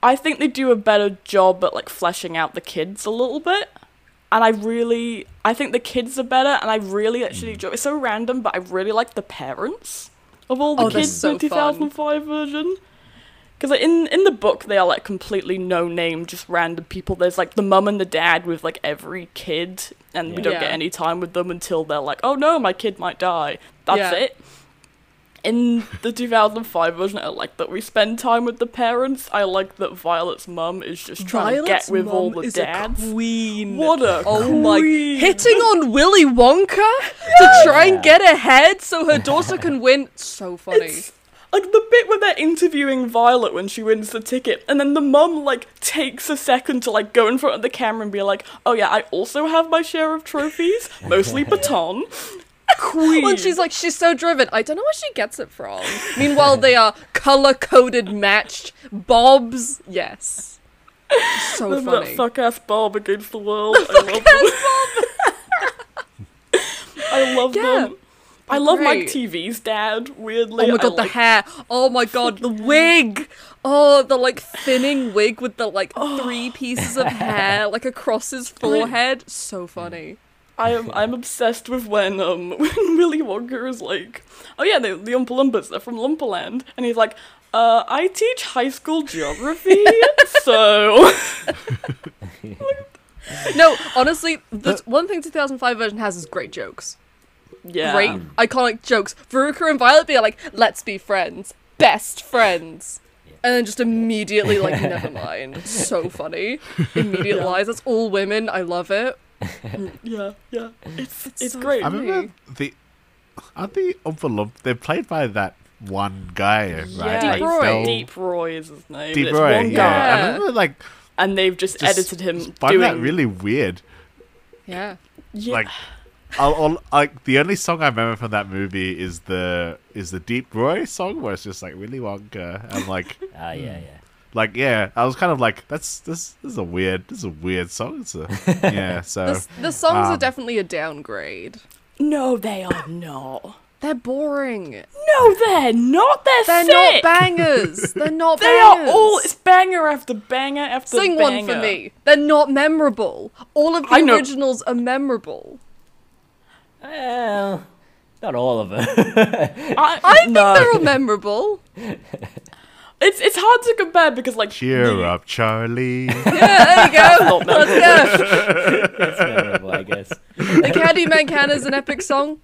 [SPEAKER 1] I think they do a better job at like fleshing out the kids a little bit, and I really, I think the kids are better, and I really actually enjoy. It's so random, but I really like the parents of all the
[SPEAKER 2] Oh, they're
[SPEAKER 1] kids
[SPEAKER 2] so
[SPEAKER 1] in
[SPEAKER 2] fun.
[SPEAKER 1] 2005 version. Because in in the book they are like completely no name, just random people. There's like the mum and the dad with like every kid, and we
[SPEAKER 4] Yeah.
[SPEAKER 1] don't
[SPEAKER 2] Yeah.
[SPEAKER 1] get any time with them until they're like, oh no, my kid might die. That's
[SPEAKER 2] Yeah.
[SPEAKER 1] it. In the 2005 version, I like that we spend time with the parents. I like that Violet's mum is just trying
[SPEAKER 2] Violet's
[SPEAKER 1] to get with all
[SPEAKER 2] mum
[SPEAKER 1] the
[SPEAKER 2] is a
[SPEAKER 1] dads.
[SPEAKER 2] queen.
[SPEAKER 1] What a
[SPEAKER 2] Oh my!
[SPEAKER 1] queen.
[SPEAKER 2] Hitting on Willy Wonka to try and get ahead so her daughter can win. So funny.
[SPEAKER 1] It's- Like the bit where they're interviewing Violet when she wins the ticket, and then the mum like takes a second to like go in front of the camera and be like, "Oh yeah, I also have my share of trophies, mostly baton." Queen.
[SPEAKER 2] When she's like, she's so driven. I don't know where she gets it from. Meanwhile, they are color coded, matched bobs. Yes. So
[SPEAKER 1] Love
[SPEAKER 2] funny.
[SPEAKER 1] That fuck ass Bob against the world. I love them. I love
[SPEAKER 2] Yeah.
[SPEAKER 1] them. I love
[SPEAKER 2] great.
[SPEAKER 1] Mike TV's dad. Weirdly,
[SPEAKER 2] Oh my
[SPEAKER 1] I
[SPEAKER 2] god, the
[SPEAKER 1] like-
[SPEAKER 2] hair. Oh my god, the wig. Oh, the like thinning wig with the like
[SPEAKER 1] Oh.
[SPEAKER 2] three pieces of hair like across his forehead. So funny.
[SPEAKER 1] I am I'm obsessed with when um when Willy Wonka is like, oh yeah, they, the Oompa Loompas, they're from Loomperland, and he's like, uh, I teach high school geography, so
[SPEAKER 2] No, honestly, the one thing 2005 version has is great jokes.
[SPEAKER 1] yeah,
[SPEAKER 2] Great iconic jokes. Veruca and Violet be like, "Let's be friends, best friends," and then just immediately like, "Never mind." So funny. Immediate
[SPEAKER 1] Yeah.
[SPEAKER 2] lies. That's all women. I love it.
[SPEAKER 1] yeah, yeah, it's it's,
[SPEAKER 2] so
[SPEAKER 1] great.
[SPEAKER 3] I
[SPEAKER 2] funny.
[SPEAKER 3] remember the aren't the Oompa Loomp, they're played by that one guy, right?
[SPEAKER 1] Yeah,
[SPEAKER 2] Deep
[SPEAKER 3] Like,
[SPEAKER 2] Roy.
[SPEAKER 3] Del-
[SPEAKER 1] Deep Roy is his name.
[SPEAKER 3] Deep
[SPEAKER 1] it's
[SPEAKER 3] Roy,
[SPEAKER 1] one guy,
[SPEAKER 3] yeah.
[SPEAKER 2] guy.
[SPEAKER 3] I remember like
[SPEAKER 1] and they've just,
[SPEAKER 3] just
[SPEAKER 1] edited him
[SPEAKER 3] find
[SPEAKER 1] doing
[SPEAKER 3] that really weird.
[SPEAKER 2] Yeah.
[SPEAKER 1] yeah.
[SPEAKER 3] Like, I'll, I'll, like the only song I remember from that movie is the is the Deep Roy song where it's just like Willy Wonka and like
[SPEAKER 4] Ah, yeah,
[SPEAKER 1] Hmm.
[SPEAKER 4] yeah.
[SPEAKER 3] like yeah, I was kind of like that's this this is a weird this is a weird song. It's a, yeah, so
[SPEAKER 2] The, the songs are
[SPEAKER 3] Uh, um,
[SPEAKER 2] definitely a downgrade.
[SPEAKER 1] no, they are not.
[SPEAKER 2] They're boring.
[SPEAKER 1] No, Oh, they're not. They're,
[SPEAKER 2] They're
[SPEAKER 1] sick.
[SPEAKER 2] not bangers. They're not
[SPEAKER 1] They
[SPEAKER 2] bangers.
[SPEAKER 1] are all. It's banger after banger after
[SPEAKER 2] Sing
[SPEAKER 1] banger.
[SPEAKER 2] one for me. They're not memorable. All of the
[SPEAKER 1] I know.
[SPEAKER 2] originals are memorable.
[SPEAKER 4] Well, not all of them.
[SPEAKER 1] I,
[SPEAKER 2] I think
[SPEAKER 1] no.
[SPEAKER 2] they're all memorable.
[SPEAKER 1] It's it's hard to compare because like
[SPEAKER 3] Cheer
[SPEAKER 1] you-
[SPEAKER 3] up, Charlie.
[SPEAKER 2] Yeah, there you go. Let's go.
[SPEAKER 4] it's memorable, I guess.
[SPEAKER 2] The Caddy Mancana is an epic song.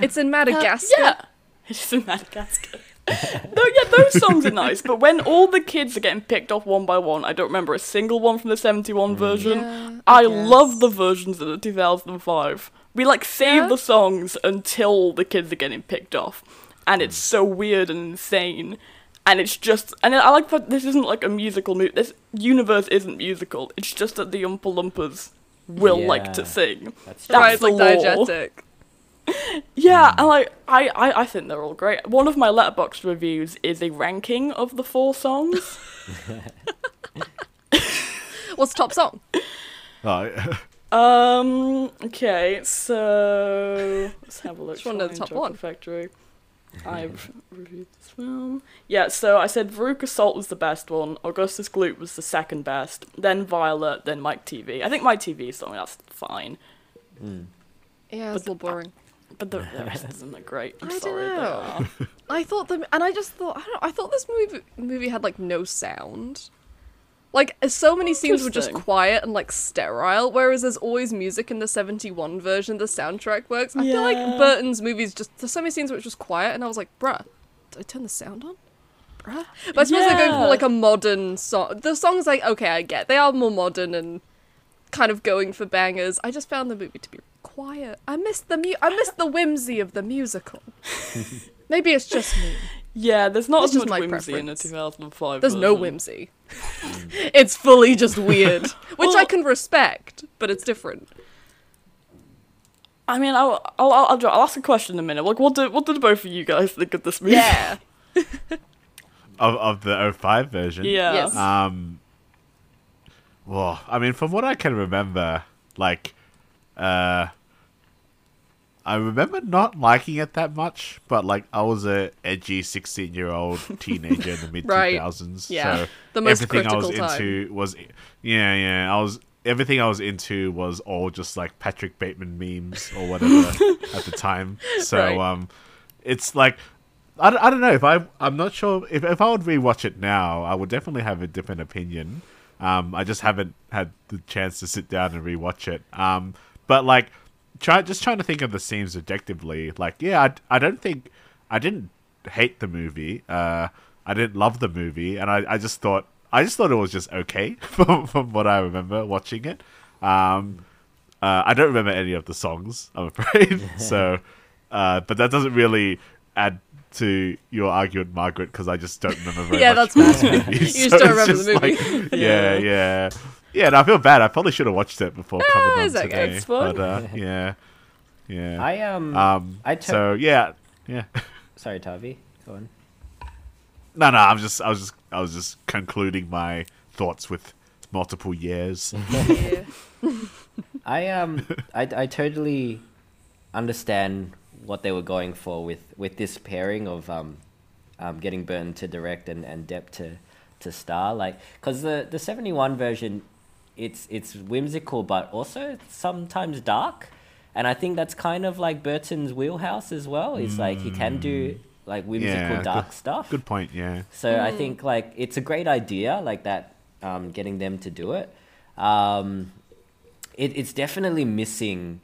[SPEAKER 2] It's in Madagascar.
[SPEAKER 1] Yeah, it's in Madagascar. no, yeah, those songs are nice, but when all the kids are getting picked off one by one, I don't remember a single one from the '71 version.
[SPEAKER 2] Yeah,
[SPEAKER 1] I,
[SPEAKER 2] I
[SPEAKER 1] love
[SPEAKER 2] guess.
[SPEAKER 1] the versions of the 2005. We like save
[SPEAKER 2] Yeah.
[SPEAKER 1] the songs until the kids are getting picked off, and it's so weird and insane. And it's just, and I like that this isn't like a musical movie. This universe isn't musical. It's just that the Oompa Loompas will like to
[SPEAKER 4] Yeah.
[SPEAKER 1] sing.
[SPEAKER 4] That's true.
[SPEAKER 2] Right,
[SPEAKER 1] That's
[SPEAKER 2] it's like
[SPEAKER 1] the law.
[SPEAKER 2] diegetic.
[SPEAKER 1] Yeah,
[SPEAKER 2] Hmm.
[SPEAKER 1] and like I, I, I think they're all great. One of my letterbox reviews is a ranking of the four songs.
[SPEAKER 2] What's top song?
[SPEAKER 3] Oh,
[SPEAKER 1] um okay, so let's have a look.
[SPEAKER 2] Just wanna know
[SPEAKER 1] Charlie
[SPEAKER 2] the
[SPEAKER 1] and
[SPEAKER 2] top
[SPEAKER 1] Chocolate
[SPEAKER 2] one.
[SPEAKER 1] Factory. I've reviewed this film. Yeah, so I said Veruca Salt was the best one, Augustus Gloop was the second best, then Violet, then Mike TV. I think My TV is something that's fine.
[SPEAKER 2] Yeah, it's a little boring.
[SPEAKER 1] But the, the rest isn't that great. I'm
[SPEAKER 2] I
[SPEAKER 1] sorry they
[SPEAKER 2] dunno.
[SPEAKER 1] are.
[SPEAKER 2] I thought the and I just thought I don't know, I thought this movie movie had like no sound. Like so many scenes were just
[SPEAKER 1] Interesting.
[SPEAKER 2] quiet and like sterile, whereas there's always music in the seventy one version. The soundtrack works. I
[SPEAKER 1] Yeah.
[SPEAKER 2] feel like Burton's movies just there's so many scenes where it's just quiet, and I was like, bruh, did I turn the sound on? Bruh. But I suppose they're going
[SPEAKER 1] Yeah.
[SPEAKER 2] for like a modern song. The songs like okay, I get they are more modern and kind of going for bangers. I just found the movie to be quiet. I missed the mu- I missed the whimsy of the musical. Maybe it's just me.
[SPEAKER 1] Yeah, there's not
[SPEAKER 2] That's
[SPEAKER 1] as
[SPEAKER 2] just
[SPEAKER 1] much
[SPEAKER 2] my
[SPEAKER 1] whimsy in a
[SPEAKER 2] preference.
[SPEAKER 1] 2005.
[SPEAKER 2] There's no
[SPEAKER 1] version.
[SPEAKER 2] whimsy. it's fully just weird, which I
[SPEAKER 1] Well-
[SPEAKER 2] can respect, but it's different.
[SPEAKER 1] I mean, I'll, I'll, I'll, I'll I'll ask a question in a minute. Like, what did what did both of you guys think of this movie?
[SPEAKER 2] Yeah.
[SPEAKER 3] of of the 05 version.
[SPEAKER 1] yeah.
[SPEAKER 2] Yes.
[SPEAKER 3] Um. Well, I mean, from what I can remember, like, uh, I remember not liking it that much, but like, I was a edgy sixteen-year-old teenager in the mid two
[SPEAKER 2] Right.
[SPEAKER 3] thousands.
[SPEAKER 2] Yeah.
[SPEAKER 3] So
[SPEAKER 2] The most
[SPEAKER 3] everything I was
[SPEAKER 2] critical time.
[SPEAKER 3] into was, yeah, yeah. I was everything I was into was all just like Patrick Bateman memes or whatever at the time. So
[SPEAKER 2] Right.
[SPEAKER 3] um, it's like I don't, I don't know if I I'm not sure if if I would rewatch it now I would definitely have a different opinion. Um, I just haven't had the chance to sit down and rewatch it. Um, but like try just trying to think of the scenes objectively. Like yeah, I, I don't think I didn't hate the movie. Uh, I didn't love the movie, and I, I just thought I just thought it was just okay from from what I remember watching it. Um, uh, I don't remember any of the songs, I'm afraid. so, uh, but that doesn't really add to your argument, Margaret, because I just don't remember. Very
[SPEAKER 2] Yeah,
[SPEAKER 3] much
[SPEAKER 2] that's fair.
[SPEAKER 3] from this movie.
[SPEAKER 2] You just don't
[SPEAKER 3] it's
[SPEAKER 2] remember the
[SPEAKER 3] just like- yeah, yeah, yeah. And I feel bad. I probably should have watched it before coming on
[SPEAKER 2] Ah, it's okay,
[SPEAKER 3] today.
[SPEAKER 1] it's fine.
[SPEAKER 3] But uh, yeah, yeah.
[SPEAKER 4] I um,
[SPEAKER 3] um.
[SPEAKER 4] I took-
[SPEAKER 3] so yeah, yeah.
[SPEAKER 4] sorry, Tavi. Go on.
[SPEAKER 3] No, no. I'm just. I was just. I was just concluding my thoughts with multiple years.
[SPEAKER 2] Yeah.
[SPEAKER 4] I um I I totally understand what they were going for with with this pairing of um um getting Burton to direct and and Depp to to star like cuz the the 71 version it's it's whimsical but also sometimes dark and I think that's kind of like Burton's wheelhouse as well. It's like he can do like whimsical
[SPEAKER 3] Mm. Yeah,
[SPEAKER 4] dark stuff.
[SPEAKER 3] Good point. Yeah.
[SPEAKER 4] So
[SPEAKER 2] Mm.
[SPEAKER 4] I think like it's a great idea, like that, um, getting them to do it. Um, it it's definitely missing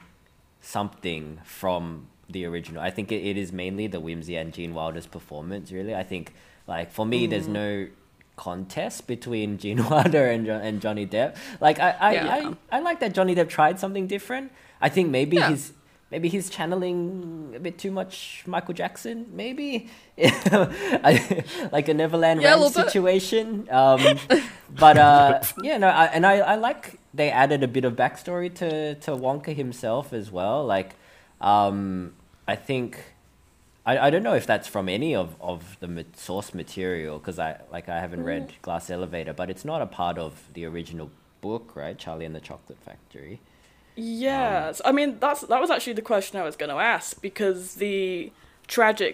[SPEAKER 4] something from the original. I think it, it is mainly the whimsy and Gene Wilder's performance. Really, I think like for me,
[SPEAKER 2] Mm.
[SPEAKER 4] there's no contest between Gene Wilder and Jo- and Johnny Depp. Like I I,
[SPEAKER 2] Yeah.
[SPEAKER 4] I I like that Johnny Depp tried something different. I think maybe
[SPEAKER 2] Yeah.
[SPEAKER 4] he's maybe he's channeling a bit too much Michael Jackson. Maybe I- like a Neverland
[SPEAKER 2] Yeah, a
[SPEAKER 4] Ranch
[SPEAKER 2] little bit.
[SPEAKER 4] situation. Um, but uh, yeah, no, I, and I, I like they added a bit of backstory to to Wonka himself as well. Like, um, I think I, I don't know if that's from any of of the ma- source material because I like I haven't read Glass Elevator, but it's not a part of the original book, right? Charlie and the Chocolate Factory.
[SPEAKER 1] Yes, I mean that's that was actually the question I was going to ask because the tragic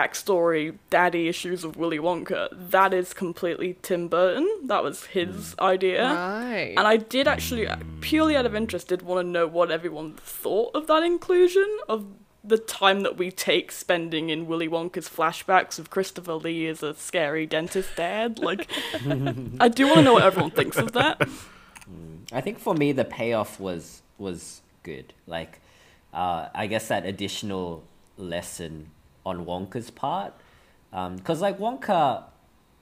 [SPEAKER 1] backstory, daddy issues of Willy Wonka, that is completely Tim Burton. That was his idea.
[SPEAKER 2] Right.
[SPEAKER 1] And I did actually, uh, purely out of interest, did want to know what everyone thought of that inclusion of the time that we take spending in Willy Wonka's flashbacks of Christopher Lee as a scary dentist dad. Like, I do want to know what everyone thinks of that.
[SPEAKER 4] I think for me the payoff was was good. Like, uh, I guess that additional lesson on Wonka's part, because like Wonka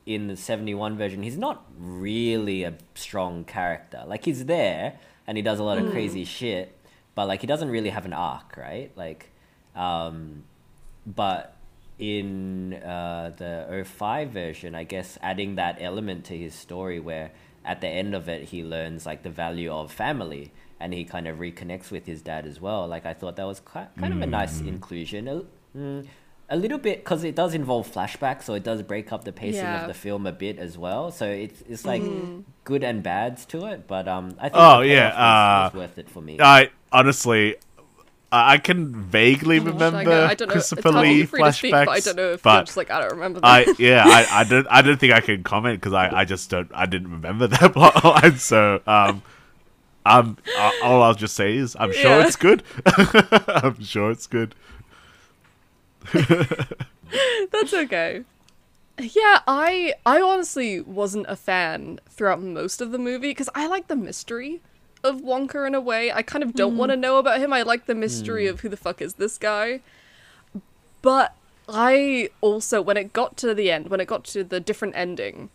[SPEAKER 4] in the seventy one version, he's not really a strong character. Like he's there and he does a lot of crazy shit, but like he doesn't really have an arc, right? Like, um, but in uh, the 05 version, I guess adding that element to his story where at the end of it he learns like the value of family and he kind of reconnects with his dad as well. Like I thought that was ki- kind of a nice inclusion. A, mm, a little bit because it does involve flashbacks, so it does break up the pacing
[SPEAKER 2] Yeah.
[SPEAKER 4] of the film a bit as well. So it's it's like
[SPEAKER 1] Mm.
[SPEAKER 4] good and bads to it, but um, I think
[SPEAKER 3] Oh,
[SPEAKER 4] the
[SPEAKER 3] yeah,
[SPEAKER 4] payoff was-
[SPEAKER 3] uh,
[SPEAKER 4] was worth it for me.
[SPEAKER 3] I honestly, I I can vaguely remember
[SPEAKER 2] Oh I, know, I don't know. It's
[SPEAKER 3] Christopher
[SPEAKER 2] hard
[SPEAKER 3] Lee
[SPEAKER 2] for you to speak, but I
[SPEAKER 3] flashbacks,
[SPEAKER 2] don't know if you're
[SPEAKER 3] but
[SPEAKER 2] just like I don't remember. That.
[SPEAKER 3] I yeah, I, I don't I don't think I can comment because I, I just don't I didn't remember that plot line. So um, I'm I, all I'll just say is I'm sure
[SPEAKER 2] Yeah.
[SPEAKER 3] it's good. I'm sure it's good.
[SPEAKER 2] That's okay. Yeah, I I honestly wasn't a fan throughout most of the movie because I like the mystery of Wonka in a way. I kind of don't want to know about him. I like the mystery of who the fuck is this guy. But I also when it got to the end, when it got to the different ending,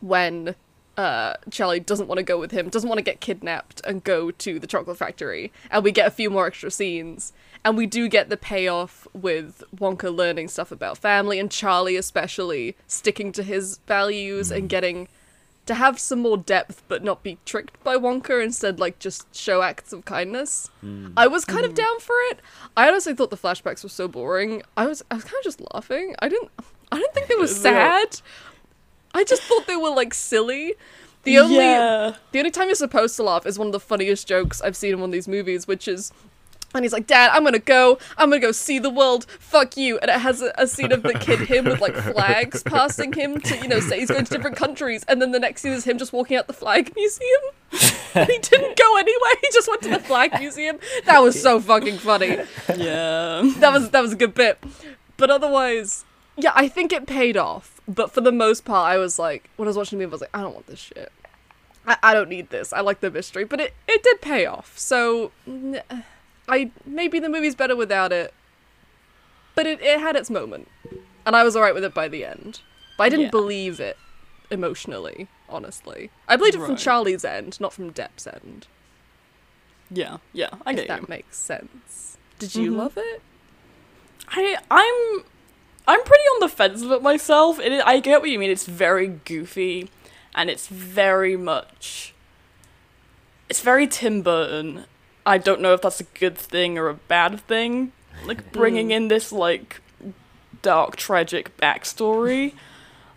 [SPEAKER 2] when uh Charlie doesn't want to go with him, doesn't want to get kidnapped and go to the chocolate factory. And we get a few more extra scenes and we do get the payoff with Wonka learning stuff about family and Charlie especially sticking to his values and getting to have some more depth but not be tricked by Wonka instead like just show acts of kindness. I was kind of down for it. I honestly thought the flashbacks were so boring. I was I was kind of just laughing. I didn't I didn't think they were sad. I just thought they were like silly. The only
[SPEAKER 1] Yeah.
[SPEAKER 2] the only time you're supposed to laugh is one of the funniest jokes I've seen in one of these movies, which is and he's like, Dad, I'm gonna go. I'm gonna go see the world. Fuck you. And it has a, a scene of the kid him with like flags passing him to, you know, say he's going to different countries. And then the next scene is him just walking out the flag museum. and he didn't go anywhere. He just went to the flag museum. That was so fucking funny
[SPEAKER 1] Yeah.
[SPEAKER 2] that was that was a good bit. But otherwise, yeah, I think it paid off. But for the most part, I was like, when I was watching the movie, I was like, I don't want this shit. I, I don't need this. I like the mystery, but it, it did pay off. So, n- I maybe the movie's better without it. But it, it had its moment, and I was alright with it by the end. But I didn't
[SPEAKER 1] Yeah.
[SPEAKER 2] believe it emotionally, honestly. I believed it from
[SPEAKER 1] Right.
[SPEAKER 2] Charlie's end, not from Depp's end.
[SPEAKER 1] Yeah. Yeah. I
[SPEAKER 2] If
[SPEAKER 1] get you.
[SPEAKER 2] that makes sense. Did you
[SPEAKER 1] Mhm.
[SPEAKER 2] love it?
[SPEAKER 1] I I'm I'm pretty on the fence of it myself. It, I get what you mean. It's very goofy, and it's very much. It's very Tim Burton. I don't know if that's a good thing or a bad thing. Like bringing in this like dark tragic backstory.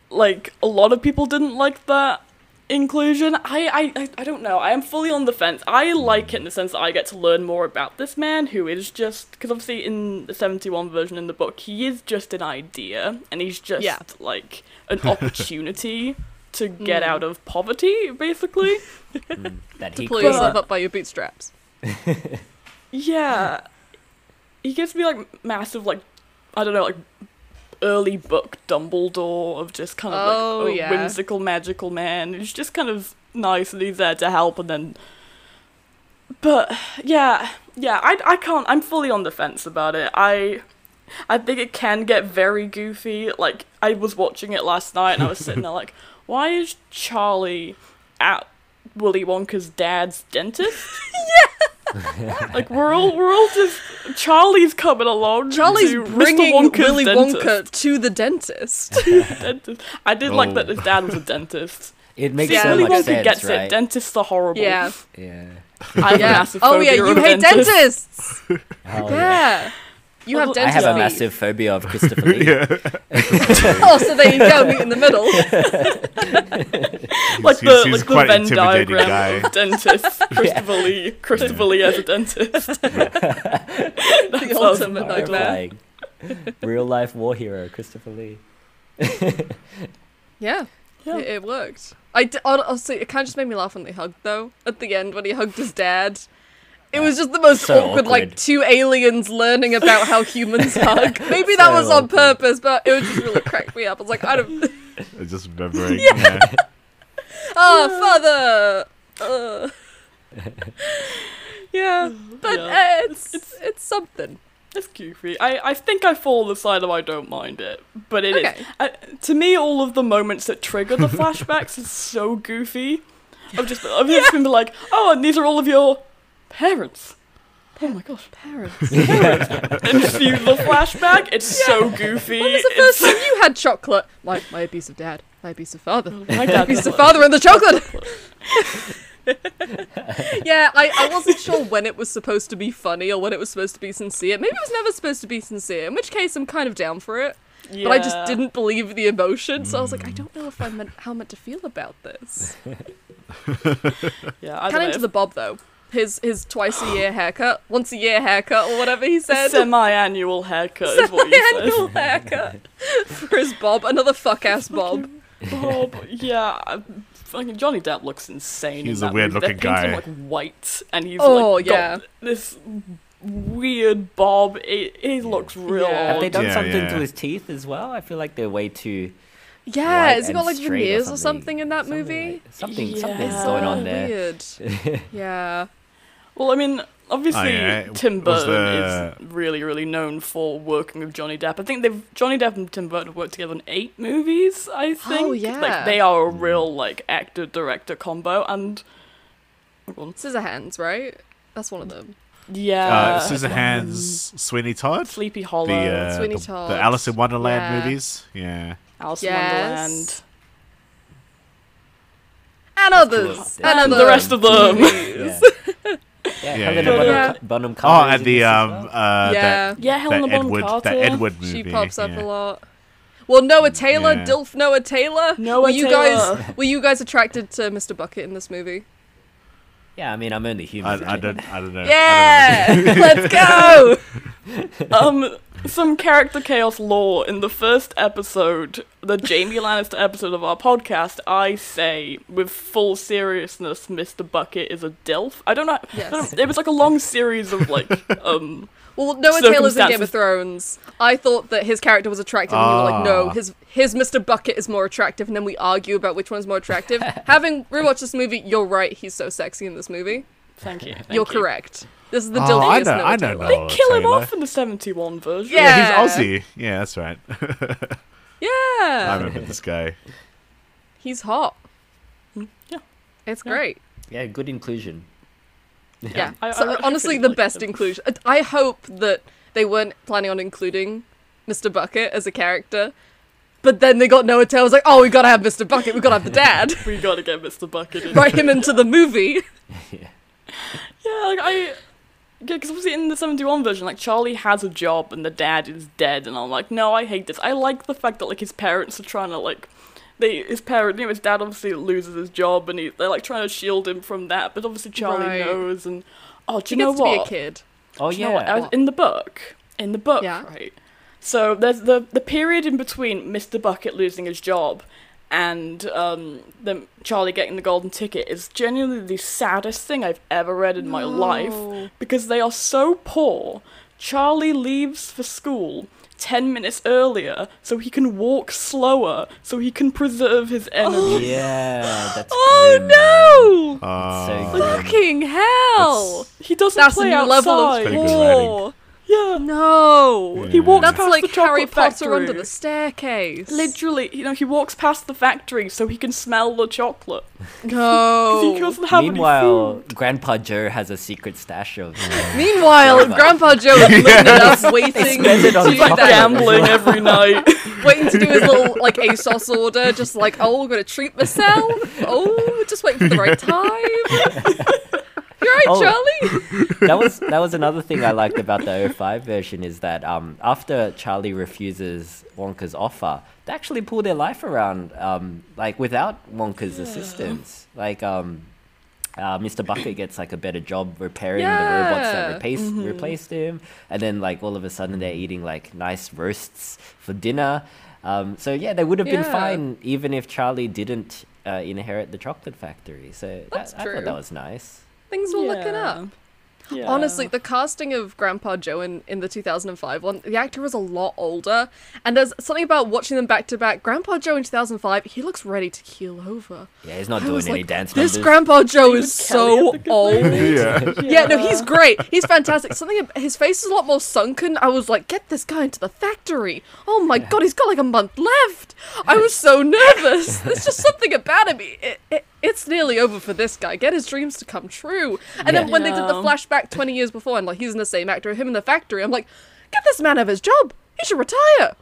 [SPEAKER 1] Like a lot of people didn't like that inclusion. I, I, I, I don't know. I am fully on the fence. I like it in the sense that I get to learn more about this man who is just because obviously in the seventy one version in the book he is just an idea and he's just
[SPEAKER 2] Yeah.
[SPEAKER 1] like an opportunity to get
[SPEAKER 2] Hmm.
[SPEAKER 1] out of poverty basically.
[SPEAKER 4] mm, that he
[SPEAKER 2] Pull
[SPEAKER 1] But-
[SPEAKER 2] yourself up by your bootstraps.
[SPEAKER 1] Yeah. He gives me like massive like I don't know like early book Dumbledore of just kind of
[SPEAKER 2] Oh,
[SPEAKER 1] like a
[SPEAKER 2] yeah.
[SPEAKER 1] whimsical magical man. He's just kind of nice and he's there to help and then but yeah, yeah, I I can't I'm fully on the fence about it. I I think it can get very goofy. Like I was watching it last night and I was sitting there like, why is Charlie at Willy Wonka's dad's dentist? yeah. like we're all we're all just Charlie's coming along.
[SPEAKER 2] Charlie's
[SPEAKER 1] to Mr.
[SPEAKER 2] bringing
[SPEAKER 1] Wonka's
[SPEAKER 2] Willy
[SPEAKER 1] dentist,
[SPEAKER 2] Wonka to the dentist.
[SPEAKER 1] dentist. I did like that his dad was a dentist.
[SPEAKER 4] It makes
[SPEAKER 1] See,
[SPEAKER 2] Yeah.
[SPEAKER 4] so
[SPEAKER 1] Willy
[SPEAKER 4] much
[SPEAKER 1] Wonka
[SPEAKER 4] sense,
[SPEAKER 1] gets
[SPEAKER 4] right?
[SPEAKER 1] it. Dentists are horrible.
[SPEAKER 2] yeah.
[SPEAKER 4] yeah.
[SPEAKER 1] I have a
[SPEAKER 2] yeah.
[SPEAKER 1] massive
[SPEAKER 2] Oh yeah,
[SPEAKER 1] phobia
[SPEAKER 2] you
[SPEAKER 1] of
[SPEAKER 2] hate
[SPEAKER 1] dentists. Oh,
[SPEAKER 2] dentists.
[SPEAKER 4] Hell
[SPEAKER 2] Yeah. You
[SPEAKER 1] I
[SPEAKER 2] have
[SPEAKER 4] Oh, I
[SPEAKER 2] dentist
[SPEAKER 4] have a
[SPEAKER 2] feet.
[SPEAKER 4] massive phobia of Christopher Lee.
[SPEAKER 2] Oh, so there you go, meet in the middle.
[SPEAKER 1] like
[SPEAKER 3] He's-
[SPEAKER 1] the, like
[SPEAKER 3] he's
[SPEAKER 1] the
[SPEAKER 3] quite an
[SPEAKER 1] Venn
[SPEAKER 3] intimidating
[SPEAKER 1] diagram
[SPEAKER 3] guy.
[SPEAKER 1] of dentist Christopher Lee Christopher Lee as a dentist. um, That's
[SPEAKER 2] The ultimate
[SPEAKER 1] awesome.
[SPEAKER 2] nightmare.
[SPEAKER 4] Horrifying. Real life war hero, Christopher Lee.
[SPEAKER 2] Yeah.
[SPEAKER 1] Yeah.
[SPEAKER 2] It, it worked. I d- hon- honestly, it kind of just made me laugh when they hugged, though. At the end, when he hugged his dad, it was just the most
[SPEAKER 4] So
[SPEAKER 2] awkward, Like
[SPEAKER 4] awkward.
[SPEAKER 2] two aliens learning about how humans hug. Maybe that
[SPEAKER 4] So
[SPEAKER 2] was on
[SPEAKER 4] awkward.
[SPEAKER 2] purpose, but it was just really cracked me up. I was like, I don't.
[SPEAKER 3] I just remembering. yeah.
[SPEAKER 2] Ah, father. Uh. yeah, but
[SPEAKER 1] Yeah.
[SPEAKER 2] Uh, it's, it's something.
[SPEAKER 1] It's goofy. I, I think I fall on the side of I don't mind it, but it is
[SPEAKER 2] Okay.
[SPEAKER 1] I, to me all of the moments that trigger the flashbacks is so goofy. I've just I've just been like, oh, and these are all of your parents. Oh my gosh,
[SPEAKER 2] Parents.
[SPEAKER 1] and just you the flashback. It's so goofy.
[SPEAKER 2] When was the
[SPEAKER 1] It's-
[SPEAKER 2] first time you had chocolate? My my abusive dad. My abusive father.
[SPEAKER 1] my dad
[SPEAKER 2] He's the
[SPEAKER 1] was-
[SPEAKER 2] father and the chocolate. yeah, I, I wasn't sure when it was supposed to be funny or when it was supposed to be sincere. Maybe it was never supposed to be sincere, in which case I'm kind of down for it. But I just
[SPEAKER 1] Yeah. Mm.
[SPEAKER 2] didn't believe the emotion, so I was like, I don't know if I meant how I meant to feel about this.
[SPEAKER 1] Yeah, I
[SPEAKER 2] Kind of
[SPEAKER 1] don't
[SPEAKER 2] into
[SPEAKER 1] know.
[SPEAKER 2] the Bob though. His his twice a year haircut, once a year haircut or whatever he said.
[SPEAKER 1] semi-annual haircut is what you said.
[SPEAKER 2] Annual haircut for his Bob, another fuck ass Bob.
[SPEAKER 1] Bob, yeah, I- fucking Johnny Depp looks insane.
[SPEAKER 3] He's
[SPEAKER 1] in
[SPEAKER 3] a
[SPEAKER 1] that
[SPEAKER 3] weird
[SPEAKER 1] movie. They
[SPEAKER 3] looking
[SPEAKER 1] paint him,
[SPEAKER 3] guy.
[SPEAKER 1] like white, and he's
[SPEAKER 2] Oh,
[SPEAKER 1] like
[SPEAKER 2] yeah.
[SPEAKER 1] got this weird bob. He, he looks real.
[SPEAKER 2] Um, Yeah.
[SPEAKER 4] Have they
[SPEAKER 1] odd.
[SPEAKER 4] done
[SPEAKER 3] Yeah,
[SPEAKER 4] something to
[SPEAKER 3] yeah.
[SPEAKER 4] his teeth as well? I feel like they're way too.
[SPEAKER 2] Yeah,
[SPEAKER 4] white
[SPEAKER 2] has he
[SPEAKER 4] and
[SPEAKER 2] got like
[SPEAKER 4] straight
[SPEAKER 2] veneers or something in that movie?
[SPEAKER 4] like- something,
[SPEAKER 1] Yeah.
[SPEAKER 4] something's
[SPEAKER 1] It's
[SPEAKER 4] going
[SPEAKER 2] so
[SPEAKER 4] on there.
[SPEAKER 2] Weird. yeah.
[SPEAKER 1] Well, I mean, obviously
[SPEAKER 3] Oh, yeah,
[SPEAKER 1] Tim
[SPEAKER 3] it was
[SPEAKER 1] Burton is really, really known for working with Johnny Depp. I think they've Johnny Depp and Tim Burton have worked together on eight movies. I think.
[SPEAKER 2] Oh, yeah.
[SPEAKER 1] Like they are
[SPEAKER 3] Hmm.
[SPEAKER 1] a real like actor director combo, and hold on.
[SPEAKER 2] Scissor hands, right? That's one of them.
[SPEAKER 1] yeah,
[SPEAKER 3] Uh, Scissorhands, Sweeney Todd,
[SPEAKER 1] Sleepy
[SPEAKER 3] the
[SPEAKER 1] Hollow,
[SPEAKER 3] uh,
[SPEAKER 2] Sweeney
[SPEAKER 3] the,
[SPEAKER 2] Todd.
[SPEAKER 3] the Alice in Wonderland
[SPEAKER 2] Yeah.
[SPEAKER 3] movies. Yeah.
[SPEAKER 1] Alice in
[SPEAKER 2] Yes.
[SPEAKER 1] Wonderland.
[SPEAKER 2] And others.
[SPEAKER 4] cool.
[SPEAKER 2] And
[SPEAKER 1] And
[SPEAKER 2] others.
[SPEAKER 1] the rest of them.
[SPEAKER 4] Yeah. yeah,
[SPEAKER 3] Yeah,
[SPEAKER 4] Helena
[SPEAKER 3] yeah.
[SPEAKER 4] Bonham,
[SPEAKER 2] Yeah.
[SPEAKER 4] Bonham
[SPEAKER 3] Oh,
[SPEAKER 4] Carter is
[SPEAKER 3] and
[SPEAKER 4] in
[SPEAKER 3] the
[SPEAKER 4] this as
[SPEAKER 3] um
[SPEAKER 4] well.
[SPEAKER 3] uh
[SPEAKER 2] yeah.
[SPEAKER 3] that,
[SPEAKER 1] Yeah, Helena
[SPEAKER 3] that
[SPEAKER 1] Bonham
[SPEAKER 3] Edward
[SPEAKER 1] Carter.
[SPEAKER 3] that Edward
[SPEAKER 2] she
[SPEAKER 3] movie.
[SPEAKER 2] pops up
[SPEAKER 3] yeah.
[SPEAKER 2] a lot. Well, Noah Taylor,
[SPEAKER 3] Yeah.
[SPEAKER 2] Dilf Noah Taylor.
[SPEAKER 1] Noah
[SPEAKER 2] were you
[SPEAKER 1] Taylor.
[SPEAKER 2] guys were you guys attracted to Mr. Bucket in this movie?
[SPEAKER 4] Yeah, I mean, I'm only human.
[SPEAKER 3] I, I don't. I don't know. I don't know.
[SPEAKER 2] Yeah. Let's go.
[SPEAKER 1] um, some character chaos lore in the first episode, the Jamie Lannister episode of our podcast. I say with full seriousness, Mr. Bucket is a dilf. I don't know. I
[SPEAKER 2] Yes.
[SPEAKER 1] don't- it was like a long series of like, um,
[SPEAKER 2] Well, Noah Taylor's in Game
[SPEAKER 1] Circumstances.
[SPEAKER 2] of Thrones. I thought that his character was attractive, and you were like, no,
[SPEAKER 3] Ah.
[SPEAKER 2] his his Mr. Bucket is more attractive, and then we argue about which one's more attractive. Having rewatched this movie, you're right. He's so sexy in this movie.
[SPEAKER 1] thank you. thank
[SPEAKER 2] You're
[SPEAKER 1] you. Ah,
[SPEAKER 2] correct. This is the
[SPEAKER 3] Oh, I
[SPEAKER 2] dilfiest
[SPEAKER 3] know.
[SPEAKER 2] Noah
[SPEAKER 3] I know.
[SPEAKER 2] Taylor.
[SPEAKER 1] They
[SPEAKER 3] Noah
[SPEAKER 1] kill him
[SPEAKER 3] Taylor.
[SPEAKER 1] off in the seventy-one version.
[SPEAKER 2] Yeah. Uh,
[SPEAKER 3] Yeah, he's Aussie. Yeah, that's right. I
[SPEAKER 2] Yeah.
[SPEAKER 3] remember this guy.
[SPEAKER 2] He's hot. Hmm?
[SPEAKER 1] yeah.
[SPEAKER 2] It's great.
[SPEAKER 4] yeah, good inclusion.
[SPEAKER 2] Yeah.
[SPEAKER 1] I- I
[SPEAKER 2] so
[SPEAKER 1] actually
[SPEAKER 2] honestly
[SPEAKER 1] pretty
[SPEAKER 2] the
[SPEAKER 1] like
[SPEAKER 2] best
[SPEAKER 1] it.
[SPEAKER 2] inclusion. uh, I I hope that they weren't planning on including Mr. Bucket as a character. But then they got Noah Taylor. I was like, oh, we gotta have Mr. Bucket. We gotta have the dad.
[SPEAKER 1] We gotta get Mr. Bucket in.
[SPEAKER 2] Write him into the movie.
[SPEAKER 1] Yeah, like I, yeah, because obviously in the seventy-one version, like Charlie has a job and the dad is dead, and I'm like, no, I hate this. I like the fact that like his parents are trying to like, they his parent, you know, his dad obviously loses his job, and he, they're like trying to shield him from that, but obviously Charlie
[SPEAKER 2] Right.
[SPEAKER 1] knows, and oh, do
[SPEAKER 2] He
[SPEAKER 1] you know
[SPEAKER 2] gets to
[SPEAKER 1] what?
[SPEAKER 2] be a kid.
[SPEAKER 4] Oh
[SPEAKER 1] Do you
[SPEAKER 4] yeah,
[SPEAKER 1] know what? I was- in the book, in the book,
[SPEAKER 2] Yeah.
[SPEAKER 1] right? So there's the the period in between Mr. Bucket losing his job and um, them Charlie getting the golden ticket is genuinely the saddest thing I've ever read in my
[SPEAKER 2] No.
[SPEAKER 1] life because they are so poor. Charlie leaves for school. 10 minutes earlier so he can walk slower so he can preserve his energy.
[SPEAKER 4] yeah. That's
[SPEAKER 2] Oh
[SPEAKER 4] grim,
[SPEAKER 2] no!
[SPEAKER 3] Uh,
[SPEAKER 4] So grim.
[SPEAKER 2] Fucking hell!
[SPEAKER 1] He doesn't
[SPEAKER 2] That's a
[SPEAKER 1] play
[SPEAKER 2] new level
[SPEAKER 1] outside.
[SPEAKER 2] of
[SPEAKER 3] Pretty good writing.
[SPEAKER 2] war.
[SPEAKER 1] yeah.
[SPEAKER 2] No.
[SPEAKER 1] He walks
[SPEAKER 2] That's
[SPEAKER 1] past
[SPEAKER 2] like
[SPEAKER 1] the chocolate
[SPEAKER 2] Harry Potter
[SPEAKER 1] factory.
[SPEAKER 2] under the staircase.
[SPEAKER 1] Literally, you know, he walks past the factory so he can smell the chocolate. 'Cause he
[SPEAKER 2] No.
[SPEAKER 1] doesn't have any
[SPEAKER 4] Oh, Meanwhile,
[SPEAKER 1] food.
[SPEAKER 4] Grandpa Joe has a secret stash of.
[SPEAKER 2] Meanwhile, if Grandpa Joe is living it up, waiting
[SPEAKER 4] Spends
[SPEAKER 2] to
[SPEAKER 4] it on
[SPEAKER 2] do
[SPEAKER 4] chocolate.
[SPEAKER 2] that,
[SPEAKER 1] Gambling every night.
[SPEAKER 2] waiting to do his little like ASOS order, just like oh, I'm gonna treat myself. Oh, just waiting for the right time. You're right,
[SPEAKER 4] Oh.
[SPEAKER 2] Charlie.
[SPEAKER 4] that was that was another thing I liked about the 05 version is that um, after Charlie refuses Wonka's offer, they actually pull their life around um, like without Wonka's assistance. Like um, uh, Mr. Bucket gets like a better job repairing the robots that
[SPEAKER 2] Yeah. Mm-hmm.
[SPEAKER 4] replace, replaced him, and then like all of a sudden they're eating like nice roasts for dinner. Um, so yeah, they would have been
[SPEAKER 2] Yeah.
[SPEAKER 4] fine even if Charlie didn't uh, inherit the chocolate factory. So
[SPEAKER 2] That's
[SPEAKER 4] that, I thought
[SPEAKER 2] true.
[SPEAKER 4] that was nice.
[SPEAKER 2] Things were looking
[SPEAKER 1] Yeah.
[SPEAKER 2] up.
[SPEAKER 1] Yeah.
[SPEAKER 2] Honestly, the casting of Grandpa Joe in, in the 2005 one, the actor was a lot older. And there's something about watching them back to back. Grandpa Joe in 2005, he looks ready to keel over.
[SPEAKER 4] Yeah, he's not
[SPEAKER 2] I
[SPEAKER 4] doing
[SPEAKER 2] was
[SPEAKER 4] any
[SPEAKER 2] like,
[SPEAKER 4] dance
[SPEAKER 2] This
[SPEAKER 4] numbers.
[SPEAKER 2] Grandpa Joe is
[SPEAKER 1] Kelly
[SPEAKER 2] so
[SPEAKER 1] at
[SPEAKER 2] old.
[SPEAKER 3] yeah.
[SPEAKER 2] Yeah, no, he's great. He's fantastic. Something ab- his face is a lot more sunken. I was like, get this guy into the factory. Oh my god, he's got like a month left. I was so nervous. There's just something about him. It, it, it's nearly over for this guy. Get his dreams to come true. And then
[SPEAKER 4] Yeah.
[SPEAKER 2] when they did the
[SPEAKER 1] Yeah.
[SPEAKER 2] flashback 20 years before, and like he's in the same actor, him in the factory. I'm like, get this man out of his job. He should retire.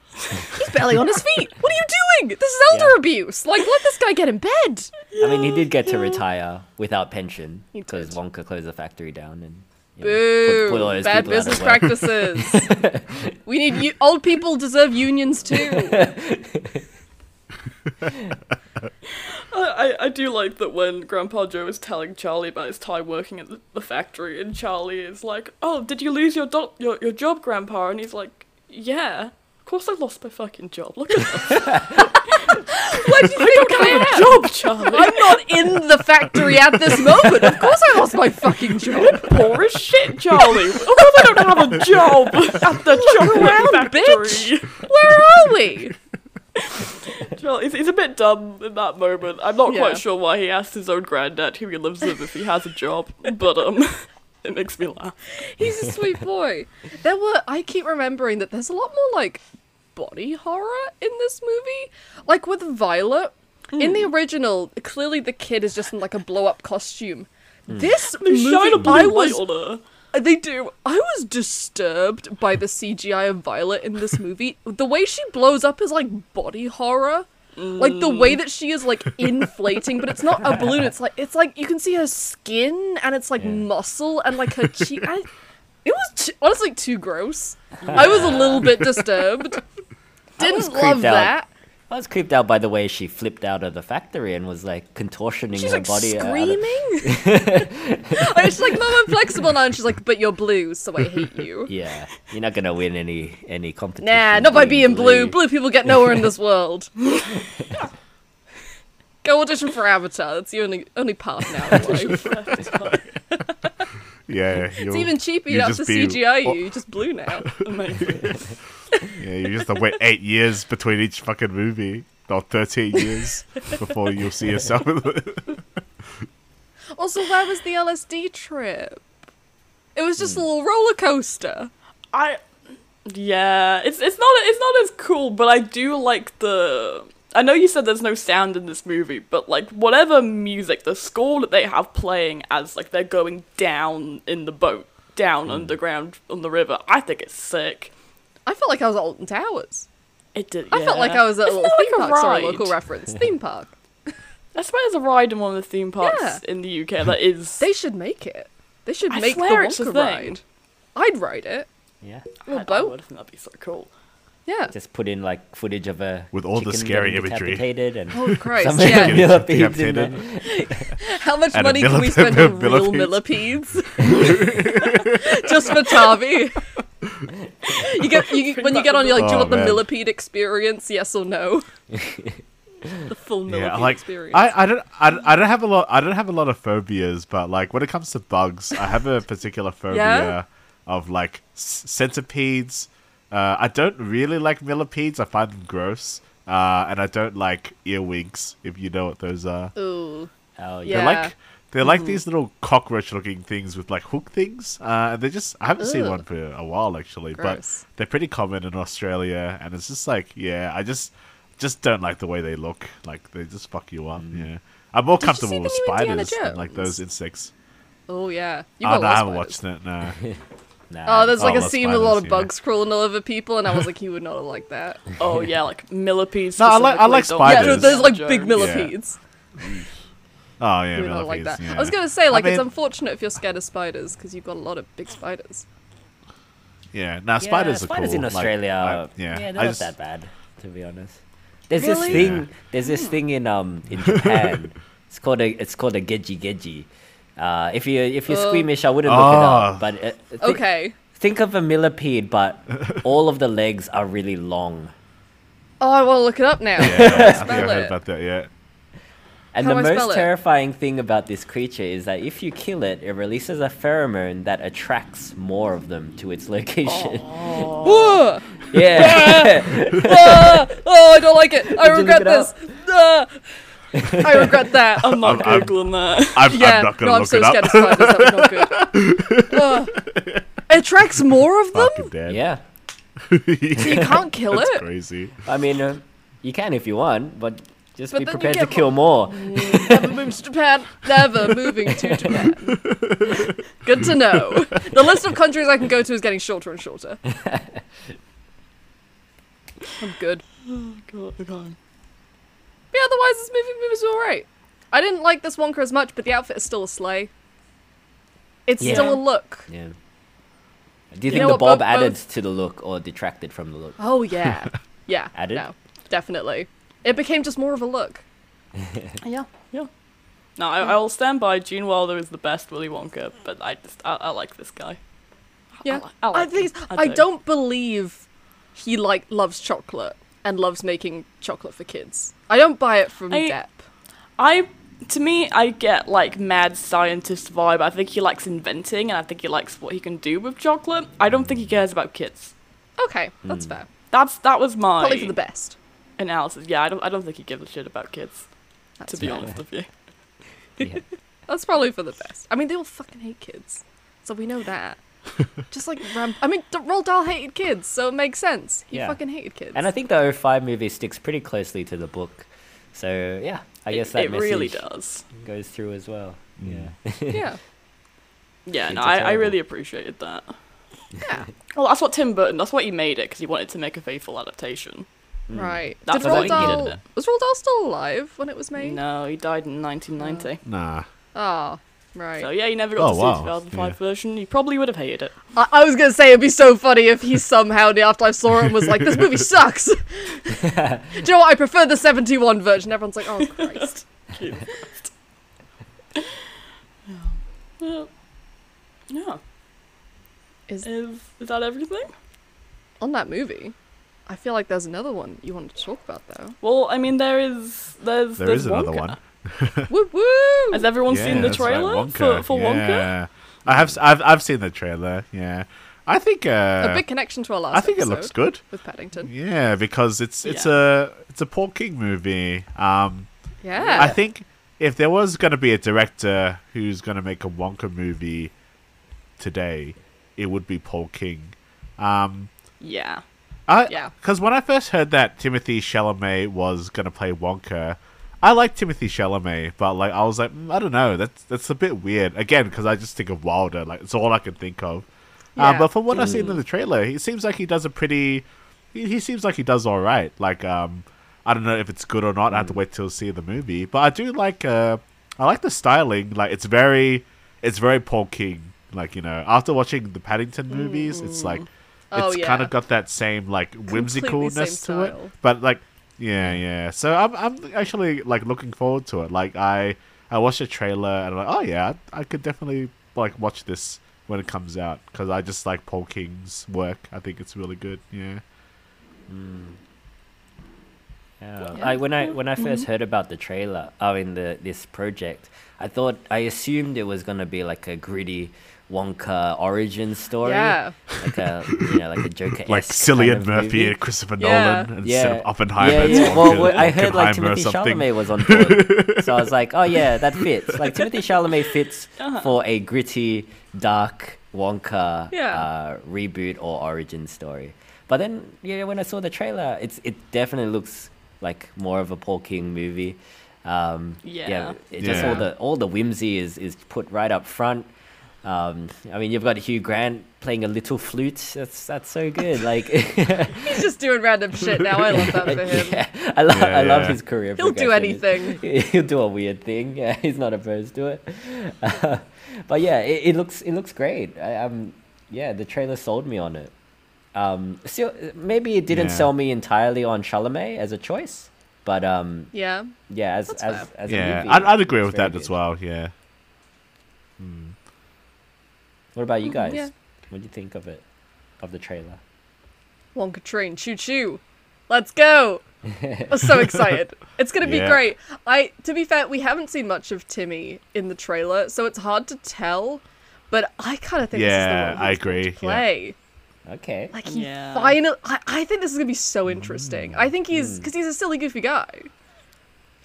[SPEAKER 2] He's barely on his feet. What are you doing? This is elder
[SPEAKER 4] Yeah.
[SPEAKER 2] abuse. Like, let this guy get in bed.
[SPEAKER 4] I mean, he did get to retire without pension
[SPEAKER 2] He
[SPEAKER 4] because
[SPEAKER 2] did.
[SPEAKER 4] Wonka closed the factory down and you know,
[SPEAKER 2] Boo!
[SPEAKER 4] all those
[SPEAKER 2] Bad
[SPEAKER 4] people out of
[SPEAKER 2] business
[SPEAKER 4] work.
[SPEAKER 2] practices. we need u- old people deserve unions too.
[SPEAKER 1] I, I I do like that when Grandpa Joe is telling Charlie about his time working at the, the factory, and Charlie is like, "Oh, did you lose your do- your your job, Grandpa?" And he's like, "Yeah, of course I lost my fucking job. Look at that
[SPEAKER 2] Why do you think I am?
[SPEAKER 1] job, Charlie.
[SPEAKER 2] I'm not in the factory at this moment. Of course, I lost my fucking job.
[SPEAKER 1] poor as shit, Charlie. Of course I don't have a job at the
[SPEAKER 2] around,
[SPEAKER 1] chocolate factory."
[SPEAKER 2] bitch. Where are we?
[SPEAKER 1] Charlie, he's, he's a bit dumb in that moment. I'm not
[SPEAKER 2] Yeah.
[SPEAKER 1] quite sure why he asked his own granddad who he lives with if he has a job, but um, it makes me laugh.
[SPEAKER 2] He's a sweet boy. There were. I keep remembering that there's a lot more like body horror in this movie. Like with Violet in the
[SPEAKER 4] Hmm.
[SPEAKER 2] original, clearly the kid is just in like a blow up costume.
[SPEAKER 4] Hmm.
[SPEAKER 2] This
[SPEAKER 1] They
[SPEAKER 2] movie,
[SPEAKER 1] shine a
[SPEAKER 2] I
[SPEAKER 1] blue light
[SPEAKER 2] was
[SPEAKER 1] on her.
[SPEAKER 2] They do. I was disturbed by the CGI of Violet in this movie. The way she blows up is like body horror. Like the way that she is like
[SPEAKER 4] Mm.
[SPEAKER 2] inflating, but it's not a balloon. It's like it's like you can see her skin and it's like
[SPEAKER 4] Yeah.
[SPEAKER 2] muscle and like her cheek. I, it was t- honestly too gross. I was a little bit disturbed.
[SPEAKER 4] was
[SPEAKER 2] Didn't
[SPEAKER 4] creeped
[SPEAKER 2] love
[SPEAKER 4] out.
[SPEAKER 2] that.
[SPEAKER 4] I was creeped out by the way she flipped out of the factory and was like contortioning
[SPEAKER 2] She's
[SPEAKER 4] her
[SPEAKER 2] like
[SPEAKER 4] body. uh, out of-
[SPEAKER 2] screaming. I was like, "Mom, I'm flexible now," and she's like, "But you're blue, so I hate you."
[SPEAKER 4] yeah, you're not gonna win any any competition.
[SPEAKER 2] Nah, not by being blue. Blue people get nowhere in this world. Go audition for Avatar. That's the only only path now. in life.
[SPEAKER 3] Yeah.
[SPEAKER 2] It's even cheap enough to
[SPEAKER 3] just be-
[SPEAKER 2] CGI you. You're just blue now.
[SPEAKER 1] Amazing.
[SPEAKER 3] Yeah, you just have to wait eight years between each fucking movie, or thirteen years before you'll see yourself. in the-
[SPEAKER 2] Also, where was the LSD trip? It was just a
[SPEAKER 1] Hmm.
[SPEAKER 2] little roller coaster.
[SPEAKER 1] I yeah, it's it's not it's not as cool, but I do like the. I know you said there's no sound in this movie, but like whatever music, the score that they have playing as like they're going down in the boat, down underground on the river, I think it's sick.
[SPEAKER 2] I felt like I was at Alton Towers.
[SPEAKER 1] It did.
[SPEAKER 2] I felt like I was at a
[SPEAKER 1] Isn't
[SPEAKER 2] little
[SPEAKER 1] there,
[SPEAKER 2] theme
[SPEAKER 1] like, a
[SPEAKER 2] park. Sorry,
[SPEAKER 1] ride?
[SPEAKER 2] local reference. Theme park.
[SPEAKER 1] I swear there's a ride in one of the theme parks
[SPEAKER 2] Yeah.
[SPEAKER 1] in the UK that is.
[SPEAKER 2] They should make it. They should
[SPEAKER 1] I
[SPEAKER 2] make
[SPEAKER 1] swear
[SPEAKER 2] the
[SPEAKER 1] it's a thing.
[SPEAKER 2] Wonka ride. I'd ride it.
[SPEAKER 4] Yeah,
[SPEAKER 1] I, I
[SPEAKER 2] boat.
[SPEAKER 1] would think that'd be so cool.
[SPEAKER 2] Yeah.
[SPEAKER 4] just put in like footage of a
[SPEAKER 3] With all the
[SPEAKER 4] chicken
[SPEAKER 3] scary
[SPEAKER 4] getting
[SPEAKER 3] imagery.
[SPEAKER 4] decapitated and
[SPEAKER 2] Oh Christ!
[SPEAKER 4] something
[SPEAKER 2] Yeah.
[SPEAKER 3] Getting
[SPEAKER 4] millipedes in there.
[SPEAKER 3] decapitated.
[SPEAKER 2] How much
[SPEAKER 3] And a
[SPEAKER 2] money can we
[SPEAKER 3] millip-
[SPEAKER 2] spend on real
[SPEAKER 3] millipedes.
[SPEAKER 2] millipedes? Just for Tavi. you get you, when you get on, you're like, do you
[SPEAKER 3] Oh,
[SPEAKER 2] want the
[SPEAKER 3] man.
[SPEAKER 2] millipede experience? Yes or no? the full millipede
[SPEAKER 3] yeah, I like
[SPEAKER 2] experience.
[SPEAKER 3] I, I don't I, I don't have a lot I don't have a lot of phobias, but like when it comes to bugs, I have a particular phobia
[SPEAKER 2] Yeah?
[SPEAKER 3] of like s- centipedes. Uh, I don't really like millipedes. I find them gross, uh, and I don't like earwigs. If you know what those are,
[SPEAKER 2] Ooh. Yeah.
[SPEAKER 4] Oh
[SPEAKER 2] Mm-hmm.
[SPEAKER 4] yeah,
[SPEAKER 3] they're like they're like these little cockroach-looking things with like hook things. Uh, and they just I haven't seen
[SPEAKER 2] Ugh.
[SPEAKER 3] one for a while actually,
[SPEAKER 2] Gross.
[SPEAKER 3] but they're pretty common in Australia. And it's just like yeah, I just just don't like the way they look. Like they just fuck you up. Yeah, I'm more
[SPEAKER 2] you see
[SPEAKER 3] comfortable
[SPEAKER 2] the
[SPEAKER 3] with
[SPEAKER 2] new Indiana
[SPEAKER 3] spiders than like
[SPEAKER 2] Jones?
[SPEAKER 3] those insects.
[SPEAKER 2] Oh yeah. You
[SPEAKER 3] Oh,
[SPEAKER 2] got
[SPEAKER 3] no, I haven't
[SPEAKER 2] watched.
[SPEAKER 3] watched it. No,
[SPEAKER 4] nah,
[SPEAKER 2] Oh, there's like
[SPEAKER 3] Oh,
[SPEAKER 2] a
[SPEAKER 3] lost
[SPEAKER 2] scene with a lot
[SPEAKER 3] spiders,
[SPEAKER 2] of
[SPEAKER 3] yeah.
[SPEAKER 2] bugs crawling all over people, and I was like, he would not have liked that.
[SPEAKER 1] Oh yeah, like millipedes.
[SPEAKER 3] No, I like- I like
[SPEAKER 1] specifically,
[SPEAKER 2] yeah,
[SPEAKER 1] don't-
[SPEAKER 3] Spiders.
[SPEAKER 2] no, there's like big
[SPEAKER 1] Jones.
[SPEAKER 2] millipedes.
[SPEAKER 3] oh yeah,
[SPEAKER 2] You would not like
[SPEAKER 3] millipedes.
[SPEAKER 2] that.
[SPEAKER 3] Yeah.
[SPEAKER 2] I was gonna say, like, it's
[SPEAKER 3] mean-
[SPEAKER 2] unfortunate if you're scared of spiders because you've got a lot of big spiders.
[SPEAKER 3] yeah, no, spiders
[SPEAKER 4] yeah,
[SPEAKER 3] are cool.
[SPEAKER 4] in
[SPEAKER 3] Like,
[SPEAKER 4] Australia.
[SPEAKER 3] I-
[SPEAKER 4] yeah,
[SPEAKER 3] yeah,
[SPEAKER 4] they're
[SPEAKER 3] I
[SPEAKER 4] not
[SPEAKER 3] just-
[SPEAKER 4] that bad, to be honest. There's
[SPEAKER 2] Really?
[SPEAKER 4] this thing.
[SPEAKER 3] Yeah. Hmm.
[SPEAKER 4] There's this thing in um in Japan. it's called a it's called a geji geji, Uh, if you if you're
[SPEAKER 2] Oh.
[SPEAKER 4] squeamish, I wouldn't look it
[SPEAKER 3] Ah.
[SPEAKER 4] up. But uh, thi-
[SPEAKER 2] Okay.
[SPEAKER 4] think of a millipede, but all of the legs are really long.
[SPEAKER 2] Oh, I want to look it up now.
[SPEAKER 3] Yeah, I think I
[SPEAKER 2] Spell
[SPEAKER 3] heard
[SPEAKER 2] it.
[SPEAKER 3] about that. Yeah.
[SPEAKER 4] And
[SPEAKER 2] How
[SPEAKER 4] the
[SPEAKER 2] do I spell
[SPEAKER 4] most
[SPEAKER 2] it?
[SPEAKER 4] terrifying thing about this creature is that if you kill it, it releases a pheromone that attracts more of them to its location.
[SPEAKER 2] Whoa!
[SPEAKER 4] yeah.
[SPEAKER 2] Ah! oh, I don't like it. I
[SPEAKER 4] you
[SPEAKER 2] regret
[SPEAKER 4] look it up?
[SPEAKER 2] this. Ah! I regret that. Um,
[SPEAKER 1] I'm not
[SPEAKER 3] I'm- I'm-
[SPEAKER 1] googling that.
[SPEAKER 3] I'm,
[SPEAKER 2] yeah,
[SPEAKER 3] I'm not gonna
[SPEAKER 2] no, I'm
[SPEAKER 3] look
[SPEAKER 2] so
[SPEAKER 3] it
[SPEAKER 2] scared
[SPEAKER 3] up.
[SPEAKER 2] of spiders. That was not good. Ah. it attracts more of them.
[SPEAKER 3] Fucking dead.
[SPEAKER 4] yeah.
[SPEAKER 2] So you can't kill
[SPEAKER 3] That's
[SPEAKER 2] it.
[SPEAKER 3] crazy.
[SPEAKER 4] I mean, uh, you can if you want, but just
[SPEAKER 2] But
[SPEAKER 4] be
[SPEAKER 2] then you
[SPEAKER 4] prepared to
[SPEAKER 2] get
[SPEAKER 4] kill more.
[SPEAKER 2] Mm, Never moving to Japan. Never moving to Japan. Good to know. The list of countries I can go to is getting shorter and shorter. I'm good.
[SPEAKER 1] God, okay.
[SPEAKER 2] But yeah, otherwise this movie was alright. I didn't like this Wonka as much, but the outfit is still a sleigh. It's
[SPEAKER 4] Yeah.
[SPEAKER 2] still a look.
[SPEAKER 4] Yeah. Do you, think
[SPEAKER 2] know
[SPEAKER 4] the
[SPEAKER 2] what,
[SPEAKER 4] bob
[SPEAKER 2] both-
[SPEAKER 4] added
[SPEAKER 2] both-
[SPEAKER 4] to the look or detracted from the look?
[SPEAKER 2] Oh yeah. Yeah.
[SPEAKER 4] Added?
[SPEAKER 2] No. Definitely. It became just more of a look. yeah.
[SPEAKER 1] No, I, I will stand by. Gene Wilder is the best Willy Wonka, but I just I, I like this guy.
[SPEAKER 2] Yeah.
[SPEAKER 1] li-
[SPEAKER 2] I,
[SPEAKER 1] I like
[SPEAKER 2] think
[SPEAKER 1] him.
[SPEAKER 2] it's-
[SPEAKER 1] I
[SPEAKER 2] I,
[SPEAKER 1] do.
[SPEAKER 2] don't believe he like loves chocolate and loves making chocolate for kids. I don't buy it from
[SPEAKER 1] I-
[SPEAKER 2] Depp.
[SPEAKER 1] I to me, I get like mad scientist vibe. I think he likes inventing, and I think he likes what he can do with chocolate. I don't think he cares about kids.
[SPEAKER 2] Okay,
[SPEAKER 4] Hmm.
[SPEAKER 2] that's fair.
[SPEAKER 1] That's that was my
[SPEAKER 2] Probably for the best.
[SPEAKER 1] analysis. Yeah, I don't I don't think he gives a shit about kids.
[SPEAKER 2] That's
[SPEAKER 1] to be
[SPEAKER 2] fair.
[SPEAKER 1] honest with you.
[SPEAKER 4] Yeah.
[SPEAKER 2] That's probably for the best. I mean, they all fucking hate kids, so we know that. Just like Ram, I mean, D- Roald Dahl hated kids, so it makes sense. He
[SPEAKER 4] Yeah.
[SPEAKER 2] fucking hated kids.
[SPEAKER 4] And I think the 05 movie sticks pretty closely to the book. So, yeah, I guess
[SPEAKER 1] it,
[SPEAKER 4] that
[SPEAKER 1] it
[SPEAKER 4] message
[SPEAKER 1] really does.
[SPEAKER 4] goes through as well.
[SPEAKER 3] Mm.
[SPEAKER 4] Yeah.
[SPEAKER 2] yeah,
[SPEAKER 1] Yeah,
[SPEAKER 4] Kids
[SPEAKER 1] no,
[SPEAKER 4] are
[SPEAKER 1] I, I
[SPEAKER 4] terrible.
[SPEAKER 1] really appreciated that.
[SPEAKER 2] yeah,
[SPEAKER 1] Well, that's what Tim Burton. That's why he made it because he wanted to make a faithful adaptation.
[SPEAKER 4] Hmm. Mm.
[SPEAKER 2] right.
[SPEAKER 1] That's
[SPEAKER 2] Did
[SPEAKER 1] what I
[SPEAKER 2] Roald
[SPEAKER 1] think he did
[SPEAKER 2] Dahl
[SPEAKER 1] there.
[SPEAKER 2] was Roald Dahl still alive when it was made?
[SPEAKER 1] No, he died in 1990.
[SPEAKER 3] Nah.
[SPEAKER 2] Oh, right.
[SPEAKER 1] So yeah, he never got
[SPEAKER 3] Oh,
[SPEAKER 1] to
[SPEAKER 3] wow.
[SPEAKER 1] see the 2005
[SPEAKER 3] Yeah.
[SPEAKER 1] version. He probably would have hated it.
[SPEAKER 2] I, I was gonna say it'd be so funny if he somehow in the afterlife saw it and was like, "This movie sucks." Do you know what? I prefer the seventy-one version. Everyone's like, "Oh Christ."
[SPEAKER 1] Well, yeah.
[SPEAKER 2] Is
[SPEAKER 1] Is, is that everything?
[SPEAKER 2] on that movie? I feel like there's another one you wanted to talk about though.
[SPEAKER 1] Well, I mean, there is there's
[SPEAKER 3] There
[SPEAKER 1] there's
[SPEAKER 3] is another
[SPEAKER 1] Wonka.
[SPEAKER 3] one.
[SPEAKER 2] woo woo!
[SPEAKER 1] Has everyone seen the
[SPEAKER 3] that's right,
[SPEAKER 1] trailer for for Wonka?
[SPEAKER 3] yeah. I have. s- I've, I've seen the trailer. Yeah. I think. Uh,
[SPEAKER 2] A big connection to our last.
[SPEAKER 3] I think it
[SPEAKER 2] episode
[SPEAKER 3] looks good.
[SPEAKER 2] with Paddington.
[SPEAKER 3] Yeah, because it's it's
[SPEAKER 1] Yeah.
[SPEAKER 3] a it's a Paul King movie. Um,
[SPEAKER 2] Yeah.
[SPEAKER 3] I think if there was going to be a director who's going to make a Wonka movie today, it would be Paul King. Um,
[SPEAKER 1] Yeah.
[SPEAKER 3] I,
[SPEAKER 2] Yeah.
[SPEAKER 3] Because when I first heard that Timothy Chalamet was going to play Wonka, I like Timothy Chalamet, but like I was like, mm, I don't know, that's that's a bit weird. Again, because I just think of Wilder, like it's all I can think of.
[SPEAKER 2] Yeah.
[SPEAKER 3] Uh, but from what I've seen in the trailer, he seems like he does a pretty. He, he seems like he does all right. Like um, I don't know if it's good or not. I have to wait till see the movie. But I do like uh, I like the styling. Like it's very, it's very Paul King. Like you know, after watching the Paddington movies, it's like
[SPEAKER 2] Oh,
[SPEAKER 3] it's kind
[SPEAKER 2] yeah.
[SPEAKER 3] of got that same like
[SPEAKER 2] Completely same
[SPEAKER 3] whimsicalness to
[SPEAKER 2] style.
[SPEAKER 3] it. But like, yeah, yeah. So I'm I'm actually like looking forward to it. Like I I watched the trailer and I'm like, oh yeah, I, I could definitely like watch this when it comes out because I just like Paul King's work. I think it's really good. Yeah.
[SPEAKER 4] Yeah. I, when I
[SPEAKER 2] Mm-hmm.
[SPEAKER 4] when I 1st heard about the trailer, I mean the this project, I thought I assumed it was gonna be like a gritty Wonka origin story,
[SPEAKER 2] Yeah.
[SPEAKER 4] like a you know like a Joker
[SPEAKER 3] Like Cillian Murphy and Christopher
[SPEAKER 2] Yeah.
[SPEAKER 3] Nolan instead of Oppenheimer.
[SPEAKER 4] Yeah,
[SPEAKER 3] it's
[SPEAKER 4] yeah.
[SPEAKER 3] Wonka-
[SPEAKER 4] Well, well, I heard like
[SPEAKER 3] Wonkenheimer or
[SPEAKER 4] Timothy
[SPEAKER 3] something.
[SPEAKER 4] Chalamet was on board, so I was like, oh yeah, that fits. Like Timothy Chalamet fits for a gritty, dark Wonka
[SPEAKER 2] Yeah.
[SPEAKER 4] uh, reboot or origin story. But then, yeah, when I saw the trailer, it's it definitely looks like more of a Paul King movie. Um,
[SPEAKER 1] Yeah.
[SPEAKER 4] it just all
[SPEAKER 3] Yeah.
[SPEAKER 4] the all the whimsy is is put right up front. Um, I mean, you've got Hugh Grant playing a little flute. That's that's so good. Like,
[SPEAKER 2] He's just doing random shit now. Oh, I love that for him.
[SPEAKER 4] yeah, I love
[SPEAKER 3] Yeah,
[SPEAKER 4] I love
[SPEAKER 3] yeah.
[SPEAKER 4] his career.
[SPEAKER 2] He'll do
[SPEAKER 4] progression.
[SPEAKER 2] anything.
[SPEAKER 4] He'll do a weird thing. Yeah, he's not opposed to it. but yeah, it, it looks it looks great. I, um, yeah, the trailer sold me on it. Um, still, maybe it didn't
[SPEAKER 3] Yeah.
[SPEAKER 4] sell me entirely on Chalamet as a choice, but um,
[SPEAKER 2] Yeah.
[SPEAKER 4] yeah, as
[SPEAKER 2] That's
[SPEAKER 4] as,
[SPEAKER 2] fair.
[SPEAKER 4] as a
[SPEAKER 3] Yeah,
[SPEAKER 4] movie,
[SPEAKER 3] I'd, I'd agree
[SPEAKER 4] it's
[SPEAKER 3] with
[SPEAKER 4] very
[SPEAKER 3] that
[SPEAKER 4] good.
[SPEAKER 3] as well. Yeah.
[SPEAKER 4] What about you guys?
[SPEAKER 2] Mm, yeah.
[SPEAKER 4] What do you think of it, of the trailer?
[SPEAKER 2] Wonka train, choo choo. Let's go. I'm so excited. It's gonna be
[SPEAKER 3] Yeah.
[SPEAKER 2] great. I to be fair, we haven't seen much of Timmy in the trailer, so it's hard to tell. But I kind of think
[SPEAKER 3] Yeah,
[SPEAKER 2] this is the one
[SPEAKER 3] I
[SPEAKER 2] he's going to
[SPEAKER 3] agree, yeah.
[SPEAKER 2] Play
[SPEAKER 4] Okay.
[SPEAKER 2] like he
[SPEAKER 1] Yeah.
[SPEAKER 2] finally. I, I think this is gonna be so interesting. I think he's because he's a silly, goofy guy,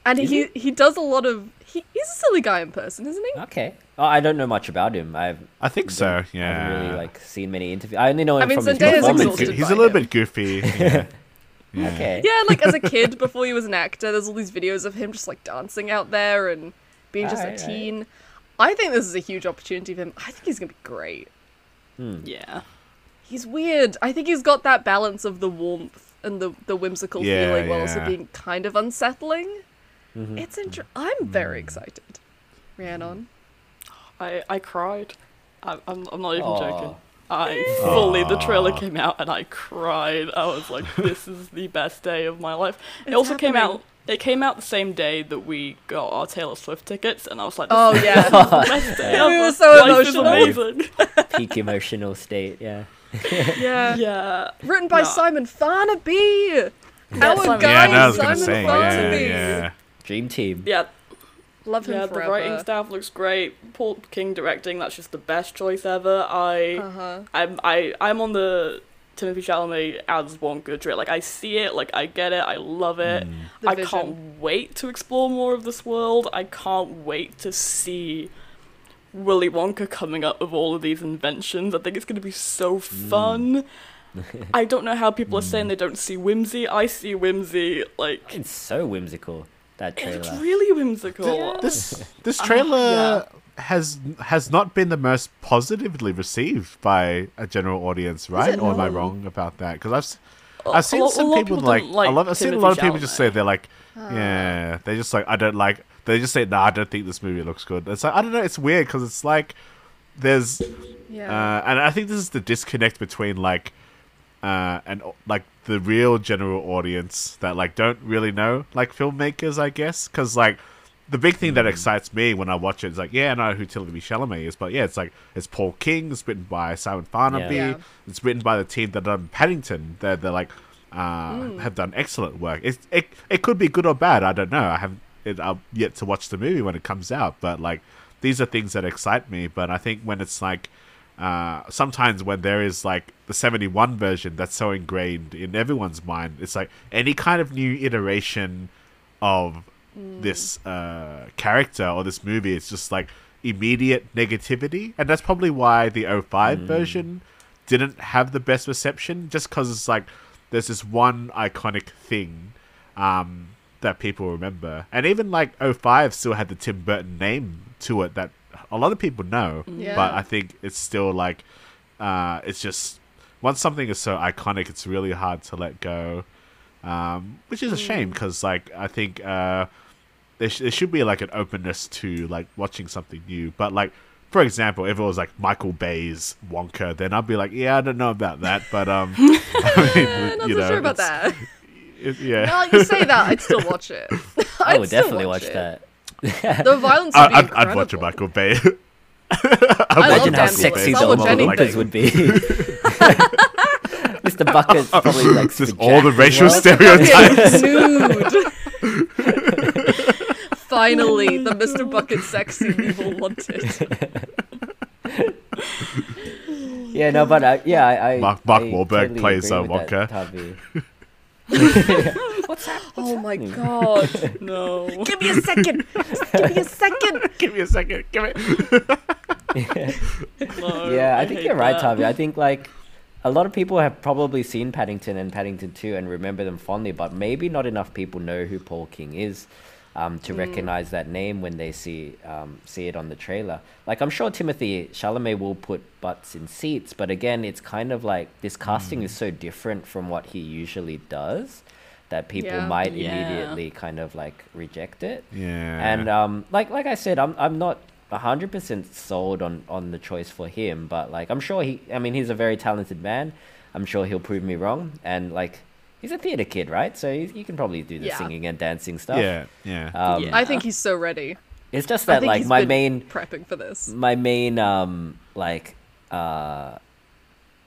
[SPEAKER 2] and
[SPEAKER 4] Is
[SPEAKER 2] he he does a lot of. He, he's a silly guy in person, isn't he?
[SPEAKER 4] Okay. Oh, I don't know much about him. I've
[SPEAKER 3] I think so. Yeah.
[SPEAKER 4] I haven't really like seen many interviews. I only know him
[SPEAKER 2] mean,
[SPEAKER 4] from his
[SPEAKER 2] Zendaya's
[SPEAKER 3] He's a little
[SPEAKER 4] performance.
[SPEAKER 3] bit
[SPEAKER 2] exhausted
[SPEAKER 3] goo- He's
[SPEAKER 2] by
[SPEAKER 3] a little
[SPEAKER 2] him.
[SPEAKER 3] bit goofy. Yeah.
[SPEAKER 4] Okay.
[SPEAKER 2] Yeah, like as a kid, before he was an actor, there's all these videos of him just like dancing out there and being just
[SPEAKER 4] Alright,
[SPEAKER 2] a
[SPEAKER 4] alright.
[SPEAKER 2] teen. I think this is a huge opportunity for him. I think he's gonna be great.
[SPEAKER 4] Hmm.
[SPEAKER 1] Yeah.
[SPEAKER 2] He's weird. I think he's got that balance of the warmth and the, the whimsical
[SPEAKER 3] Yeah,
[SPEAKER 2] feeling while also
[SPEAKER 3] yeah.
[SPEAKER 2] being kind of unsettling.
[SPEAKER 4] Mm-hmm.
[SPEAKER 2] It's inter- I'm very excited. Rhiannon.
[SPEAKER 1] I, I cried. I, I'm, I'm not even
[SPEAKER 4] Aw.
[SPEAKER 1] joking. I fully, the trailer came out and I cried. I was like, this is the best day of my life. It
[SPEAKER 2] It's
[SPEAKER 1] also came
[SPEAKER 2] happening.
[SPEAKER 1] out, it came out the same day that we got our Taylor Swift tickets and I was like, this
[SPEAKER 2] Oh
[SPEAKER 1] is
[SPEAKER 2] yeah.
[SPEAKER 1] the best day
[SPEAKER 2] We
[SPEAKER 1] ever.
[SPEAKER 2] were so
[SPEAKER 1] Life is
[SPEAKER 2] emotional.
[SPEAKER 1] amazing.
[SPEAKER 4] Peak emotional state. Yeah.
[SPEAKER 2] yeah.
[SPEAKER 1] yeah.
[SPEAKER 2] Written by
[SPEAKER 1] No.
[SPEAKER 2] Simon Farnaby. Our
[SPEAKER 1] Simon-
[SPEAKER 2] guy
[SPEAKER 3] yeah, no, I was gonna
[SPEAKER 2] Simon
[SPEAKER 3] say. Yeah,
[SPEAKER 2] Farnaby.
[SPEAKER 3] yeah.
[SPEAKER 4] Dream team.
[SPEAKER 1] Yeah,
[SPEAKER 2] Love him
[SPEAKER 1] yeah, the
[SPEAKER 2] forever.
[SPEAKER 1] writing staff looks great. Paul King directing, that's just the best choice ever. I
[SPEAKER 2] Uh-huh.
[SPEAKER 1] I'm I I'm on the Timothy Chalamet as Wonka trail. Like I see it, like I get it, I love it.
[SPEAKER 2] The
[SPEAKER 1] I
[SPEAKER 2] vision.
[SPEAKER 1] can't wait to explore more of this world. I can't wait to see Willy Wonka coming up with all of these inventions. I think it's gonna be so fun.
[SPEAKER 4] Mm.
[SPEAKER 1] I don't know how people are saying they don't see whimsy. I see whimsy like
[SPEAKER 4] It's so whimsical that
[SPEAKER 1] it looks
[SPEAKER 4] trailer.
[SPEAKER 1] really whimsical.
[SPEAKER 3] This this
[SPEAKER 1] uh,
[SPEAKER 3] trailer has has not been the most positively received by a general audience, right? Or am I wrong about that? Because I've s- I've seen
[SPEAKER 1] lot- a
[SPEAKER 3] some
[SPEAKER 1] lot of
[SPEAKER 3] people
[SPEAKER 1] people
[SPEAKER 3] like,
[SPEAKER 1] didn't like
[SPEAKER 3] I love, I've seen a
[SPEAKER 1] Timothée
[SPEAKER 3] lot of people
[SPEAKER 1] Chalamet.
[SPEAKER 3] just
[SPEAKER 1] Ah.
[SPEAKER 3] say they're like, yeah, they just like I don't like. They just say, nah, I don't think this movie looks good. It's like I don't know. It's weird because it's like there's
[SPEAKER 2] Yeah.
[SPEAKER 3] Uh, and I think this is the disconnect between like uh, and like the real general audience that like don't really know like filmmakers, I guess, because like the big thing that excites me when I watch it is like, yeah, I know who Timothée Chalamet is, but yeah, it's like it's Paul King, it's written by Simon Farnaby,
[SPEAKER 2] Yeah.
[SPEAKER 3] it's written by the team that done Paddington. They're they're like uh, have done excellent work. It's it it could be good or bad. I don't know. I haven't it, I've yet to watch the movie when it comes out, but like these are things that excite me. But I think when it's like uh, sometimes when there is like the 71 version that's so ingrained in everyone's mind, it's like any kind of new iteration of this uh, character or this movie, it's just like immediate negativity. And that's probably why the 05 version didn't have the best reception, just because it's like there's this one iconic thing um, that people remember. And even like 05 still had the Tim Burton name to it that a lot of people know,
[SPEAKER 2] Yeah.
[SPEAKER 3] but I think it's still like uh, it's just once something is so iconic, it's really hard to let go, um, which
[SPEAKER 2] Mm.
[SPEAKER 3] is a shame because like I think uh, there, sh- there should be like an openness to like watching something new, but like. For example, if it was like Michael Bay's Wonka, then I'd be like, "Yeah, I don't know about that," but um, I mean,
[SPEAKER 2] Eh, not
[SPEAKER 3] you
[SPEAKER 2] so
[SPEAKER 3] know,
[SPEAKER 2] sure about that.
[SPEAKER 3] it's- it- yeah,
[SPEAKER 2] Now you say that, I'd still watch it.
[SPEAKER 4] I
[SPEAKER 2] I'd
[SPEAKER 4] would
[SPEAKER 2] still
[SPEAKER 4] definitely watch
[SPEAKER 2] it.
[SPEAKER 4] that.
[SPEAKER 2] The violence would be
[SPEAKER 3] I, I'd, I'd watch a
[SPEAKER 2] incredible.
[SPEAKER 3] Michael Bay.
[SPEAKER 2] I love
[SPEAKER 4] Imagine how
[SPEAKER 2] Damsel in
[SPEAKER 4] sexy the
[SPEAKER 2] Distress. I'll watch
[SPEAKER 4] Oompa
[SPEAKER 2] anything.
[SPEAKER 4] Loompas would be. Mr. Bucket's probably like
[SPEAKER 3] Just
[SPEAKER 4] super
[SPEAKER 3] all the
[SPEAKER 4] jacked as
[SPEAKER 3] racial
[SPEAKER 4] well.
[SPEAKER 3] stereotypes.
[SPEAKER 2] Nude. Finally, the Mr. Bucket sexy we've all wanted.
[SPEAKER 4] Yeah, no, but I, yeah, I, I
[SPEAKER 3] Mark- Mark
[SPEAKER 4] I
[SPEAKER 3] Wahlberg
[SPEAKER 4] totally
[SPEAKER 3] plays,
[SPEAKER 4] agree
[SPEAKER 3] uh,
[SPEAKER 4] with that,
[SPEAKER 3] Wonka.
[SPEAKER 4] Tavi.
[SPEAKER 2] oh my god.
[SPEAKER 1] no.
[SPEAKER 2] Give me a second. Just give me a second.
[SPEAKER 3] Give me a second. Give it.
[SPEAKER 1] no,
[SPEAKER 4] yeah, I, think
[SPEAKER 1] Oh, hate
[SPEAKER 4] you're right,
[SPEAKER 1] that.
[SPEAKER 4] Tavi. I think like a lot of people have probably seen Paddington and Paddington 2 and remember them fondly, but maybe not enough people know who Paul King is um,
[SPEAKER 1] Mm.
[SPEAKER 4] to recognize that name when they see um, see it on the trailer. Like I'm sure Timothy Chalamet will put butts in seats, but again, it's kind of like this casting
[SPEAKER 1] Mm.
[SPEAKER 4] is so different from what he usually does that people
[SPEAKER 2] Yeah.
[SPEAKER 4] might
[SPEAKER 1] Yeah.
[SPEAKER 4] immediately kind of like reject it.
[SPEAKER 3] Yeah.
[SPEAKER 4] And um, like like I said, I'm I'm not hundred percent sold on on the choice for him, but like I'm sure he. I mean, he's a very talented man. I'm sure he'll prove me wrong. And like, he's a theater kid, right? So he, he can probably do the
[SPEAKER 2] Yeah.
[SPEAKER 4] singing and dancing stuff.
[SPEAKER 3] yeah, yeah.
[SPEAKER 4] Um,
[SPEAKER 1] Yeah.
[SPEAKER 2] I think he's so ready.
[SPEAKER 4] It's just
[SPEAKER 2] I
[SPEAKER 4] that
[SPEAKER 2] think
[SPEAKER 4] like
[SPEAKER 2] he's
[SPEAKER 4] my
[SPEAKER 2] been
[SPEAKER 3] Mm.
[SPEAKER 4] main
[SPEAKER 2] prepping for this.
[SPEAKER 4] my main um like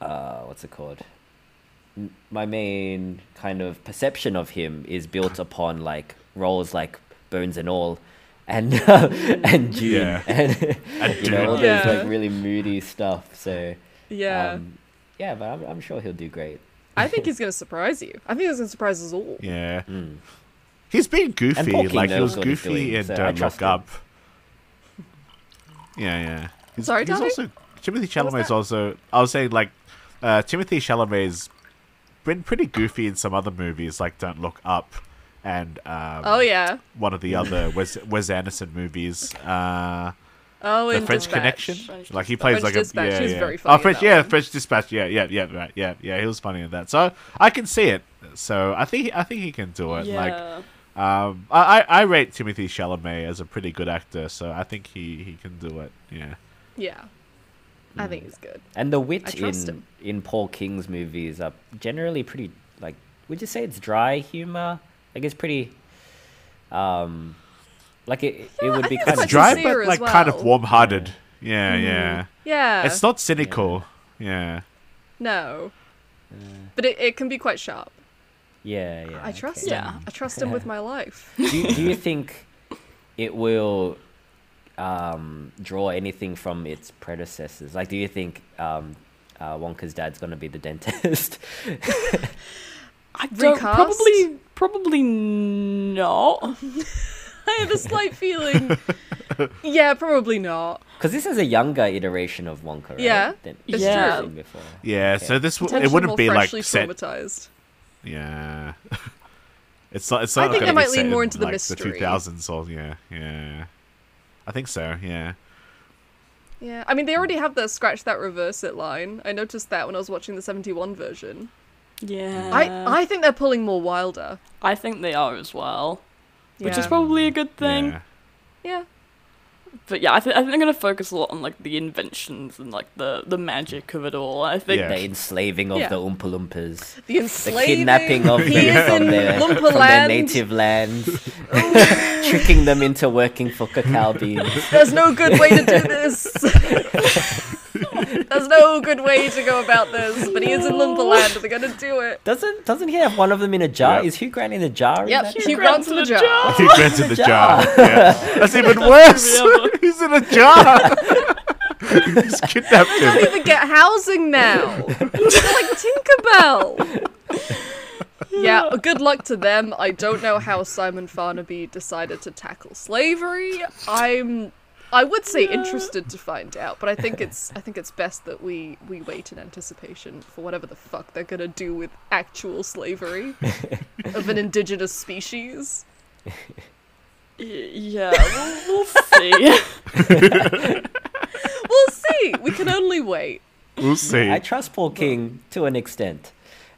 [SPEAKER 4] uh, what's it called? M- My main kind of perception of him is
[SPEAKER 3] Mm.
[SPEAKER 4] built upon like roles like Bones and All, and and June,
[SPEAKER 3] Yeah.
[SPEAKER 4] and, you know all
[SPEAKER 3] Dune.
[SPEAKER 4] those
[SPEAKER 2] Yeah.
[SPEAKER 4] like really moody stuff. So
[SPEAKER 2] Yeah.
[SPEAKER 4] um, yeah, but I'm, I'm sure he'll do great.
[SPEAKER 2] I think he's gonna surprise you. I think he's gonna surprise us all.
[SPEAKER 3] Yeah. He's been
[SPEAKER 4] And
[SPEAKER 3] goofy.
[SPEAKER 4] Porky
[SPEAKER 3] Like he
[SPEAKER 4] knows
[SPEAKER 3] was
[SPEAKER 4] what he's
[SPEAKER 3] goofy
[SPEAKER 4] doing,
[SPEAKER 3] in
[SPEAKER 4] so I
[SPEAKER 3] Don't
[SPEAKER 4] trust
[SPEAKER 3] Look
[SPEAKER 4] him.
[SPEAKER 3] Up. Yeah, yeah. He's,
[SPEAKER 2] Sorry,
[SPEAKER 3] he's
[SPEAKER 2] Tommy?
[SPEAKER 3] also Timothy
[SPEAKER 2] was
[SPEAKER 3] Chalamet's
[SPEAKER 2] that?
[SPEAKER 3] also. I was saying like, uh, Timothy Chalamet's been pretty goofy in some other movies like Don't Look Up, and um,
[SPEAKER 2] Oh yeah.
[SPEAKER 3] one of the other Wes, Wes Anderson movies. Uh,
[SPEAKER 2] Oh,
[SPEAKER 3] the
[SPEAKER 2] in
[SPEAKER 3] French
[SPEAKER 2] Dispatch.
[SPEAKER 3] Connection.
[SPEAKER 1] French
[SPEAKER 3] like he plays
[SPEAKER 2] French
[SPEAKER 3] like
[SPEAKER 2] Dispatch,
[SPEAKER 3] a yeah,
[SPEAKER 2] he was
[SPEAKER 3] yeah.
[SPEAKER 2] very
[SPEAKER 3] oh,
[SPEAKER 2] funny in
[SPEAKER 3] French,
[SPEAKER 2] that
[SPEAKER 3] yeah,
[SPEAKER 2] one.
[SPEAKER 3] French Dispatch, yeah, yeah, yeah, right, yeah, yeah. He was funny in that, so I can see it. So I think I think he can do it.
[SPEAKER 1] yeah.
[SPEAKER 3] Like um, I, I I rate Timothy Chalamet as a pretty good actor, so I think he he can do it. Yeah,
[SPEAKER 2] Yeah. I
[SPEAKER 3] Hmm.
[SPEAKER 2] think he's good.
[SPEAKER 4] And the
[SPEAKER 2] I
[SPEAKER 4] wit in
[SPEAKER 2] trust him.
[SPEAKER 4] in Paul King's movies are generally pretty like would you say it's dry humor? Like it's pretty um like it it would be
[SPEAKER 2] think
[SPEAKER 4] kind
[SPEAKER 2] it's
[SPEAKER 4] of
[SPEAKER 2] I can
[SPEAKER 3] dry
[SPEAKER 2] see her
[SPEAKER 3] but
[SPEAKER 2] as
[SPEAKER 3] like kind of
[SPEAKER 2] well. Mm.
[SPEAKER 3] warm-hearted. Yeah, yeah.
[SPEAKER 2] Yeah.
[SPEAKER 3] It's not cynical. Yeah.
[SPEAKER 2] No. But it, it can be quite sharp.
[SPEAKER 4] Yeah, yeah.
[SPEAKER 2] I trust
[SPEAKER 4] okay.
[SPEAKER 2] him.
[SPEAKER 1] Yeah.
[SPEAKER 2] I trust him with my life.
[SPEAKER 4] Do, do you think it will um draw anything from its predecessors? Like do you think um uh, Wonka's dad's gonna be the dentist.
[SPEAKER 1] I don't
[SPEAKER 2] Recast?
[SPEAKER 1] probably probably not.
[SPEAKER 2] I have a slight feeling. yeah, probably not.
[SPEAKER 4] Because this is a younger iteration of Wonka, right?
[SPEAKER 2] Yeah,
[SPEAKER 4] Than-
[SPEAKER 1] it's
[SPEAKER 4] than we've
[SPEAKER 1] true.
[SPEAKER 4] seen Before.
[SPEAKER 3] Yeah,
[SPEAKER 4] Okay.
[SPEAKER 3] so this w-
[SPEAKER 2] Potentially
[SPEAKER 3] it wouldn't
[SPEAKER 2] more
[SPEAKER 3] be like
[SPEAKER 2] freshly
[SPEAKER 3] set.
[SPEAKER 2] traumatized.
[SPEAKER 3] Yeah, it's not. It's
[SPEAKER 2] I
[SPEAKER 3] not
[SPEAKER 2] think
[SPEAKER 3] gonna
[SPEAKER 2] it might lean
[SPEAKER 3] be set
[SPEAKER 2] more
[SPEAKER 3] in,
[SPEAKER 2] into the
[SPEAKER 3] like,
[SPEAKER 2] mystery.
[SPEAKER 3] The two thousands, or yeah, yeah. I think so. Yeah.
[SPEAKER 2] Yeah, I mean they already have the scratch that reverse it line. I noticed that when I was watching the seventy one version.
[SPEAKER 1] Yeah.
[SPEAKER 2] I I think they're pulling more Wilder,
[SPEAKER 1] I think they are as well,
[SPEAKER 2] yeah.
[SPEAKER 1] which is probably a good thing.
[SPEAKER 3] Yeah.
[SPEAKER 2] yeah.
[SPEAKER 1] But yeah, I, th- I think they're going to focus a lot on like the inventions and like the the magic of it all. I think.
[SPEAKER 3] Yeah.
[SPEAKER 4] The enslaving of
[SPEAKER 2] Yeah.
[SPEAKER 4] the Oompa Loompas.
[SPEAKER 2] The
[SPEAKER 4] the
[SPEAKER 2] enslaving,
[SPEAKER 4] kidnapping of
[SPEAKER 2] he
[SPEAKER 4] them
[SPEAKER 2] is
[SPEAKER 4] from
[SPEAKER 2] in
[SPEAKER 4] their,
[SPEAKER 2] Lumpa
[SPEAKER 4] from their
[SPEAKER 2] Land.
[SPEAKER 4] native lands, tricking them into working for cacao beans.
[SPEAKER 2] There's no good way to do this. There's no good way to go about this, but he is in Lumberland. They're gonna do it.
[SPEAKER 4] Doesn't doesn't he have one of them in a jar?
[SPEAKER 3] Yep.
[SPEAKER 4] Is Hugh Grant in a jar? in
[SPEAKER 2] Yep,
[SPEAKER 4] that?
[SPEAKER 2] Hugh,
[SPEAKER 1] Hugh
[SPEAKER 2] Grant's
[SPEAKER 1] Grant's
[SPEAKER 2] in the
[SPEAKER 1] in a
[SPEAKER 2] jar.
[SPEAKER 3] He grants in the jar. Yeah. That's even worse.
[SPEAKER 1] other.
[SPEAKER 3] He's in a jar. He's kidnapped
[SPEAKER 2] They
[SPEAKER 3] him.
[SPEAKER 2] even get housing now. They're like Tinkerbell. Yeah, good luck to them. I don't know how Simon Farnaby decided to tackle slavery. I'm I would say interested to find out, but I think it's I think it's best that we we wait in anticipation for whatever the fuck they're gonna do with actual slavery of an indigenous species.
[SPEAKER 1] Y- yeah, we'll, we'll see.
[SPEAKER 2] We'll see. We can only wait.
[SPEAKER 3] We'll see.
[SPEAKER 4] I trust Paul King to an extent.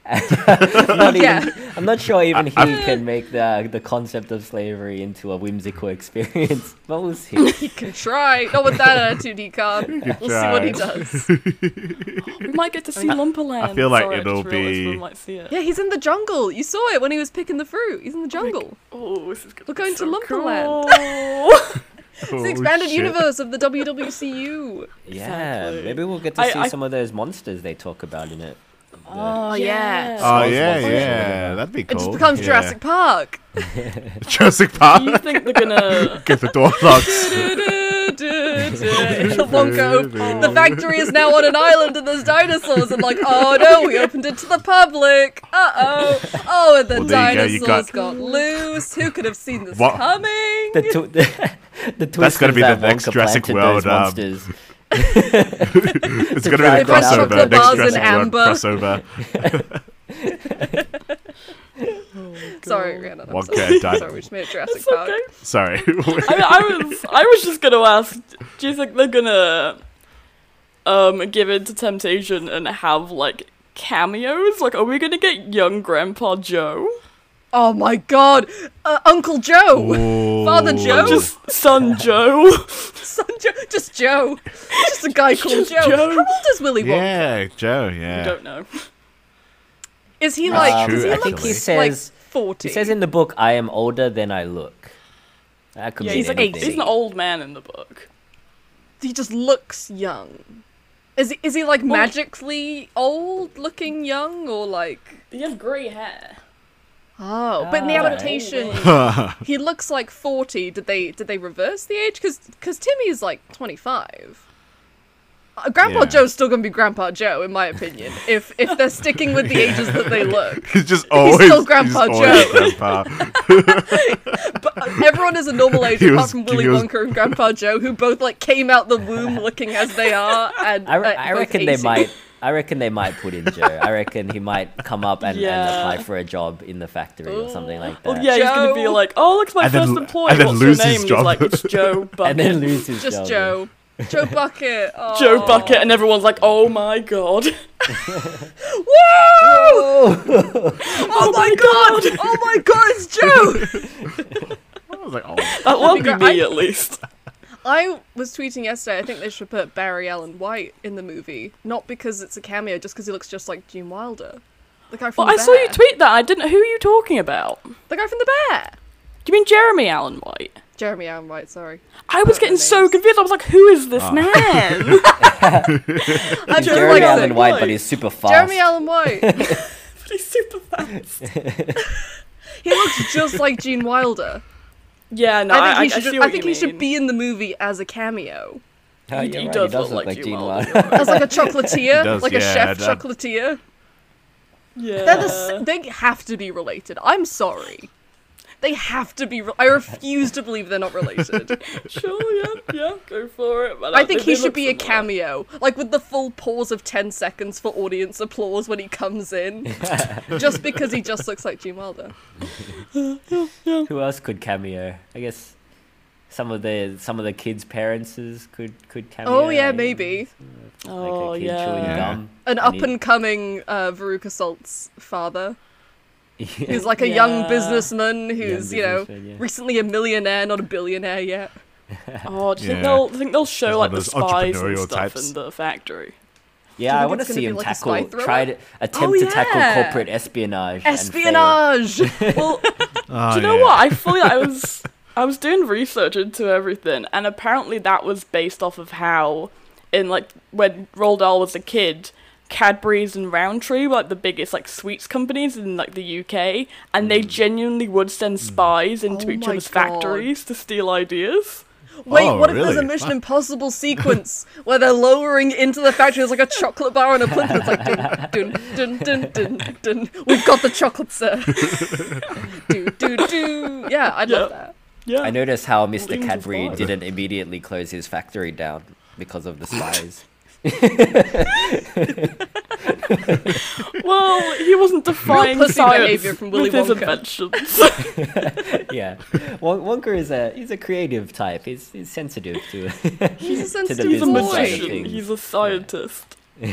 [SPEAKER 4] I'm, not
[SPEAKER 2] Yeah.
[SPEAKER 4] even, I'm not sure even he
[SPEAKER 3] I'm-
[SPEAKER 4] can make the the concept of slavery into a whimsical experience, but we'll see.
[SPEAKER 2] He can try. Not with that attitude, he can't. We'll see what he
[SPEAKER 3] try.
[SPEAKER 2] does.
[SPEAKER 1] we might get to see Lumberland.
[SPEAKER 3] I feel like
[SPEAKER 1] Sorry, I just
[SPEAKER 3] it'll
[SPEAKER 1] realised
[SPEAKER 3] be-
[SPEAKER 1] We might see it.
[SPEAKER 2] Yeah, he's in the jungle. You saw it when he was picking the fruit. He's in the jungle.
[SPEAKER 1] Oh, this is gonna
[SPEAKER 2] We're
[SPEAKER 1] be
[SPEAKER 2] going to
[SPEAKER 1] so
[SPEAKER 2] Lumberland.
[SPEAKER 1] cool.
[SPEAKER 2] It's
[SPEAKER 3] Oh,
[SPEAKER 2] the expanded
[SPEAKER 3] shit.
[SPEAKER 2] universe of the WWCU.
[SPEAKER 4] Yeah,
[SPEAKER 1] Exactly.
[SPEAKER 4] maybe we'll get to
[SPEAKER 1] I-
[SPEAKER 4] see
[SPEAKER 1] I-
[SPEAKER 4] some of those monsters they talk about in it. The-
[SPEAKER 2] yeah.
[SPEAKER 3] Oh
[SPEAKER 4] Skulls
[SPEAKER 3] yeah,
[SPEAKER 4] monster.
[SPEAKER 3] yeah. That'd be
[SPEAKER 2] It
[SPEAKER 3] cool.
[SPEAKER 2] just becomes
[SPEAKER 3] yeah.
[SPEAKER 2] Jurassic Park.
[SPEAKER 3] Jurassic
[SPEAKER 1] Do you
[SPEAKER 3] Park.
[SPEAKER 1] think they're gonna?
[SPEAKER 3] Get the door locks.
[SPEAKER 2] It's the Wonka. The factory is now on an island and there's dinosaurs. And like, oh no, we opened it to the public. Uh oh. Oh, and the
[SPEAKER 3] Well, there you go, you
[SPEAKER 2] dinosaurs got...
[SPEAKER 3] got-
[SPEAKER 2] loose. Who could have seen this
[SPEAKER 3] What-
[SPEAKER 2] coming?
[SPEAKER 4] the, tw- the, the twist
[SPEAKER 3] That's gotta
[SPEAKER 4] is
[SPEAKER 3] be
[SPEAKER 4] that
[SPEAKER 3] the next
[SPEAKER 4] Wonka
[SPEAKER 3] Jurassic
[SPEAKER 4] planted
[SPEAKER 3] World,
[SPEAKER 4] those
[SPEAKER 3] um,
[SPEAKER 4] monsters.
[SPEAKER 3] It's gonna be
[SPEAKER 4] They
[SPEAKER 3] the
[SPEAKER 4] put
[SPEAKER 3] crossover.
[SPEAKER 4] chocolate
[SPEAKER 3] Next
[SPEAKER 4] bars in
[SPEAKER 3] Jurassic World
[SPEAKER 2] amber.
[SPEAKER 3] crossover.
[SPEAKER 2] Sorry, Rihanna. I'm
[SPEAKER 3] Wonka
[SPEAKER 2] sorry.
[SPEAKER 3] and dino-
[SPEAKER 2] sorry, we just made it Jurassic
[SPEAKER 1] It's
[SPEAKER 2] Park.
[SPEAKER 1] okay.
[SPEAKER 3] Sorry.
[SPEAKER 1] I, mean, I was I was just gonna ask. Do you think they're gonna um give in to temptation and have like cameos? Like, are we gonna get young Grandpa Joe?
[SPEAKER 2] Oh my god, uh, Uncle Joe, Father
[SPEAKER 3] Ooh.
[SPEAKER 2] Joe, just
[SPEAKER 1] Just son Joe.
[SPEAKER 2] son Joe, just Joe, just a guy called
[SPEAKER 1] Just
[SPEAKER 2] Joe.
[SPEAKER 1] Joe.
[SPEAKER 2] How old is Willy Wonka?
[SPEAKER 3] Yeah, Joe.
[SPEAKER 1] I
[SPEAKER 3] Yeah.
[SPEAKER 1] don't know.
[SPEAKER 2] Is he
[SPEAKER 3] That's
[SPEAKER 2] like?
[SPEAKER 3] true,
[SPEAKER 2] does he
[SPEAKER 4] I
[SPEAKER 2] look
[SPEAKER 4] think he
[SPEAKER 3] actually.
[SPEAKER 2] like
[SPEAKER 4] says
[SPEAKER 2] forty?
[SPEAKER 4] he says in the book, "I am older than I look." That could
[SPEAKER 1] Yeah,
[SPEAKER 4] mean
[SPEAKER 1] he's like
[SPEAKER 4] anything.
[SPEAKER 1] he's an old man in the book.
[SPEAKER 2] he just looks young. Is he, is he like magically old looking young or like
[SPEAKER 1] He has grey hair.
[SPEAKER 2] Oh, but in the
[SPEAKER 4] Ah.
[SPEAKER 2] adaptation he looks like 40. Did they did they reverse the age cuz cuz Timmy is like 25. Uh, Grandpa
[SPEAKER 3] Yeah.
[SPEAKER 2] Joe's still going to be Grandpa Joe in my opinion if if they're sticking with the ages that they look.
[SPEAKER 3] He's just always
[SPEAKER 2] still Grandpa
[SPEAKER 3] he's
[SPEAKER 2] Joe.
[SPEAKER 3] always Grandpa.
[SPEAKER 2] But uh, everyone is a normal age
[SPEAKER 3] He
[SPEAKER 2] apart
[SPEAKER 3] was-
[SPEAKER 2] from Willy
[SPEAKER 3] he was-
[SPEAKER 2] Wonka and Grandpa Joe who both like came out the womb looking as they are and
[SPEAKER 4] I, re-
[SPEAKER 2] uh,
[SPEAKER 4] I
[SPEAKER 2] both
[SPEAKER 4] reckon they
[SPEAKER 2] 80.
[SPEAKER 4] might. I reckon they might put in Joe. I reckon he might come up and,
[SPEAKER 1] Yeah.
[SPEAKER 4] and apply for a job in the factory or something like that.
[SPEAKER 1] Well, Oh, yeah, he's gonna be
[SPEAKER 2] Joe.
[SPEAKER 1] like, "Oh, look, it's my
[SPEAKER 3] And then
[SPEAKER 1] first
[SPEAKER 3] l-
[SPEAKER 1] employee.
[SPEAKER 3] and then
[SPEAKER 1] What's
[SPEAKER 3] lose
[SPEAKER 1] your name?"
[SPEAKER 3] his
[SPEAKER 1] And
[SPEAKER 3] job.
[SPEAKER 1] he's like, "It's Joe Bucket."
[SPEAKER 4] and then lose his
[SPEAKER 2] just
[SPEAKER 4] job.
[SPEAKER 2] Joe. Joe Bucket. Oh.
[SPEAKER 1] Joe Bucket, and everyone's like, "Oh my god!"
[SPEAKER 2] Woo! Oh, my god. Oh my god, it's Joe.
[SPEAKER 3] I was like, oh,
[SPEAKER 1] That won't be
[SPEAKER 2] That'd be
[SPEAKER 1] me,
[SPEAKER 2] great.
[SPEAKER 1] at least.
[SPEAKER 2] I was tweeting yesterday. I think they should put Barry Allen White in the movie, not because it's a cameo, just because he looks just like Gene Wilder. The guy from
[SPEAKER 1] Well, I
[SPEAKER 2] the
[SPEAKER 1] saw you
[SPEAKER 2] Bear.
[SPEAKER 1] tweet that. I didn't. Who are you talking about? Do
[SPEAKER 2] The guy from the Bear.
[SPEAKER 1] you mean Jeremy Allen White?
[SPEAKER 2] Jeremy Allen White. Sorry.
[SPEAKER 1] I was
[SPEAKER 2] Don't
[SPEAKER 1] getting
[SPEAKER 2] know
[SPEAKER 1] so
[SPEAKER 2] names.
[SPEAKER 1] confused. I was like, "Who is
[SPEAKER 3] Oh.
[SPEAKER 1] this man?"
[SPEAKER 2] I just
[SPEAKER 4] Jeremy
[SPEAKER 2] like
[SPEAKER 4] Allen
[SPEAKER 2] it.
[SPEAKER 4] White,
[SPEAKER 1] White.
[SPEAKER 4] but he's super fast.
[SPEAKER 2] Jeremy Allen White.
[SPEAKER 1] But he's super fast.
[SPEAKER 2] He looks just like Gene Wilder.
[SPEAKER 1] Yeah, no,
[SPEAKER 2] I think
[SPEAKER 1] I,
[SPEAKER 2] he
[SPEAKER 1] I, I
[SPEAKER 2] should.
[SPEAKER 1] see
[SPEAKER 2] ju-
[SPEAKER 1] what
[SPEAKER 2] I think
[SPEAKER 1] you
[SPEAKER 2] he should
[SPEAKER 1] mean.
[SPEAKER 2] be in the movie as a cameo,
[SPEAKER 4] Oh,
[SPEAKER 1] He-
[SPEAKER 4] you're
[SPEAKER 1] he
[SPEAKER 4] right,
[SPEAKER 1] does look like Gene Wilder,
[SPEAKER 2] as like a
[SPEAKER 3] He
[SPEAKER 2] chocolatier,
[SPEAKER 3] does,
[SPEAKER 2] like a
[SPEAKER 3] yeah,
[SPEAKER 2] chef
[SPEAKER 3] that-
[SPEAKER 2] chocolatier.
[SPEAKER 1] Yeah.
[SPEAKER 2] They're the, s- they have to be related. I'm sorry. They have to be. Re- I refuse to believe they're not related.
[SPEAKER 1] sure, yeah, yeah, go for it. But, uh,
[SPEAKER 2] I think
[SPEAKER 1] they-
[SPEAKER 2] he
[SPEAKER 1] they
[SPEAKER 2] should
[SPEAKER 1] look
[SPEAKER 2] be a
[SPEAKER 1] similar.
[SPEAKER 2] cameo, like with the full pause of 10 seconds for audience applause when he comes in, just because he just looks like Gene Wilder.
[SPEAKER 4] Who else could cameo? I guess some of the some of the kids' parents could could cameo.
[SPEAKER 2] Oh, yeah,
[SPEAKER 4] I
[SPEAKER 2] maybe.
[SPEAKER 4] guess. Like
[SPEAKER 1] Oh,
[SPEAKER 4] a kid
[SPEAKER 1] yeah.
[SPEAKER 4] chewing gum.
[SPEAKER 2] An
[SPEAKER 4] And
[SPEAKER 2] up
[SPEAKER 4] he-
[SPEAKER 2] and coming uh, Veruca Salt's father,
[SPEAKER 4] Yeah.
[SPEAKER 2] who's like a young
[SPEAKER 1] Yeah.
[SPEAKER 2] businessman who's, you know,
[SPEAKER 4] businessman, yeah.
[SPEAKER 2] recently a millionaire, not a billionaire yet.
[SPEAKER 1] Oh, do you
[SPEAKER 3] Yeah.
[SPEAKER 1] think they'll do you think they'll show
[SPEAKER 3] There's one
[SPEAKER 1] like
[SPEAKER 3] of
[SPEAKER 1] the
[SPEAKER 3] those
[SPEAKER 1] spies and
[SPEAKER 3] entrepreneurial
[SPEAKER 1] stuff
[SPEAKER 3] types.
[SPEAKER 1] in the factory?
[SPEAKER 4] Yeah, I
[SPEAKER 2] think
[SPEAKER 4] want to
[SPEAKER 2] it's gonna
[SPEAKER 4] see
[SPEAKER 2] be
[SPEAKER 4] him
[SPEAKER 2] like a spy
[SPEAKER 4] tackle, try to
[SPEAKER 2] thriller? Oh,
[SPEAKER 4] attempt to
[SPEAKER 2] yeah.
[SPEAKER 4] tackle corporate espionage. and fail.
[SPEAKER 2] Espionage!
[SPEAKER 1] Well,
[SPEAKER 3] oh,
[SPEAKER 1] do you know
[SPEAKER 3] yeah.
[SPEAKER 1] what? I fully I was I was doing research into everything, and apparently that was based off of how in like when Roald Dahl was a kid. Cadbury's and Roundtree were like the biggest like sweets companies in like the UK, and
[SPEAKER 3] Mm.
[SPEAKER 1] they genuinely would send spies into
[SPEAKER 2] Oh
[SPEAKER 1] each
[SPEAKER 2] my
[SPEAKER 1] other's
[SPEAKER 2] God.
[SPEAKER 1] factories to steal ideas.
[SPEAKER 2] Wait,
[SPEAKER 3] Oh,
[SPEAKER 2] what if there's a
[SPEAKER 3] really?
[SPEAKER 2] Mission
[SPEAKER 3] Wow.
[SPEAKER 2] Impossible sequence where they're lowering into the factory? There's like a chocolate bar and a plinth. It's like dun dun dun dun dun dun. We've got the chocolate, sir. do do do. Yeah, I'd love
[SPEAKER 1] Yeah.
[SPEAKER 2] that.
[SPEAKER 1] Yeah,
[SPEAKER 4] I noticed how Mr.
[SPEAKER 1] Lean to
[SPEAKER 4] Cadbury
[SPEAKER 1] spy.
[SPEAKER 4] didn't immediately close his factory down because of the spies.
[SPEAKER 1] Well, he wasn't defying
[SPEAKER 2] pussy
[SPEAKER 1] science
[SPEAKER 2] behaviour from Willy
[SPEAKER 1] with his
[SPEAKER 2] Wonka.
[SPEAKER 1] inventions.
[SPEAKER 4] yeah, Won- Wonka is a he's a creative type. He's he's sensitive to.
[SPEAKER 2] He's a sensitive
[SPEAKER 1] He's a
[SPEAKER 4] business side of
[SPEAKER 1] magician.
[SPEAKER 4] things.
[SPEAKER 1] He's a scientist.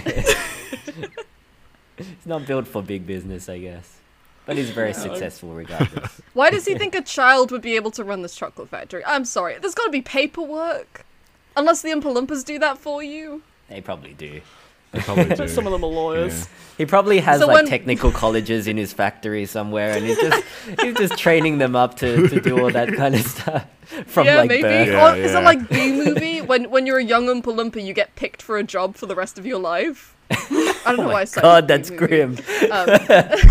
[SPEAKER 4] He's not built for big business, I guess. But he's very successful regardless.
[SPEAKER 2] Why does he think a child would be able to run this chocolate factory? I'm sorry. There's got to be paperwork. Unless the Oompa Loompas do that for you.
[SPEAKER 4] they probably do.
[SPEAKER 3] They probably do.
[SPEAKER 1] But some of them are lawyers.
[SPEAKER 4] He probably has
[SPEAKER 2] So
[SPEAKER 4] like
[SPEAKER 2] when-
[SPEAKER 4] technical colleges in his factory somewhere, and he's just he's just training them up to, to do all that kind of stuff from
[SPEAKER 2] yeah,
[SPEAKER 4] like
[SPEAKER 2] maybe.
[SPEAKER 4] birth.
[SPEAKER 3] Yeah,
[SPEAKER 2] or is
[SPEAKER 3] yeah.
[SPEAKER 2] it like B movie when when you're a young Oompa Loompa, you get picked for a job for the rest of your life? I don't know why I said
[SPEAKER 4] Oh God, that's
[SPEAKER 2] B-movie.
[SPEAKER 4] grim.
[SPEAKER 2] But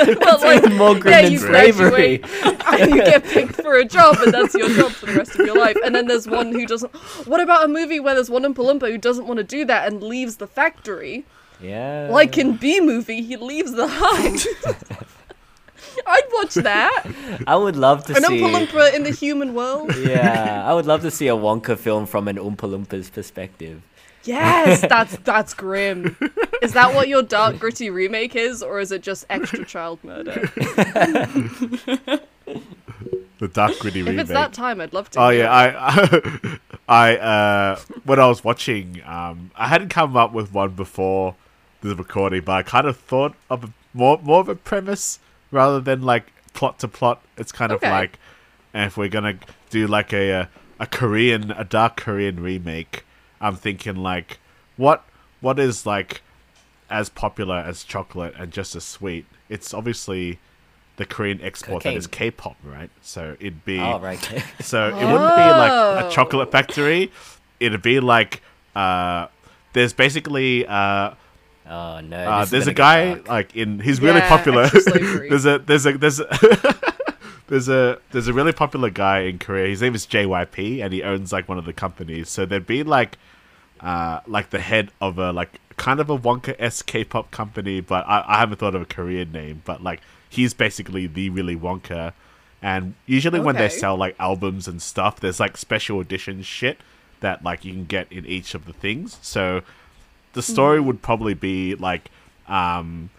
[SPEAKER 2] Um, like,
[SPEAKER 4] More grim
[SPEAKER 2] yeah,
[SPEAKER 4] than
[SPEAKER 2] you
[SPEAKER 4] slavery.
[SPEAKER 2] graduate and you get picked for a job, and that's your job for the rest of your life. And then there's one who doesn't. What about a movie where there's one Oompa Loompa who doesn't want to do that and leaves the factory?
[SPEAKER 4] Yeah.
[SPEAKER 2] Like in B movie, he leaves the hive. I'd watch that.
[SPEAKER 4] I would love to
[SPEAKER 2] An
[SPEAKER 4] see.
[SPEAKER 2] Oompa Loompa in the human world.
[SPEAKER 4] yeah, I would love to see a Wonka film from an Oompa Loompa's perspective.
[SPEAKER 2] Yes, that's that's grim. Is that what your dark gritty remake is, or is it just extra child murder?
[SPEAKER 3] The Dark Gritty
[SPEAKER 2] If
[SPEAKER 3] remake.
[SPEAKER 2] it's that time, I'd love to.
[SPEAKER 3] Oh
[SPEAKER 2] hear
[SPEAKER 3] yeah,
[SPEAKER 2] it.
[SPEAKER 3] I, I, uh, when I was watching, um, I hadn't come up with one before the recording, but I kind of thought of a, more more of a premise rather than like plot to plot. It's kind
[SPEAKER 2] Okay.
[SPEAKER 3] of like if we're gonna do like a, a a Korean, a dark Korean remake, I'm thinking like what what is like as popular as chocolate and just as sweet. It's obviously the Korean export that is K-pop, right? So it'd be
[SPEAKER 4] Oh right.
[SPEAKER 3] so it wouldn't be like
[SPEAKER 2] Oh.
[SPEAKER 3] a chocolate factory. It'd be like uh, there's basically uh,
[SPEAKER 4] Oh no!
[SPEAKER 3] uh,
[SPEAKER 4] this is
[SPEAKER 3] there's a
[SPEAKER 4] gonna get
[SPEAKER 3] guy
[SPEAKER 4] dark.
[SPEAKER 3] like in he's really
[SPEAKER 2] Yeah,
[SPEAKER 3] popular.
[SPEAKER 2] actual slavery.
[SPEAKER 3] there's a there's a there's a there's a there's a really popular guy in Korea. His name is JYP, and he owns like one of the companies. So there'd be like uh, like the head of a like kind of a Wonka esque K-pop company, but I, I haven't thought of a Korean name. But like he's basically the Willy Wonka, and usually when they
[SPEAKER 2] Okay.
[SPEAKER 3] sell like albums and stuff, there's like special edition shit that like you can get in each of the things. So the story would probably be like um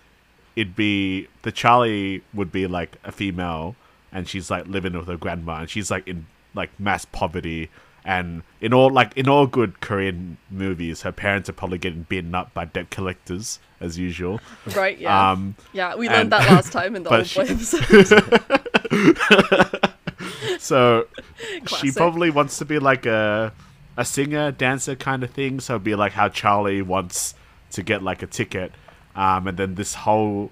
[SPEAKER 3] it'd be the Charlie would be like a female and she's like living with her grandma and she's like in like mass poverty and in all like in all good Korean movies her parents are probably getting beaten up by debt collectors as usual.
[SPEAKER 2] Right, yeah.
[SPEAKER 3] Um
[SPEAKER 2] yeah, we
[SPEAKER 3] and-
[SPEAKER 2] learned that last time in the
[SPEAKER 3] but
[SPEAKER 2] old
[SPEAKER 3] she-
[SPEAKER 2] boy episode.
[SPEAKER 3] So she
[SPEAKER 2] Classic.
[SPEAKER 3] probably wants to be like a a singer, dancer kind of thing. So it'd be like how Charlie wants to get like a ticket, um, and then this whole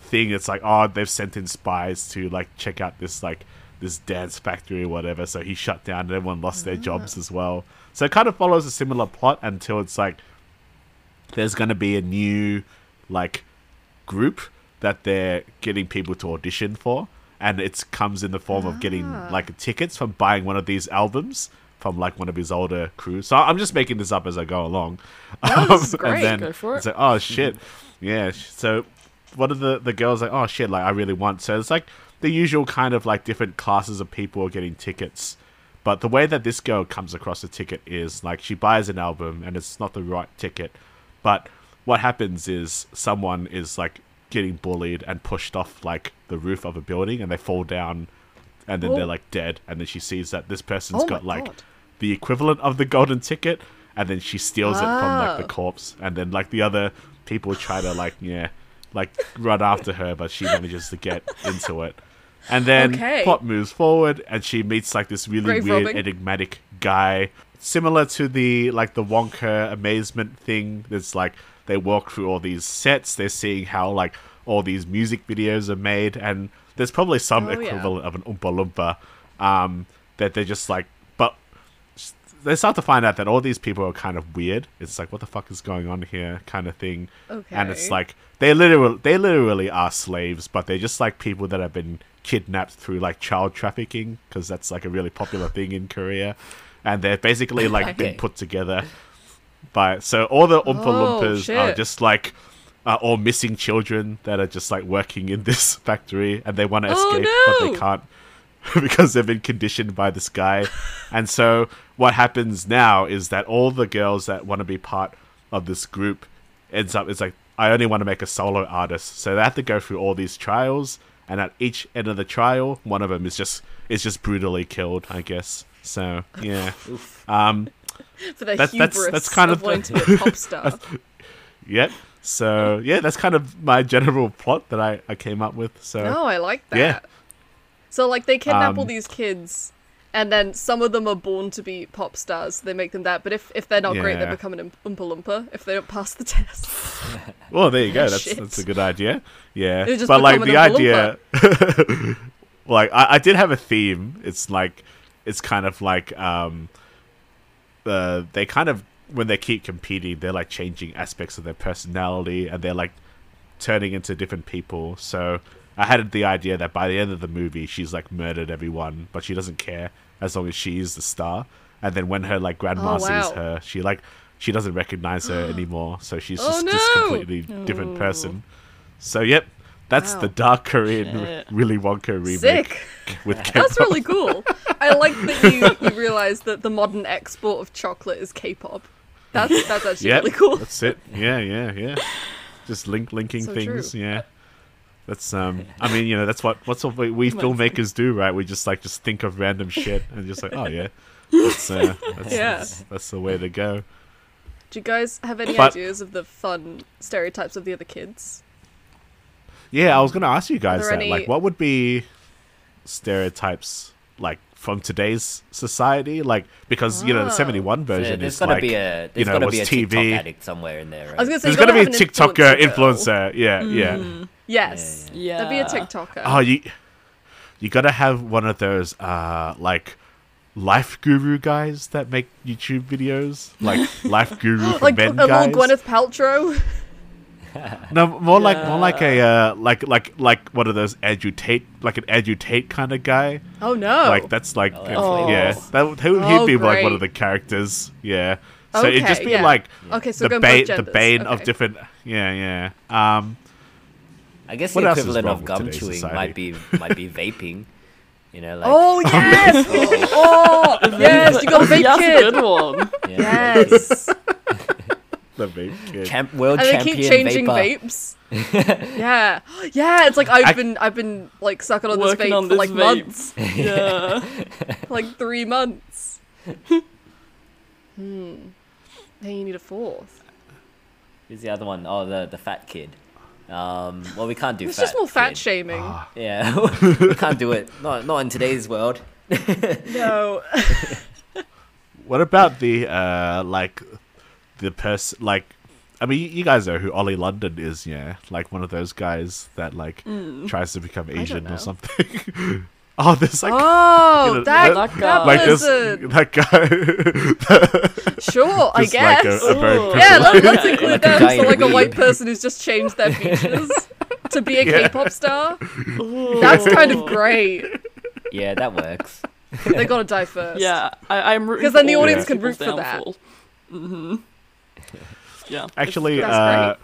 [SPEAKER 3] thing. It's like oh, they've sent in spies to like check out this like this dance factory or whatever. So he shut down, and everyone lost their jobs as well. So it kind of follows a similar plot until it's like there's going to be a new like group that they're getting people to audition for and it comes in the form of getting
[SPEAKER 1] Ah.
[SPEAKER 3] like tickets from buying one of these albums from like one of his older crew so i'm just making this up as i go along Um,
[SPEAKER 2] this is great.
[SPEAKER 3] and then
[SPEAKER 1] Go for it.
[SPEAKER 3] it's like oh shit yeah sh- so one of the the girls like oh shit like i really want so it's like the usual kind of like different classes of people are getting tickets but the way that this girl comes across a ticket is like she buys an album and it's not the right ticket. But what happens is someone is like getting bullied and pushed off like the roof of a building and they fall down and then
[SPEAKER 2] Oh.
[SPEAKER 3] they're like dead. And then she sees that this person's
[SPEAKER 2] Oh my
[SPEAKER 3] got like
[SPEAKER 2] God.
[SPEAKER 3] the equivalent of the golden ticket and then she steals it from like
[SPEAKER 2] Ah.
[SPEAKER 3] the corpse. And then like the other people try to like, yeah, like run after her, but she manages to get into it. And then
[SPEAKER 2] Okay.
[SPEAKER 3] plot moves forward, and she meets like this really
[SPEAKER 2] Grave
[SPEAKER 3] weird,
[SPEAKER 2] robbing.
[SPEAKER 3] enigmatic guy, similar to the like the Wonka amazement thing. It's like they walk through all these sets, they're seeing how like all these music videos are made, and there's probably some
[SPEAKER 2] Oh, yeah.
[SPEAKER 3] equivalent of an Oompa Loompa um, that they're just like, but they start to find out that all these people are kind of weird. It's like, what the fuck is going on here, kind of thing. And it's
[SPEAKER 2] Okay.
[SPEAKER 3] like they literally they literally are slaves, but they're just like people that have been kidnapped through like child trafficking because that's like a really popular thing in Korea, and they're basically like been
[SPEAKER 4] Okay.
[SPEAKER 3] put together by. So all the Oompa
[SPEAKER 2] Oh,
[SPEAKER 3] Loompas are
[SPEAKER 2] shit.
[SPEAKER 3] just like. Uh, all missing children that are just like working in this factory and they want to
[SPEAKER 2] Oh,
[SPEAKER 3] escape but they
[SPEAKER 2] no.
[SPEAKER 3] can't because they've been conditioned by this guy. And so what happens now is that all the girls that want to be part of this group ends up it's like I only want to make a solo artist. So they have to go through all these trials and at each end of the trial, one of them is just is just brutally killed, I guess. So, yeah. Um
[SPEAKER 2] For the
[SPEAKER 3] That's- that's-
[SPEAKER 2] hubris
[SPEAKER 3] that's kind
[SPEAKER 2] of,
[SPEAKER 3] of
[SPEAKER 2] wanting to be a pop star.
[SPEAKER 3] yep. So, yeah, that's kind of my general plot that I, I came up with. So,
[SPEAKER 2] no, I like that.
[SPEAKER 3] yeah.
[SPEAKER 2] So like they kidnap all
[SPEAKER 3] Um,
[SPEAKER 2] these kids, and then some of them are born to be pop stars. So they make them that, but if if they're not great, they
[SPEAKER 3] Yeah.
[SPEAKER 2] become an Oom- Oompa Loompa if they don't pass the test.
[SPEAKER 3] Well, there you go. That's
[SPEAKER 2] Oh, Shit.
[SPEAKER 3] that's a good idea. Yeah,
[SPEAKER 2] It would just
[SPEAKER 3] but like
[SPEAKER 2] become
[SPEAKER 3] the
[SPEAKER 2] an Oompa
[SPEAKER 3] idea, like I, I did have a theme. It's like it's kind of like um, uh, they kind of when they keep competing, they're like changing aspects of their personality and they're like turning into different people. So I had the idea that by the end of the movie, she's like murdered everyone, but she doesn't care as long as she is the star. And then when her like grandma
[SPEAKER 2] Oh, wow.
[SPEAKER 3] sees her, she like she doesn't recognize her anymore. So she's
[SPEAKER 2] Oh,
[SPEAKER 3] just this
[SPEAKER 2] no!
[SPEAKER 3] completely different person. So yep, that's
[SPEAKER 2] Wow.
[SPEAKER 3] the dark Korean
[SPEAKER 1] Shit.
[SPEAKER 3] Willy Wonka remake
[SPEAKER 2] Sick.
[SPEAKER 3] with K-
[SPEAKER 2] That's really cool. I like that you, you realize that the modern export of chocolate is K-pop. That's that's actually
[SPEAKER 3] Yep,
[SPEAKER 2] really cool.
[SPEAKER 3] That's it. Yeah, yeah, yeah. Just link linking
[SPEAKER 2] So
[SPEAKER 3] things. Yeah. That's um. I mean, you know, that's what what's what we, we filmmakers do, right? We just like just think of random shit and just like, oh yeah, that's uh, that's,
[SPEAKER 2] Yeah.
[SPEAKER 3] that's, that's the way to go.
[SPEAKER 2] Do you guys have any
[SPEAKER 3] But-
[SPEAKER 2] ideas of the fun stereotypes of the other kids?
[SPEAKER 3] Yeah, I was gonna ask you guys
[SPEAKER 2] there
[SPEAKER 3] that.
[SPEAKER 2] any-
[SPEAKER 3] Like, what would be stereotypes like from today's society? Like, because you know, the
[SPEAKER 2] Oh.
[SPEAKER 3] seventy-one
[SPEAKER 4] So
[SPEAKER 3] version
[SPEAKER 4] there's
[SPEAKER 3] is
[SPEAKER 4] gotta
[SPEAKER 3] like
[SPEAKER 4] be a there's
[SPEAKER 3] know,
[SPEAKER 4] gotta
[SPEAKER 3] was
[SPEAKER 4] be a
[SPEAKER 3] TV.
[SPEAKER 4] TikTok addict somewhere in there. Right?
[SPEAKER 2] I was gonna say
[SPEAKER 3] there's
[SPEAKER 2] you gotta
[SPEAKER 3] gonna be a
[SPEAKER 2] have an Hmm.
[SPEAKER 3] TikToker
[SPEAKER 2] girl.
[SPEAKER 3] influencer. Yeah, yeah.
[SPEAKER 2] Yes.
[SPEAKER 1] Yeah.
[SPEAKER 2] That'd be a TikToker.
[SPEAKER 3] Oh, you you gotta have one of those uh like life guru guys that make YouTube videos, like life guru for
[SPEAKER 2] like
[SPEAKER 3] men
[SPEAKER 2] a
[SPEAKER 3] guys.
[SPEAKER 2] little Gwyneth Paltrow.
[SPEAKER 3] No, more like more like a uh, like like like one of those edutate like an edutate kind of guy.
[SPEAKER 2] Oh no!
[SPEAKER 3] Like that's like
[SPEAKER 4] Oh, that's Oh.
[SPEAKER 3] yeah,
[SPEAKER 4] famous.
[SPEAKER 3] that would- he would he'd
[SPEAKER 2] Oh,
[SPEAKER 3] be like one of
[SPEAKER 2] great.
[SPEAKER 3] the characters. Yeah, so it'd just
[SPEAKER 2] Okay,
[SPEAKER 3] be
[SPEAKER 2] yeah.
[SPEAKER 3] like
[SPEAKER 2] Okay, so
[SPEAKER 3] the
[SPEAKER 2] go both
[SPEAKER 3] bane, the
[SPEAKER 2] genders.
[SPEAKER 3] bane of
[SPEAKER 2] Okay.
[SPEAKER 3] different. Yeah, yeah. Um,
[SPEAKER 4] I guess
[SPEAKER 3] What
[SPEAKER 4] the
[SPEAKER 3] else is
[SPEAKER 4] equivalent
[SPEAKER 3] wrong
[SPEAKER 4] of
[SPEAKER 3] with
[SPEAKER 4] gum
[SPEAKER 3] today's
[SPEAKER 4] chewing might
[SPEAKER 3] society?
[SPEAKER 4] be might be vaping. You know, like
[SPEAKER 2] oh yes! oh yes! You got vape
[SPEAKER 1] That's a
[SPEAKER 2] kid.
[SPEAKER 1] good one.
[SPEAKER 4] yeah,
[SPEAKER 2] Yes.
[SPEAKER 3] the vape kid.
[SPEAKER 4] champ, world
[SPEAKER 2] and they
[SPEAKER 4] champion
[SPEAKER 2] keep changing
[SPEAKER 4] vapor.
[SPEAKER 2] vapes. yeah, yeah. It's like I've
[SPEAKER 3] I-
[SPEAKER 2] been, I've been like sucking on this
[SPEAKER 1] Working
[SPEAKER 2] vape
[SPEAKER 1] on
[SPEAKER 2] for
[SPEAKER 1] this
[SPEAKER 2] like
[SPEAKER 1] vape.
[SPEAKER 2] months,
[SPEAKER 1] Yeah.
[SPEAKER 2] like three months. hmm. Now you need a fourth.
[SPEAKER 4] Who's the other one? Oh, the the fat kid. Um, well, we can't do.
[SPEAKER 2] It's
[SPEAKER 4] fat
[SPEAKER 2] just more fat
[SPEAKER 4] kid.
[SPEAKER 2] shaming.
[SPEAKER 1] Ah.
[SPEAKER 3] Ah,
[SPEAKER 4] Yeah, we can't do it. Not not in today's world.
[SPEAKER 2] no.
[SPEAKER 3] What about the uh like the person like I mean you, you guys know who Ollie London is, yeah? Like one of those guys that like tries to become Asian
[SPEAKER 2] Hmm. know.
[SPEAKER 3] or something. oh, there's like
[SPEAKER 2] Oh, that,
[SPEAKER 1] Like,
[SPEAKER 2] that,
[SPEAKER 1] uh,
[SPEAKER 3] like this
[SPEAKER 2] person.
[SPEAKER 3] that guy
[SPEAKER 2] Sure, I
[SPEAKER 3] just
[SPEAKER 2] guess.
[SPEAKER 3] like a, a very
[SPEAKER 1] Ooh.
[SPEAKER 2] yeah, let, let's
[SPEAKER 3] privileged-
[SPEAKER 1] Like
[SPEAKER 2] include
[SPEAKER 4] a
[SPEAKER 2] them.
[SPEAKER 4] guy
[SPEAKER 2] So,
[SPEAKER 4] in
[SPEAKER 2] like a white
[SPEAKER 4] weed.
[SPEAKER 2] person who's just changed their features to be a
[SPEAKER 3] Yeah.
[SPEAKER 2] pop star. That's kind of great.
[SPEAKER 4] Yeah, that works.
[SPEAKER 2] They gotta die first.
[SPEAKER 1] Yeah, I, I'm rooting
[SPEAKER 2] 'Cause then the
[SPEAKER 1] for all
[SPEAKER 2] audience
[SPEAKER 1] these
[SPEAKER 2] can root
[SPEAKER 1] people's
[SPEAKER 2] for that.
[SPEAKER 1] downfall. Mhm. Yeah.
[SPEAKER 3] Actually,
[SPEAKER 2] That's
[SPEAKER 3] uh,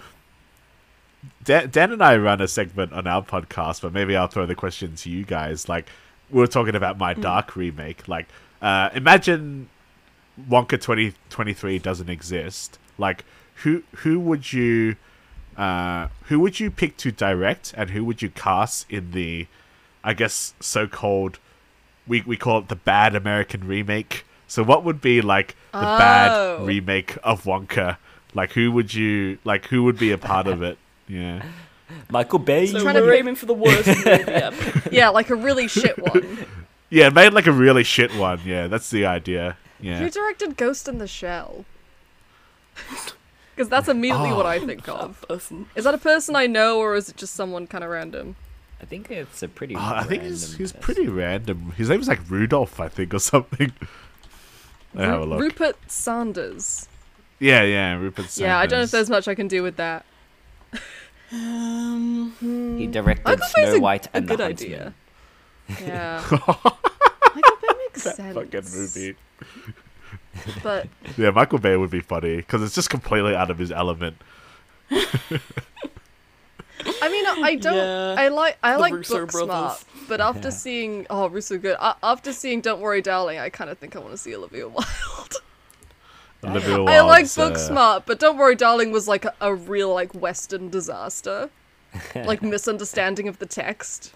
[SPEAKER 3] Dan, Dan and I run a segment on our podcast, but maybe I'll throw the question to you guys. Like, we were talking about my Dark remake. Like, uh, imagine Wonka twenty twenty three doesn't exist. Like, who who would you uh, who would you pick to direct, and who would you cast in the, I guess, so called we we call it the bad American remake. So what would be like the bad
[SPEAKER 2] Oh.
[SPEAKER 3] remake of Wonka? Like who would you like who would be a part of it? Yeah.
[SPEAKER 4] Michael Bay.
[SPEAKER 1] So
[SPEAKER 2] trying to
[SPEAKER 1] we're
[SPEAKER 2] make-
[SPEAKER 1] aiming for the worst movie ever.
[SPEAKER 2] Yeah, like a really shit one.
[SPEAKER 3] Yeah, made like a really shit one. Yeah, that's the idea. Yeah.
[SPEAKER 2] Who directed Ghost in the Shell? Because that's immediately what
[SPEAKER 3] Oh.
[SPEAKER 2] I think of.
[SPEAKER 1] person.
[SPEAKER 2] Is that a person I know, or is it just someone kind of random?
[SPEAKER 4] I think it's a pretty.
[SPEAKER 3] Oh, I think he's
[SPEAKER 4] random
[SPEAKER 3] he's
[SPEAKER 4] person.
[SPEAKER 3] pretty random. His name is like Rudolph, I think, or something. Let me have a
[SPEAKER 2] Ru-
[SPEAKER 3] look.
[SPEAKER 2] Rupert Sanders.
[SPEAKER 3] yeah, yeah, Rupert.
[SPEAKER 2] Yeah, I don't know if
[SPEAKER 3] Sanders.
[SPEAKER 2] there's much I can do with that.
[SPEAKER 4] He directed
[SPEAKER 2] Michael Bay's
[SPEAKER 4] Snow
[SPEAKER 2] a-
[SPEAKER 4] White
[SPEAKER 2] a
[SPEAKER 4] and
[SPEAKER 2] good
[SPEAKER 4] the
[SPEAKER 2] idea.
[SPEAKER 4] Huntsman.
[SPEAKER 2] Yeah. Michael Bay makes sense.
[SPEAKER 3] fucking movie.
[SPEAKER 2] But
[SPEAKER 3] Yeah, Michael Bay would be funny because it's just completely out of his element.
[SPEAKER 2] I mean, I don't.
[SPEAKER 1] Yeah.
[SPEAKER 2] I like I
[SPEAKER 1] The
[SPEAKER 2] like
[SPEAKER 1] Russo
[SPEAKER 2] Booksmart,
[SPEAKER 1] brothers.
[SPEAKER 2] but after seeing oh Russo good uh, after seeing Don't Worry Darling, I kind of think I want to see Olivia Wilde.
[SPEAKER 3] Olivia
[SPEAKER 2] I like
[SPEAKER 3] Wilde's, uh,
[SPEAKER 2] Booksmart, but Don't Worry Darling was like a, a real like Western disaster, like misunderstanding of the text.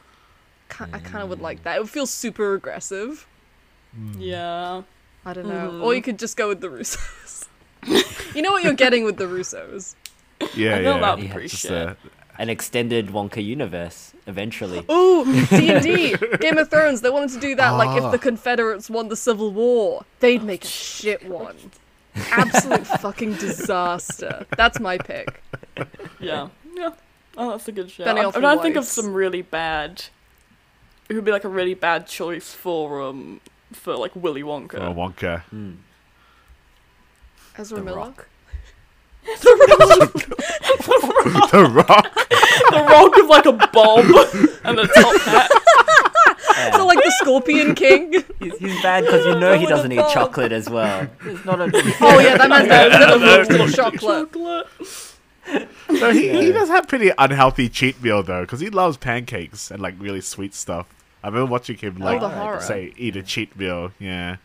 [SPEAKER 2] Ki- I kind of would like that. It would feel super aggressive.
[SPEAKER 3] uh,
[SPEAKER 1] Yeah.
[SPEAKER 2] I don't know.
[SPEAKER 1] Mm-hmm.
[SPEAKER 2] Or you could just go with the Russos. you know what you're getting with the Russos.
[SPEAKER 3] Yeah,
[SPEAKER 1] I feel
[SPEAKER 3] yeah.
[SPEAKER 1] that would be
[SPEAKER 4] Yeah,
[SPEAKER 1] pretty
[SPEAKER 3] Just,
[SPEAKER 1] shit.
[SPEAKER 3] uh,
[SPEAKER 4] An extended Wonka universe eventually.
[SPEAKER 2] Oh. Ooh, D and D, Game of Thrones. They wanted to do that. Like
[SPEAKER 3] Ah.
[SPEAKER 2] if the Confederates won the Civil War, they'd make a shit one. Absolute fucking disaster. That's my pick.
[SPEAKER 1] Yeah. Yeah. Oh, that's a good show.
[SPEAKER 2] Benioff
[SPEAKER 1] I'm, I'm trying to think of
[SPEAKER 2] and Weiss.
[SPEAKER 1] some really bad. It would be like a really bad choice for um for like Willy Wonka.
[SPEAKER 3] uh, Wonka.
[SPEAKER 4] Hmm.
[SPEAKER 2] Ezra Miller.
[SPEAKER 4] Rock.
[SPEAKER 3] the Rock.
[SPEAKER 1] the Rock with like a bob and a top hat.
[SPEAKER 4] Yeah.
[SPEAKER 2] So like the Scorpion King.
[SPEAKER 4] he's, he's bad because you know he
[SPEAKER 2] With a
[SPEAKER 4] doesn't eat
[SPEAKER 2] bob.
[SPEAKER 4] chocolate as well. It's not a.
[SPEAKER 2] Oh yeah, that man's never moved to chocolate.
[SPEAKER 1] Chocolate.
[SPEAKER 3] No, he, he does have pretty unhealthy cheat meal though, because he loves pancakes and like really sweet stuff. I remember watching him like
[SPEAKER 2] Oh, the horror.
[SPEAKER 3] say eat a cheat meal. Yeah,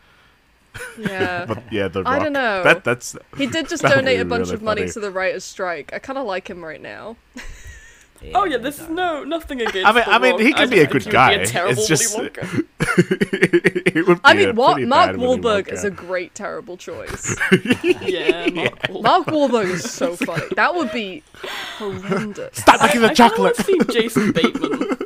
[SPEAKER 2] Yeah.
[SPEAKER 3] but yeah, the Rock.
[SPEAKER 2] I don't know.
[SPEAKER 3] That that's
[SPEAKER 2] He did just
[SPEAKER 3] That would
[SPEAKER 2] donate a
[SPEAKER 3] be
[SPEAKER 2] bunch
[SPEAKER 3] really
[SPEAKER 2] of money
[SPEAKER 3] funny.
[SPEAKER 2] to the writer's strike. I kind of like him right now.
[SPEAKER 1] Oh yeah, this is no nothing against.
[SPEAKER 3] I mean-
[SPEAKER 1] The
[SPEAKER 3] I mean,
[SPEAKER 1] Rock.
[SPEAKER 3] he could
[SPEAKER 1] just
[SPEAKER 3] be a
[SPEAKER 1] think
[SPEAKER 3] good
[SPEAKER 1] he would
[SPEAKER 3] guy.
[SPEAKER 1] Be a
[SPEAKER 3] It's
[SPEAKER 1] terrible Willy
[SPEAKER 3] just-
[SPEAKER 1] Wonka.
[SPEAKER 3] it would be
[SPEAKER 2] I
[SPEAKER 3] a
[SPEAKER 2] mean, what
[SPEAKER 3] pretty
[SPEAKER 2] Mark
[SPEAKER 3] bad Willy
[SPEAKER 2] Wahlberg
[SPEAKER 3] Wonka.
[SPEAKER 2] is a great terrible choice.
[SPEAKER 1] Yeah, Mark Wahlberg.
[SPEAKER 2] Mark Wahlberg is so funny. That would be horrendous.
[SPEAKER 3] Stop making
[SPEAKER 1] I
[SPEAKER 3] the
[SPEAKER 1] kinda
[SPEAKER 3] chocolate.
[SPEAKER 1] wanna see Jason Bateman.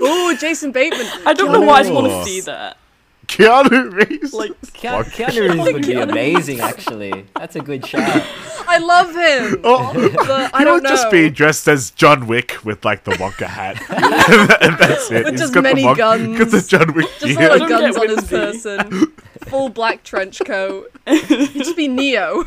[SPEAKER 2] Ooh, Jason Bateman.
[SPEAKER 1] I don't know why I just want
[SPEAKER 3] Keanu.
[SPEAKER 1] to see that.
[SPEAKER 3] Keanu Reeves.
[SPEAKER 1] Like,
[SPEAKER 4] Keanu, Keanu Reeves would be amazing, actually. That's a good shout.
[SPEAKER 2] I I love him.
[SPEAKER 3] Oh,
[SPEAKER 2] The- I
[SPEAKER 3] he
[SPEAKER 2] don't
[SPEAKER 3] would just
[SPEAKER 2] know.
[SPEAKER 3] be dressed as John Wick with like the Wonka hat. and that's it.
[SPEAKER 2] With
[SPEAKER 3] He's
[SPEAKER 2] just
[SPEAKER 3] got
[SPEAKER 2] many
[SPEAKER 3] the Wonka,
[SPEAKER 2] guns.
[SPEAKER 3] Got the John Wick
[SPEAKER 2] Just
[SPEAKER 3] gear.
[SPEAKER 2] all
[SPEAKER 1] Yeah.
[SPEAKER 2] the guns on
[SPEAKER 1] Don't get
[SPEAKER 2] his person. Full black trench coat. He'd just be Neo.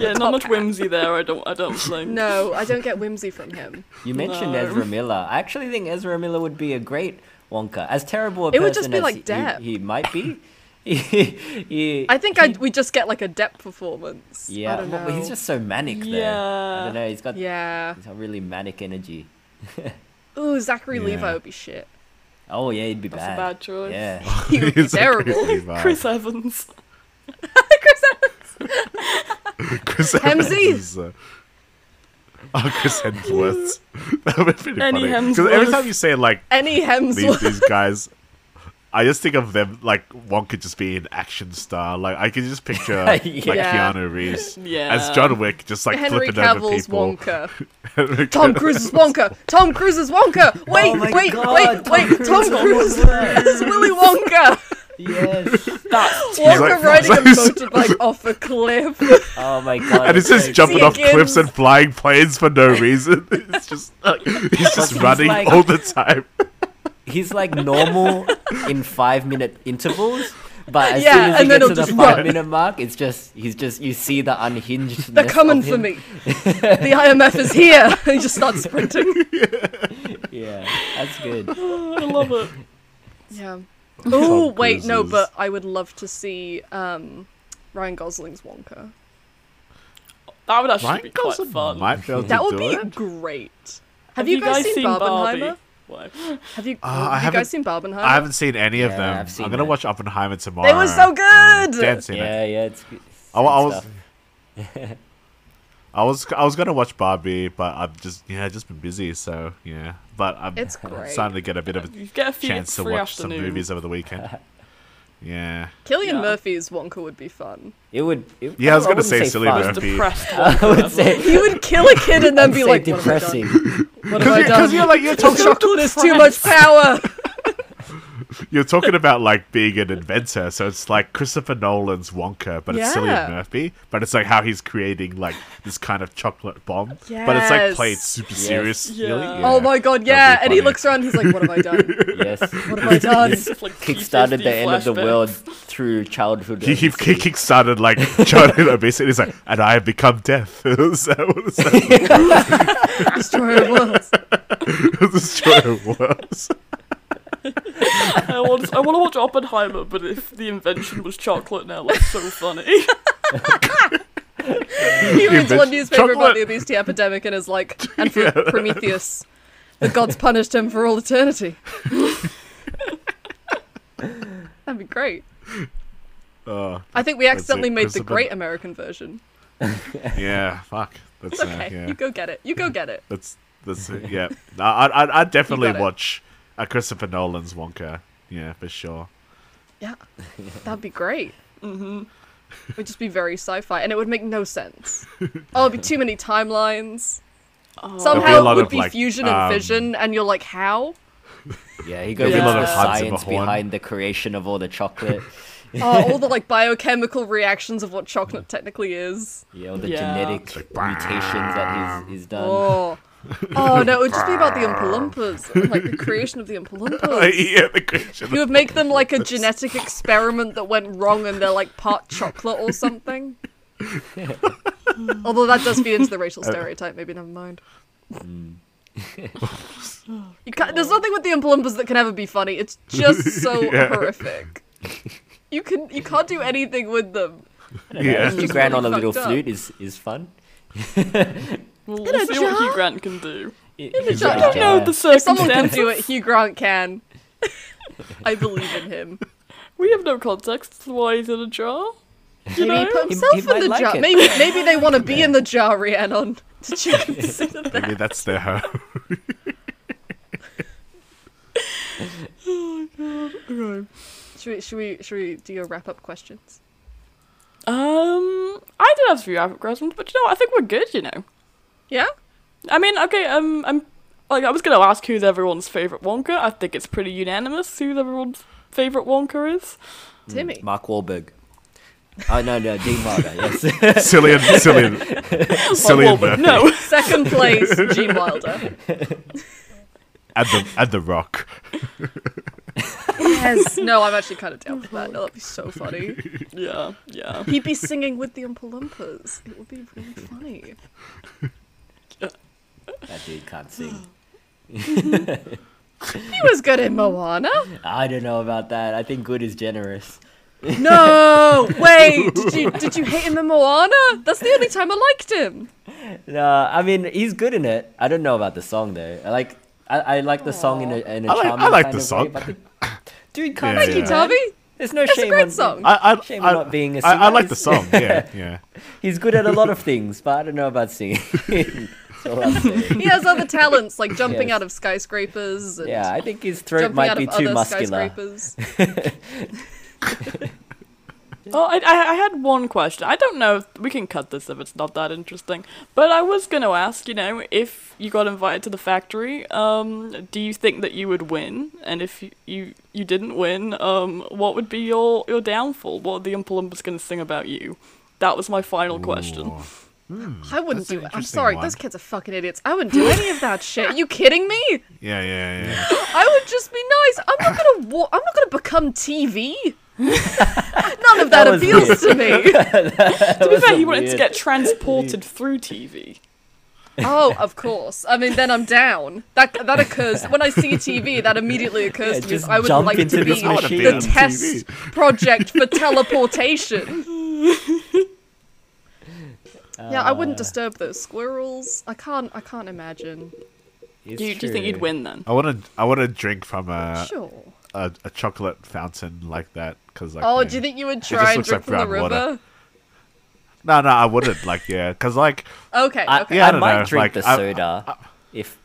[SPEAKER 1] yeah, not much whimsy there. I don't. I don't think.
[SPEAKER 2] No, I don't get whimsy from him.
[SPEAKER 4] You mentioned
[SPEAKER 1] No.
[SPEAKER 4] Ezra Miller. I actually think Ezra Miller would be a great Wonka. As terrible a
[SPEAKER 2] It
[SPEAKER 4] person
[SPEAKER 2] would just be
[SPEAKER 4] as
[SPEAKER 2] like
[SPEAKER 4] he-
[SPEAKER 2] Depp.
[SPEAKER 4] He, might be. he, he-
[SPEAKER 2] I think I we just get like a depth performance.
[SPEAKER 4] yeah,
[SPEAKER 2] I don't
[SPEAKER 4] well,
[SPEAKER 2] know.
[SPEAKER 4] he's just so manic there. I
[SPEAKER 1] Yeah.
[SPEAKER 4] don't know. He's got
[SPEAKER 2] yeah.
[SPEAKER 4] he's got really manic energy.
[SPEAKER 2] Ooh, Zachary
[SPEAKER 3] Yeah.
[SPEAKER 2] Levi would be shit.
[SPEAKER 4] Oh yeah, he'd be
[SPEAKER 1] That's a
[SPEAKER 4] bad.
[SPEAKER 1] bad choice.
[SPEAKER 4] Yeah,
[SPEAKER 2] He would be
[SPEAKER 3] He's like,
[SPEAKER 2] terrible.
[SPEAKER 3] "Hey, bye."
[SPEAKER 1] Chris Evans.
[SPEAKER 3] Chris Evans
[SPEAKER 2] Hemsey.
[SPEAKER 3] is, uh, oh, Chris Hemsworth. that would be pretty
[SPEAKER 1] Any
[SPEAKER 3] funny. 'Cause every
[SPEAKER 1] Hemsworth.
[SPEAKER 3] time you say like
[SPEAKER 2] Any
[SPEAKER 3] these,
[SPEAKER 2] Hemsworth.
[SPEAKER 3] these guys, I just think of them like one could just be an action star. Like I could just picture like
[SPEAKER 2] Yeah.
[SPEAKER 3] Keanu Reeves
[SPEAKER 1] Yeah.
[SPEAKER 3] as John Wick, just like
[SPEAKER 2] Henry
[SPEAKER 3] flipping over
[SPEAKER 2] Cavill's
[SPEAKER 3] people.
[SPEAKER 2] Wonka.
[SPEAKER 3] Henry
[SPEAKER 2] Tom
[SPEAKER 3] Cavill-
[SPEAKER 2] Cruise's Wonka. Tom Cruise's Wonka. Wait,
[SPEAKER 4] my
[SPEAKER 2] wait,
[SPEAKER 4] God,
[SPEAKER 2] wait,
[SPEAKER 4] Tom
[SPEAKER 2] wait.
[SPEAKER 4] Cruise
[SPEAKER 2] Tom
[SPEAKER 4] is
[SPEAKER 2] Cruise
[SPEAKER 4] Wonka.
[SPEAKER 2] is Willy Wonka.
[SPEAKER 4] yes.
[SPEAKER 1] That's
[SPEAKER 2] Wonka
[SPEAKER 3] like-
[SPEAKER 2] riding a
[SPEAKER 3] he's-
[SPEAKER 2] motorbike off a cliff.
[SPEAKER 4] Oh my god.
[SPEAKER 3] And he's just jumping off
[SPEAKER 2] Dickens.
[SPEAKER 3] cliffs and flying planes for no reason. It's just like, he's just
[SPEAKER 4] he's
[SPEAKER 3] running
[SPEAKER 4] like-
[SPEAKER 3] all the time.
[SPEAKER 4] He's like normal in five minute intervals, but as
[SPEAKER 2] Yeah,
[SPEAKER 4] soon as
[SPEAKER 2] and then
[SPEAKER 4] he gets
[SPEAKER 2] he'll
[SPEAKER 4] to the
[SPEAKER 2] just
[SPEAKER 4] five
[SPEAKER 2] run.
[SPEAKER 4] minute mark, it's just he's just you see the unhinged.
[SPEAKER 2] They're coming for me. The IMF is here. he just starts sprinting.
[SPEAKER 4] Yeah, that's good.
[SPEAKER 1] I love it.
[SPEAKER 2] Yeah. Oh
[SPEAKER 3] Tom
[SPEAKER 2] wait, no,
[SPEAKER 3] Cruise's-
[SPEAKER 2] but I would love to see um, Ryan Gosling's Wonka.
[SPEAKER 1] That would actually
[SPEAKER 3] Ryan
[SPEAKER 1] be quite
[SPEAKER 3] Gosling
[SPEAKER 1] fun.
[SPEAKER 3] might be able to
[SPEAKER 2] That would
[SPEAKER 3] do
[SPEAKER 2] be
[SPEAKER 3] it.
[SPEAKER 2] great. Have, you, guys, seen
[SPEAKER 1] Barbie?
[SPEAKER 2] Barbenheimer?
[SPEAKER 1] What?
[SPEAKER 2] Have you?
[SPEAKER 3] Uh,
[SPEAKER 2] have
[SPEAKER 3] I
[SPEAKER 2] you
[SPEAKER 3] haven't-
[SPEAKER 2] guys seen Barbenheimer?
[SPEAKER 3] I haven't seen any of
[SPEAKER 4] Yeah,
[SPEAKER 3] them.
[SPEAKER 4] I've seen
[SPEAKER 3] I'm gonna
[SPEAKER 4] it.
[SPEAKER 3] watch Oppenheimer tomorrow.
[SPEAKER 2] They were so good.
[SPEAKER 3] Dan seen it.
[SPEAKER 4] Yeah, yeah, it's good. it's
[SPEAKER 3] I, wa- I
[SPEAKER 4] good
[SPEAKER 3] was.
[SPEAKER 4] stuff.
[SPEAKER 3] I was I was gonna watch Barbie, but I've just yeah just been busy, so yeah. But I'm
[SPEAKER 2] It's great.
[SPEAKER 3] starting to get a bit of a
[SPEAKER 1] You get a few
[SPEAKER 3] chance to
[SPEAKER 1] free
[SPEAKER 3] watch some
[SPEAKER 1] afternoon.
[SPEAKER 3] movies over the weekend. Yeah,
[SPEAKER 2] Killian
[SPEAKER 1] Yeah.
[SPEAKER 2] Murphy's Wonka would be fun.
[SPEAKER 4] It would. It,
[SPEAKER 3] Yeah, I was gonna
[SPEAKER 4] wouldn't
[SPEAKER 3] say silly
[SPEAKER 4] fun.
[SPEAKER 3] Murphy.
[SPEAKER 1] Depressed.
[SPEAKER 4] I would say.
[SPEAKER 2] He would kill a kid and then
[SPEAKER 4] I'd
[SPEAKER 2] be
[SPEAKER 4] say
[SPEAKER 2] like,
[SPEAKER 4] depressing.
[SPEAKER 2] "What have I done?
[SPEAKER 3] because you're like you're
[SPEAKER 2] What have I done?
[SPEAKER 3] talking
[SPEAKER 2] Chocolate is too much power."
[SPEAKER 3] you're talking about like being an inventor, so it's like Christopher Nolan's Wonka, but it's silly
[SPEAKER 2] Yeah.
[SPEAKER 3] Murphy, but it's like how he's creating like this kind of chocolate bomb, but it's like
[SPEAKER 2] Yes.
[SPEAKER 3] played super
[SPEAKER 4] Yes.
[SPEAKER 3] serious.
[SPEAKER 1] Yeah.
[SPEAKER 3] really?
[SPEAKER 1] Oh
[SPEAKER 2] Oh my god,
[SPEAKER 3] that'd
[SPEAKER 2] yeah!
[SPEAKER 3] be
[SPEAKER 2] And he
[SPEAKER 3] funny.
[SPEAKER 2] looks around, he's like, "What have I done?
[SPEAKER 4] yes.
[SPEAKER 2] What have I done?"
[SPEAKER 1] It's like
[SPEAKER 4] Kickstarted
[SPEAKER 1] PTSD
[SPEAKER 4] the end of the
[SPEAKER 1] flashbacks.
[SPEAKER 4] world through childhood.
[SPEAKER 3] He, he, he
[SPEAKER 4] obesity.
[SPEAKER 3] kickstarted like childhood obesity. He's like, and I have become deaf. so, so
[SPEAKER 2] Destroyer of worlds.
[SPEAKER 3] this show was.
[SPEAKER 1] I want, I want to watch Oppenheimer, but if the invention was chocolate now, that's so funny.
[SPEAKER 2] He reads
[SPEAKER 3] Invention-
[SPEAKER 2] one newspaper about
[SPEAKER 3] chocolate.
[SPEAKER 2] the obesity epidemic and is like, "And for Prometheus, the gods punished him for all eternity." That'd be great.
[SPEAKER 3] Oh,
[SPEAKER 2] I think we
[SPEAKER 3] it,
[SPEAKER 2] accidentally made the
[SPEAKER 3] Christopher-
[SPEAKER 2] great American version.
[SPEAKER 3] yeah, fuck. That's
[SPEAKER 2] It's okay.
[SPEAKER 3] Uh, yeah.
[SPEAKER 2] You go get it. You go get it.
[SPEAKER 3] That's that's it. Yeah, I I I definitely
[SPEAKER 2] got it.
[SPEAKER 3] watch a Christopher Nolan's Wonka. Yeah, for sure.
[SPEAKER 2] Yeah. That'd be great. Mm-hmm. It would just be very sci fi and it would make no sense. oh, it'd be too many timelines. Oh.
[SPEAKER 3] There'd be a
[SPEAKER 2] Somehow
[SPEAKER 3] lot
[SPEAKER 2] it would
[SPEAKER 3] of,
[SPEAKER 2] be
[SPEAKER 3] like,
[SPEAKER 2] fusion
[SPEAKER 3] um,
[SPEAKER 2] and fission, and you're like, how?
[SPEAKER 4] Yeah, he goes
[SPEAKER 1] There'll be
[SPEAKER 4] into
[SPEAKER 1] a lot
[SPEAKER 4] the
[SPEAKER 1] of
[SPEAKER 3] Hans Zimmer
[SPEAKER 4] science
[SPEAKER 3] horn.
[SPEAKER 4] behind the creation of all the chocolate.
[SPEAKER 2] Oh, all the like biochemical reactions of what chocolate technically is.
[SPEAKER 4] Yeah, all the
[SPEAKER 1] Yeah.
[SPEAKER 4] genetic mutations that he's, he's done.
[SPEAKER 2] Oh. Oh no, it would just be about the Oompa Loompas, and, like the creation of the Oompa Loompas.
[SPEAKER 3] yeah, the Christian.
[SPEAKER 2] You would make them like a genetic experiment that went wrong and they're like part chocolate or something. Although that does feed into the racial stereotype, maybe never mind. you can't, there's nothing with the Oompa Loompas that can ever be funny. It's just so
[SPEAKER 3] Yeah.
[SPEAKER 2] horrific. You can you can't do anything with them.
[SPEAKER 3] Yeah.
[SPEAKER 4] Hugh Grant on a
[SPEAKER 2] really
[SPEAKER 4] little
[SPEAKER 2] fucked up.
[SPEAKER 4] flute is, is fun.
[SPEAKER 1] We'll
[SPEAKER 2] In a
[SPEAKER 1] see what Hugh
[SPEAKER 2] jar?
[SPEAKER 1] Grant can do.
[SPEAKER 4] It-
[SPEAKER 2] a
[SPEAKER 4] Hugh
[SPEAKER 2] jar.
[SPEAKER 1] I
[SPEAKER 2] I
[SPEAKER 4] Grant,
[SPEAKER 1] don't know
[SPEAKER 4] yeah.
[SPEAKER 1] the
[SPEAKER 2] If someone can
[SPEAKER 1] circumstances.
[SPEAKER 2] do it, Hugh Grant can. I believe in him.
[SPEAKER 1] We have no context as to why he's in a jar.
[SPEAKER 2] Maybe he
[SPEAKER 1] know?
[SPEAKER 2] put
[SPEAKER 4] He-
[SPEAKER 2] himself
[SPEAKER 4] he
[SPEAKER 2] in
[SPEAKER 4] might
[SPEAKER 2] the
[SPEAKER 4] like
[SPEAKER 2] jar.
[SPEAKER 4] it.
[SPEAKER 2] Maybe maybe they want to be in the jar, Rhiannon. Did you consider that?
[SPEAKER 3] Maybe that's their home.
[SPEAKER 2] Should we, should we, should we do your wrap up questions?
[SPEAKER 1] Um, I did have a few African questions, but you know, what? I think we're good. You know,
[SPEAKER 2] Yeah?
[SPEAKER 1] I mean, okay, um, I'm like, I was gonna ask who's everyone's favorite Wonka. I think it's
[SPEAKER 2] Hmm.
[SPEAKER 1] pretty unanimous who everyone's favorite Wonka is.
[SPEAKER 2] Timmy.
[SPEAKER 4] Mark Wahlberg. Oh no, no, Dean Wilder. Yes.
[SPEAKER 3] Silly and silly and silly and Murphy
[SPEAKER 1] no.
[SPEAKER 2] Second place, Gene Wilder.
[SPEAKER 3] at the at the rock.
[SPEAKER 2] Yes. No, I'm actually kind of down for that. No, that'd be so funny.
[SPEAKER 1] yeah, yeah.
[SPEAKER 2] He'd be singing with the Oompa Loompas. It would be really funny.
[SPEAKER 4] that dude can't sing.
[SPEAKER 2] He was good in Moana.
[SPEAKER 4] I don't know about that. I think good is generous.
[SPEAKER 2] No, wait. Did you did you hate him in Moana? That's the only time I liked him.
[SPEAKER 4] No, I mean he's good in it. I don't know about the song though. I like I, I like the song in a in a
[SPEAKER 3] I like- I
[SPEAKER 4] charming
[SPEAKER 3] like
[SPEAKER 4] kind
[SPEAKER 3] the
[SPEAKER 4] of
[SPEAKER 3] song.
[SPEAKER 4] way, but the- dude can't
[SPEAKER 3] Yeah,
[SPEAKER 4] sing.
[SPEAKER 2] Thank you,
[SPEAKER 3] yeah.
[SPEAKER 4] man.
[SPEAKER 2] Tommy.
[SPEAKER 4] There's no
[SPEAKER 2] That's a
[SPEAKER 4] shame
[SPEAKER 2] great
[SPEAKER 4] on
[SPEAKER 2] song.
[SPEAKER 3] I I,
[SPEAKER 4] Shame
[SPEAKER 3] I,
[SPEAKER 4] on not being a
[SPEAKER 3] I, I like
[SPEAKER 4] singer.
[SPEAKER 3] the song. Yeah, yeah.
[SPEAKER 4] He's good at a lot of things, but I don't know about singing. That's all I'm saying.
[SPEAKER 2] He has other talents like jumping
[SPEAKER 4] Yes.
[SPEAKER 2] out of skyscrapers and
[SPEAKER 4] Yeah, I think his throat
[SPEAKER 2] jumping
[SPEAKER 4] might
[SPEAKER 2] out
[SPEAKER 4] be
[SPEAKER 2] of
[SPEAKER 4] too
[SPEAKER 2] other
[SPEAKER 4] muscular.
[SPEAKER 2] skyscrapers.
[SPEAKER 1] Oh, I, I, I had one question. I don't know. If, we can cut this if it's not that interesting. But I was going to ask, you know, if you got invited to the factory, um, do you think that you would win? And if you you, you didn't win, um, what would be your, your downfall? What are the Oompa Loompas going to sing about you? That was my final question.
[SPEAKER 3] Ooh.
[SPEAKER 2] I wouldn't
[SPEAKER 3] That's an
[SPEAKER 2] do it. I'm
[SPEAKER 3] interesting
[SPEAKER 2] sorry,
[SPEAKER 3] one.
[SPEAKER 2] those kids are fucking idiots. I wouldn't do any of that shit. Are you kidding me?
[SPEAKER 3] Yeah, yeah, yeah.
[SPEAKER 2] I would just be nice. I'm not gonna. Wa- I'm not gonna become TV. None of that,
[SPEAKER 4] That was
[SPEAKER 2] appeals to me.
[SPEAKER 1] To be fair, he wanted to
[SPEAKER 4] weird-
[SPEAKER 1] get transported through TV.
[SPEAKER 2] Oh, of course. I mean, then I'm down. That that occurs when I see TV. That immediately occurs
[SPEAKER 4] Yeah,
[SPEAKER 2] to me. is
[SPEAKER 4] just
[SPEAKER 2] I would
[SPEAKER 4] jump
[SPEAKER 2] like
[SPEAKER 4] into
[SPEAKER 2] to
[SPEAKER 4] this
[SPEAKER 2] be
[SPEAKER 3] I wanna be
[SPEAKER 4] machine.
[SPEAKER 2] the
[SPEAKER 3] on TV.
[SPEAKER 2] test project for teleportation. yeah, I
[SPEAKER 4] Uh,
[SPEAKER 2] wouldn't disturb those squirrels. I can't. I can't imagine.
[SPEAKER 4] It's
[SPEAKER 1] Do you, do you think
[SPEAKER 4] true.
[SPEAKER 1] you'd win then?
[SPEAKER 3] I want to I want to drink from a,
[SPEAKER 2] sure.
[SPEAKER 3] a a chocolate fountain like that because like.
[SPEAKER 2] Oh,
[SPEAKER 3] yeah.
[SPEAKER 2] do you think you would
[SPEAKER 3] just
[SPEAKER 2] try and
[SPEAKER 3] looks
[SPEAKER 2] drink
[SPEAKER 3] like
[SPEAKER 2] from the
[SPEAKER 3] brown
[SPEAKER 2] river?
[SPEAKER 3] water. No, no, I wouldn't. Like, yeah, because like
[SPEAKER 2] Okay.
[SPEAKER 4] I,
[SPEAKER 2] okay.
[SPEAKER 3] Yeah, I
[SPEAKER 4] I,
[SPEAKER 3] don't
[SPEAKER 4] might
[SPEAKER 3] know,
[SPEAKER 4] drink
[SPEAKER 3] like,
[SPEAKER 4] the
[SPEAKER 3] I- I-
[SPEAKER 4] soda. if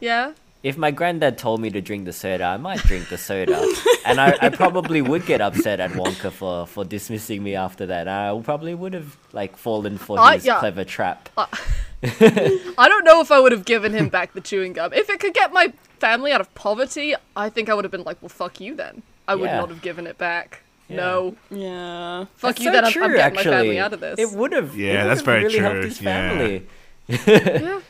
[SPEAKER 2] yeah.
[SPEAKER 4] if my granddad told me to drink the soda, I might drink the soda, and I, I probably would get upset at Wonka for, for dismissing me after that. I probably would have like fallen for
[SPEAKER 2] I-
[SPEAKER 4] his
[SPEAKER 2] yeah.
[SPEAKER 4] clever trap.
[SPEAKER 2] I don't know if I would have given him back the chewing gum. If it could get my family out of poverty, I think I would have been like, well, fuck you then. I would
[SPEAKER 4] Yeah.
[SPEAKER 2] not have given it back. No.
[SPEAKER 1] Yeah.
[SPEAKER 2] Fuck
[SPEAKER 4] That's
[SPEAKER 2] you
[SPEAKER 4] so
[SPEAKER 2] then. I'm-
[SPEAKER 4] true,
[SPEAKER 2] I'm, getting
[SPEAKER 4] actually.
[SPEAKER 2] my family out of this.
[SPEAKER 4] It would have.
[SPEAKER 3] Yeah,
[SPEAKER 4] it
[SPEAKER 3] that's
[SPEAKER 4] would've
[SPEAKER 3] very
[SPEAKER 4] really
[SPEAKER 3] true,
[SPEAKER 4] Helped his
[SPEAKER 3] yeah.
[SPEAKER 4] family.
[SPEAKER 2] yeah.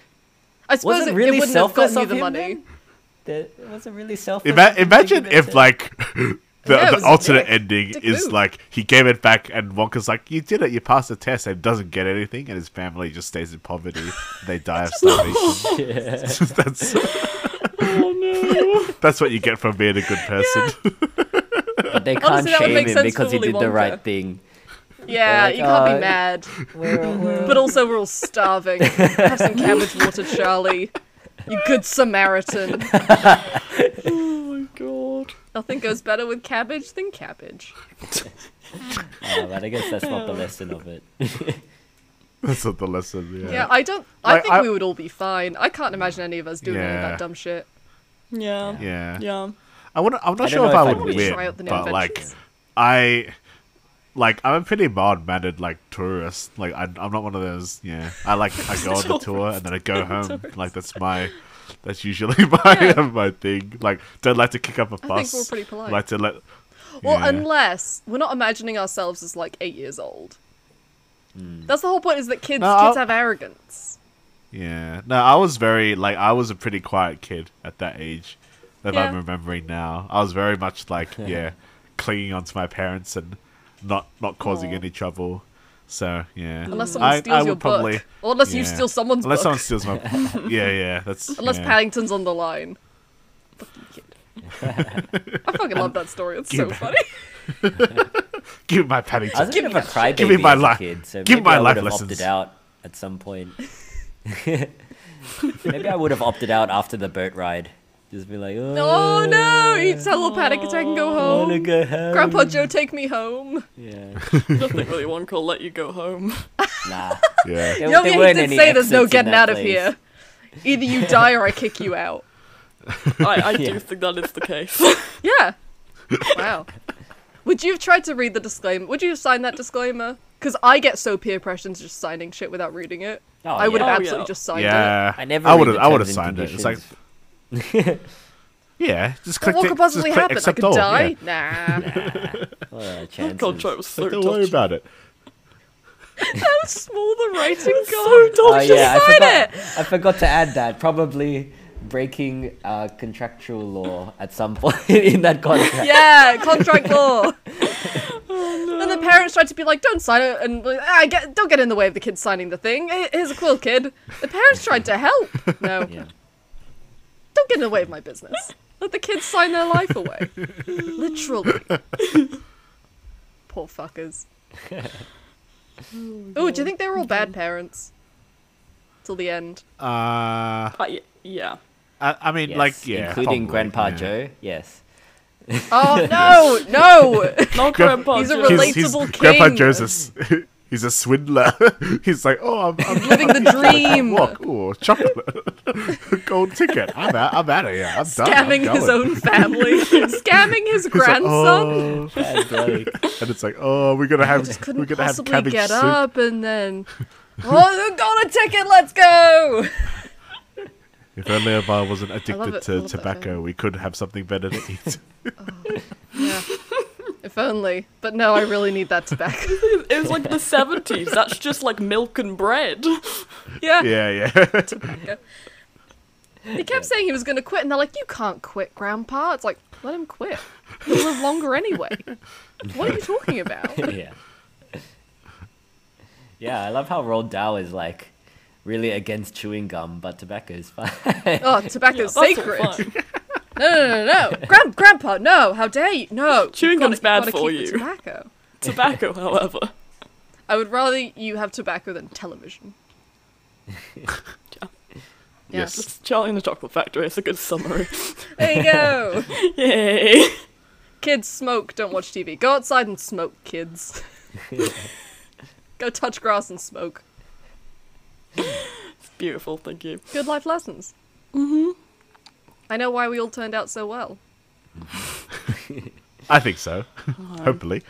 [SPEAKER 2] I suppose
[SPEAKER 4] Wasn't
[SPEAKER 2] it,
[SPEAKER 4] really
[SPEAKER 2] it wouldn't have
[SPEAKER 4] selfless
[SPEAKER 2] gotten you
[SPEAKER 4] of
[SPEAKER 2] the
[SPEAKER 4] him.
[SPEAKER 2] money.
[SPEAKER 4] Money. That, it wasn't really selfless.
[SPEAKER 3] Ima-
[SPEAKER 4] of him
[SPEAKER 3] imagine
[SPEAKER 4] thinking
[SPEAKER 3] if
[SPEAKER 4] that's it.
[SPEAKER 3] like the,
[SPEAKER 2] Yeah, it was
[SPEAKER 3] the
[SPEAKER 2] a
[SPEAKER 3] alternate
[SPEAKER 2] dick-
[SPEAKER 3] ending
[SPEAKER 2] dick
[SPEAKER 3] is
[SPEAKER 2] move.
[SPEAKER 3] like he gave it back and Wonka's like you did it you passed the test and doesn't get anything and his family just stays in poverty they die of starvation that's
[SPEAKER 1] Oh no.
[SPEAKER 3] that's what you get from being a good person
[SPEAKER 4] But they can't
[SPEAKER 2] Honestly, that would
[SPEAKER 4] shame
[SPEAKER 2] make
[SPEAKER 4] him
[SPEAKER 2] sense
[SPEAKER 4] because
[SPEAKER 2] for
[SPEAKER 4] he
[SPEAKER 2] Willy
[SPEAKER 4] did the right
[SPEAKER 2] Wonka.
[SPEAKER 4] thing.
[SPEAKER 2] Yeah,
[SPEAKER 4] like,
[SPEAKER 2] you can't
[SPEAKER 4] "Oh,
[SPEAKER 2] be mad.
[SPEAKER 4] We're, we're
[SPEAKER 2] But also, we're all starving. Have some cabbage water, Charlie. You good Samaritan.
[SPEAKER 1] Oh my god.
[SPEAKER 2] Nothing goes better with cabbage than cabbage.
[SPEAKER 4] Oh, but I guess that's not the lesson of it.
[SPEAKER 3] that's not the lesson yeah,
[SPEAKER 2] Yeah, I don't. I
[SPEAKER 3] Like,
[SPEAKER 2] think
[SPEAKER 3] I-
[SPEAKER 2] we would all be fine. I can't imagine any of us doing any of
[SPEAKER 3] Yeah.
[SPEAKER 2] that dumb shit.
[SPEAKER 1] Yeah.
[SPEAKER 3] Yeah.
[SPEAKER 1] Yeah.
[SPEAKER 3] I want
[SPEAKER 4] I
[SPEAKER 3] I'm not
[SPEAKER 4] don't
[SPEAKER 3] sure
[SPEAKER 4] know
[SPEAKER 3] if
[SPEAKER 4] if
[SPEAKER 3] I
[SPEAKER 4] I'd
[SPEAKER 3] would
[SPEAKER 4] wanna
[SPEAKER 3] win
[SPEAKER 2] try out the new
[SPEAKER 3] but like
[SPEAKER 2] inventions.
[SPEAKER 3] I like I'm a pretty mild mannered like tourist like I, I'm not one of those yeah I like I go on the tour and then I go home like that's my that's usually my my thing like don't like to kick up a fuss
[SPEAKER 2] we're pretty polite.
[SPEAKER 3] like to let
[SPEAKER 2] Well,
[SPEAKER 3] yeah.
[SPEAKER 2] unless we're not imagining ourselves as like eight years old. That's the whole point. Is that kids
[SPEAKER 3] Hmm. No,
[SPEAKER 2] kids
[SPEAKER 3] I'll-
[SPEAKER 2] have arrogance.
[SPEAKER 3] Yeah. No, I was very like I was a pretty quiet kid at that age that I'm
[SPEAKER 2] Yeah.
[SPEAKER 3] remembering now. I was very much like yeah, clinging onto my parents and not not causing
[SPEAKER 2] Aw.
[SPEAKER 3] any trouble. So yeah,
[SPEAKER 2] Unless someone steals your
[SPEAKER 3] would
[SPEAKER 2] book, or unless you
[SPEAKER 3] yeah.
[SPEAKER 2] steal someone's
[SPEAKER 3] unless
[SPEAKER 2] book.
[SPEAKER 3] someone steals my yeah yeah that's
[SPEAKER 2] Unless
[SPEAKER 3] yeah.
[SPEAKER 2] Paddington's on the line. Fucking kid. I fucking love that story. It's so
[SPEAKER 3] Give-
[SPEAKER 2] funny.
[SPEAKER 3] give me my
[SPEAKER 4] I was
[SPEAKER 3] Paddington.
[SPEAKER 4] a bit of a crybaby
[SPEAKER 3] Give me my
[SPEAKER 4] as a
[SPEAKER 3] life-
[SPEAKER 4] kid, so
[SPEAKER 3] give
[SPEAKER 4] maybe
[SPEAKER 3] my
[SPEAKER 4] I
[SPEAKER 3] life
[SPEAKER 4] would have
[SPEAKER 3] lessons.
[SPEAKER 4] opted out at some point. maybe I would have opted out after the boat ride. Just be like, oh,
[SPEAKER 2] oh no! You just had a little panic attack and go
[SPEAKER 4] I wanna
[SPEAKER 2] home.
[SPEAKER 4] go home.
[SPEAKER 2] Grandpa Joe, take me home.
[SPEAKER 4] Yeah.
[SPEAKER 1] Nothing really one call let you go home.
[SPEAKER 4] Nah.
[SPEAKER 3] Yeah.
[SPEAKER 4] There,
[SPEAKER 2] No,
[SPEAKER 4] there
[SPEAKER 2] yeah, he
[SPEAKER 4] weren't
[SPEAKER 2] did
[SPEAKER 4] any
[SPEAKER 2] say there's no
[SPEAKER 4] exits in
[SPEAKER 2] getting
[SPEAKER 4] that
[SPEAKER 2] out of
[SPEAKER 4] place.
[SPEAKER 2] here. Either you die or I kick you out.
[SPEAKER 1] I, I do think that is the case.
[SPEAKER 2] Yeah. Wow. Would you have tried to read the disclaimer? Would you have signed that disclaimer? Because I get so peer pressured into just signing shit without reading it.
[SPEAKER 4] Oh,
[SPEAKER 2] I would
[SPEAKER 4] yeah.
[SPEAKER 2] have
[SPEAKER 1] Oh,
[SPEAKER 2] absolutely
[SPEAKER 1] yeah.
[SPEAKER 2] just signed it.
[SPEAKER 3] yeah.
[SPEAKER 4] I never
[SPEAKER 3] I
[SPEAKER 4] read
[SPEAKER 3] would have
[SPEAKER 4] the
[SPEAKER 3] I would have
[SPEAKER 4] terms and
[SPEAKER 3] signed it. It's like
[SPEAKER 4] conditions.
[SPEAKER 3] yeah, just click
[SPEAKER 2] But what
[SPEAKER 3] the-
[SPEAKER 2] could
[SPEAKER 3] just
[SPEAKER 2] possibly
[SPEAKER 3] click oh,
[SPEAKER 2] happen? I
[SPEAKER 3] accept
[SPEAKER 2] could
[SPEAKER 3] all, yeah.
[SPEAKER 2] die? Nah.
[SPEAKER 4] What are our
[SPEAKER 1] God,
[SPEAKER 4] Oh, chances?
[SPEAKER 1] Troy was so
[SPEAKER 3] Like,
[SPEAKER 1] like,
[SPEAKER 3] don't worry about it.
[SPEAKER 2] How small the writing
[SPEAKER 1] So
[SPEAKER 2] got.
[SPEAKER 1] dodgy.
[SPEAKER 4] Oh yeah, I
[SPEAKER 2] sign
[SPEAKER 4] forgot. I forgot to add that. Probably breaking uh, contractual law at some point in that contract.
[SPEAKER 2] yeah, contract law. Oh, And the parents tried to be like, "Don't sign it," and like, ah, get, don't get in the way of the kids signing the thing. Here- Here's a quill, kid. The parents tried to help. No,
[SPEAKER 4] Yeah.
[SPEAKER 2] don't get in the way of my business. Let the kids sign their life away. Literally. Poor fuckers. Oh, do you think they were all bad parents? Till the end.
[SPEAKER 3] Uh,
[SPEAKER 1] I, yeah.
[SPEAKER 3] I, I mean,
[SPEAKER 4] Yes,
[SPEAKER 3] like, yeah,
[SPEAKER 4] including
[SPEAKER 3] probably,
[SPEAKER 4] Grandpa
[SPEAKER 3] yeah.
[SPEAKER 4] Joe. Yes.
[SPEAKER 2] Oh no, no!
[SPEAKER 1] Not
[SPEAKER 3] Gra-
[SPEAKER 1] Grandpa.
[SPEAKER 2] He's a
[SPEAKER 1] Joe.
[SPEAKER 2] relate-
[SPEAKER 3] He's, he's
[SPEAKER 2] Relatable
[SPEAKER 3] Grandpa
[SPEAKER 2] king.
[SPEAKER 3] Joe's a, he's a swindler. he's like, oh, I'm, I'm
[SPEAKER 2] Living the dream.
[SPEAKER 3] Look, ooh, chocolate, gold ticket. I'm out. I'm out of here. I'm done. I'm
[SPEAKER 2] Scamming his
[SPEAKER 3] going.
[SPEAKER 2] own family, scamming his
[SPEAKER 3] He's like,
[SPEAKER 2] grandson.
[SPEAKER 3] "Oh,"
[SPEAKER 4] Bad bloke.
[SPEAKER 3] and it's like, oh, we're gonna have,
[SPEAKER 2] just
[SPEAKER 3] we're
[SPEAKER 2] couldn't
[SPEAKER 3] gonna have
[SPEAKER 2] possibly
[SPEAKER 3] cabbage
[SPEAKER 2] get
[SPEAKER 3] soup.
[SPEAKER 2] up and then oh got a ticket let's go
[SPEAKER 3] If only if I wasn't
[SPEAKER 2] love
[SPEAKER 3] addicted
[SPEAKER 2] it. I
[SPEAKER 3] to
[SPEAKER 2] love that
[SPEAKER 3] tobacco,
[SPEAKER 2] film.
[SPEAKER 3] we could have something better to eat.
[SPEAKER 2] yeah if only but no i really need that tobacco
[SPEAKER 1] It was like the 70s. That's just like milk and bread.
[SPEAKER 2] yeah,
[SPEAKER 3] yeah, yeah.
[SPEAKER 2] he kept saying he was going to quit and they're like you can't quit grandpa it's like let him quit he'll live longer anyway what are you talking about
[SPEAKER 4] yeah. Yeah, I love how Roald Dahl is like really against chewing gum, but tobacco is fine.
[SPEAKER 2] oh tobacco's
[SPEAKER 1] That's all
[SPEAKER 2] sacred no
[SPEAKER 1] fine.
[SPEAKER 2] no no no Gran- grandpa no how dare you no
[SPEAKER 1] Chewing
[SPEAKER 2] gotta-
[SPEAKER 1] gum's bad
[SPEAKER 2] gotta
[SPEAKER 1] for
[SPEAKER 2] keep
[SPEAKER 1] you.
[SPEAKER 2] the tobacco
[SPEAKER 1] Tobacco, however.
[SPEAKER 2] i would rather you have tobacco than television Yeah.
[SPEAKER 3] Yes.
[SPEAKER 1] It's Charlie and the Chocolate Factory. It's a good summary.
[SPEAKER 2] there you go
[SPEAKER 1] Yay.
[SPEAKER 2] Kids smoke, don't watch TV. Go outside and smoke, kids. Go touch grass and smoke.
[SPEAKER 1] It's beautiful. Thank you.
[SPEAKER 2] Good life lessons. Mm-hmm. I know why we all turned out so well.
[SPEAKER 3] I think so. Hopefully.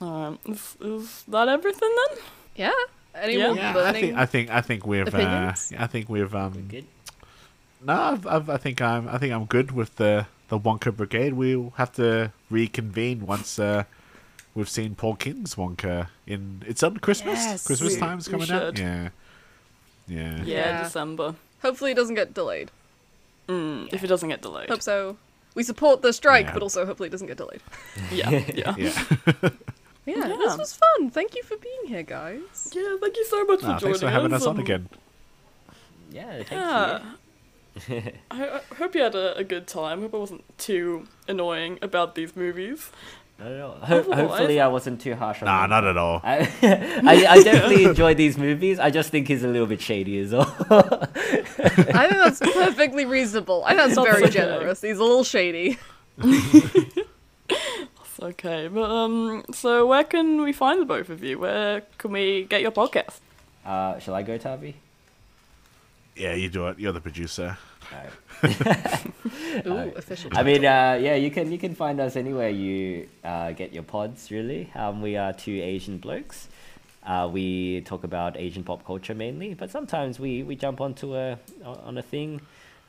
[SPEAKER 1] Um, is, is that everything then?
[SPEAKER 2] Yeah. Any
[SPEAKER 1] Yeah.
[SPEAKER 2] more
[SPEAKER 1] Yeah,
[SPEAKER 3] I
[SPEAKER 2] burning?
[SPEAKER 3] think I think I think we've uh,
[SPEAKER 2] Opinions?
[SPEAKER 3] I think we've um
[SPEAKER 4] Good.
[SPEAKER 3] no I've, I've, I think I'm I think I'm good with the the Wonka Brigade. We'll have to reconvene once uh, we've seen Paul King's Wonka in it's on Christmas.
[SPEAKER 2] Yes.
[SPEAKER 3] Christmas
[SPEAKER 1] We-
[SPEAKER 3] time's
[SPEAKER 1] we
[SPEAKER 3] coming out.
[SPEAKER 1] should.
[SPEAKER 3] Yeah. Yeah.
[SPEAKER 1] Yeah,
[SPEAKER 2] Yeah.
[SPEAKER 1] December.
[SPEAKER 2] Hopefully it doesn't get delayed.
[SPEAKER 1] Mm, If it doesn't get delayed.
[SPEAKER 2] Hope so. We support the strike,
[SPEAKER 3] Yeah.
[SPEAKER 2] but also hopefully it doesn't get delayed.
[SPEAKER 1] Yeah, yeah. yeah.
[SPEAKER 3] Yeah.
[SPEAKER 2] Yeah,
[SPEAKER 1] Yeah.
[SPEAKER 2] this was fun. Thank you for being here, guys.
[SPEAKER 1] thank you so much for
[SPEAKER 3] Ah,
[SPEAKER 1] joining
[SPEAKER 3] thanks for having us on
[SPEAKER 1] and-
[SPEAKER 3] again.
[SPEAKER 4] Yeah, thank
[SPEAKER 1] Yeah.
[SPEAKER 4] you.
[SPEAKER 1] I, I hope you had a, a good time. hope I wasn't too annoying about these movies.
[SPEAKER 4] I don't know. Ho-
[SPEAKER 1] Otherwise-
[SPEAKER 4] hopefully, I wasn't too harsh on
[SPEAKER 3] Nah,
[SPEAKER 4] him.
[SPEAKER 3] not at all.
[SPEAKER 4] I, I, I definitely enjoy these movies. I just think he's a little bit shady as well.
[SPEAKER 2] I think that's perfectly reasonable. I think that's
[SPEAKER 1] That's
[SPEAKER 2] very
[SPEAKER 1] okay.
[SPEAKER 2] generous. He's a little shady.
[SPEAKER 1] It's okay. But um so where can we find the both of you? Where can we get your podcast?
[SPEAKER 4] Uh, shall I go, Tavi?
[SPEAKER 3] Yeah, you do it. You're the producer.
[SPEAKER 4] Alright.
[SPEAKER 2] Ooh, official.
[SPEAKER 4] I mean, uh, yeah, you can you can find us anywhere you uh, get your pods. Really, um, we are two Asian blokes. Uh, we talk about Asian pop culture mainly, but sometimes we, we jump onto a on a thing,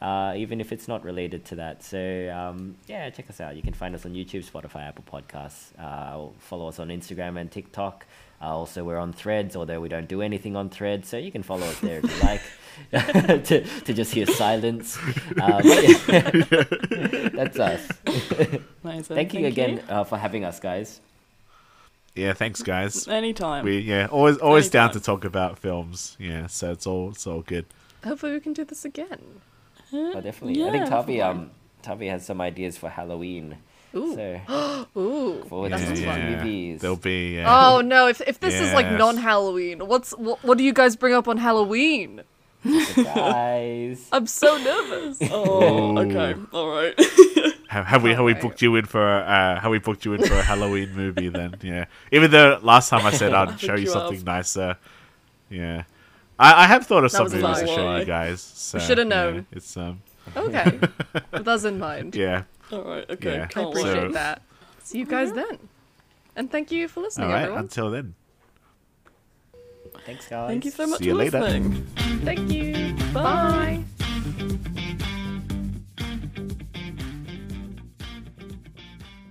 [SPEAKER 4] uh, even if it's not related to that. So um, yeah, check us out. You can find us on YouTube, Spotify, Apple Podcasts. Uh, follow us on Instagram and TikTok. Uh, also, we're on Threads, although we don't do anything on Threads, so you can follow us there if you like. to, to just hear silence. Uh, but yeah. That's us.
[SPEAKER 1] Amazing.
[SPEAKER 4] Thank you again Uh, for having us, guys.
[SPEAKER 3] Yeah, thanks guys.
[SPEAKER 1] Anytime.
[SPEAKER 3] We yeah, always always down to
[SPEAKER 1] Anytime.
[SPEAKER 3] talk about films. Yeah, so it's all it's all good.
[SPEAKER 2] Hopefully we can do this again.
[SPEAKER 4] Oh, definitely. I think
[SPEAKER 1] Uh, Mm, yeah,
[SPEAKER 4] Tavi
[SPEAKER 1] fine.
[SPEAKER 4] um Tavi has some ideas for Halloween.
[SPEAKER 2] Ooh.
[SPEAKER 4] So
[SPEAKER 2] Ooh.
[SPEAKER 4] forward
[SPEAKER 3] yeah,
[SPEAKER 4] to these
[SPEAKER 3] yeah.
[SPEAKER 4] movies.
[SPEAKER 3] There'll be uh, yeah.
[SPEAKER 2] Oh no! If if this is like
[SPEAKER 3] Yes.
[SPEAKER 2] non-Halloween, what's what, what do you guys bring up on Halloween?
[SPEAKER 4] Guys.
[SPEAKER 2] I'm so nervous.
[SPEAKER 1] Oh, okay. All right.
[SPEAKER 3] Have, have we have we
[SPEAKER 2] Alright.
[SPEAKER 3] booked you in for uh have we booked you in for a Halloween movie then? Yeah. Even though last time I said I'd show
[SPEAKER 1] think
[SPEAKER 3] you
[SPEAKER 1] you
[SPEAKER 3] something
[SPEAKER 1] have.
[SPEAKER 3] nicer. Yeah. I, I have thought of
[SPEAKER 2] That
[SPEAKER 3] some
[SPEAKER 2] was
[SPEAKER 3] movies
[SPEAKER 2] a
[SPEAKER 3] to
[SPEAKER 1] lie.
[SPEAKER 3] show
[SPEAKER 1] Why?
[SPEAKER 3] you guys. So,
[SPEAKER 2] shoulda
[SPEAKER 3] yeah,
[SPEAKER 2] known.
[SPEAKER 3] it's um
[SPEAKER 2] Okay, with us in mind.
[SPEAKER 3] yeah.
[SPEAKER 1] All right. Okay.
[SPEAKER 3] Yeah.
[SPEAKER 2] I
[SPEAKER 1] Can't wait.
[SPEAKER 2] appreciate
[SPEAKER 3] So-
[SPEAKER 2] that. See you guys then, and thank you for listening,
[SPEAKER 3] All right,
[SPEAKER 2] everyone.
[SPEAKER 3] until then.
[SPEAKER 4] Thanks guys.
[SPEAKER 1] Thank you so much
[SPEAKER 3] See you
[SPEAKER 1] for
[SPEAKER 3] later.
[SPEAKER 1] listening.
[SPEAKER 2] Thank you. Bye.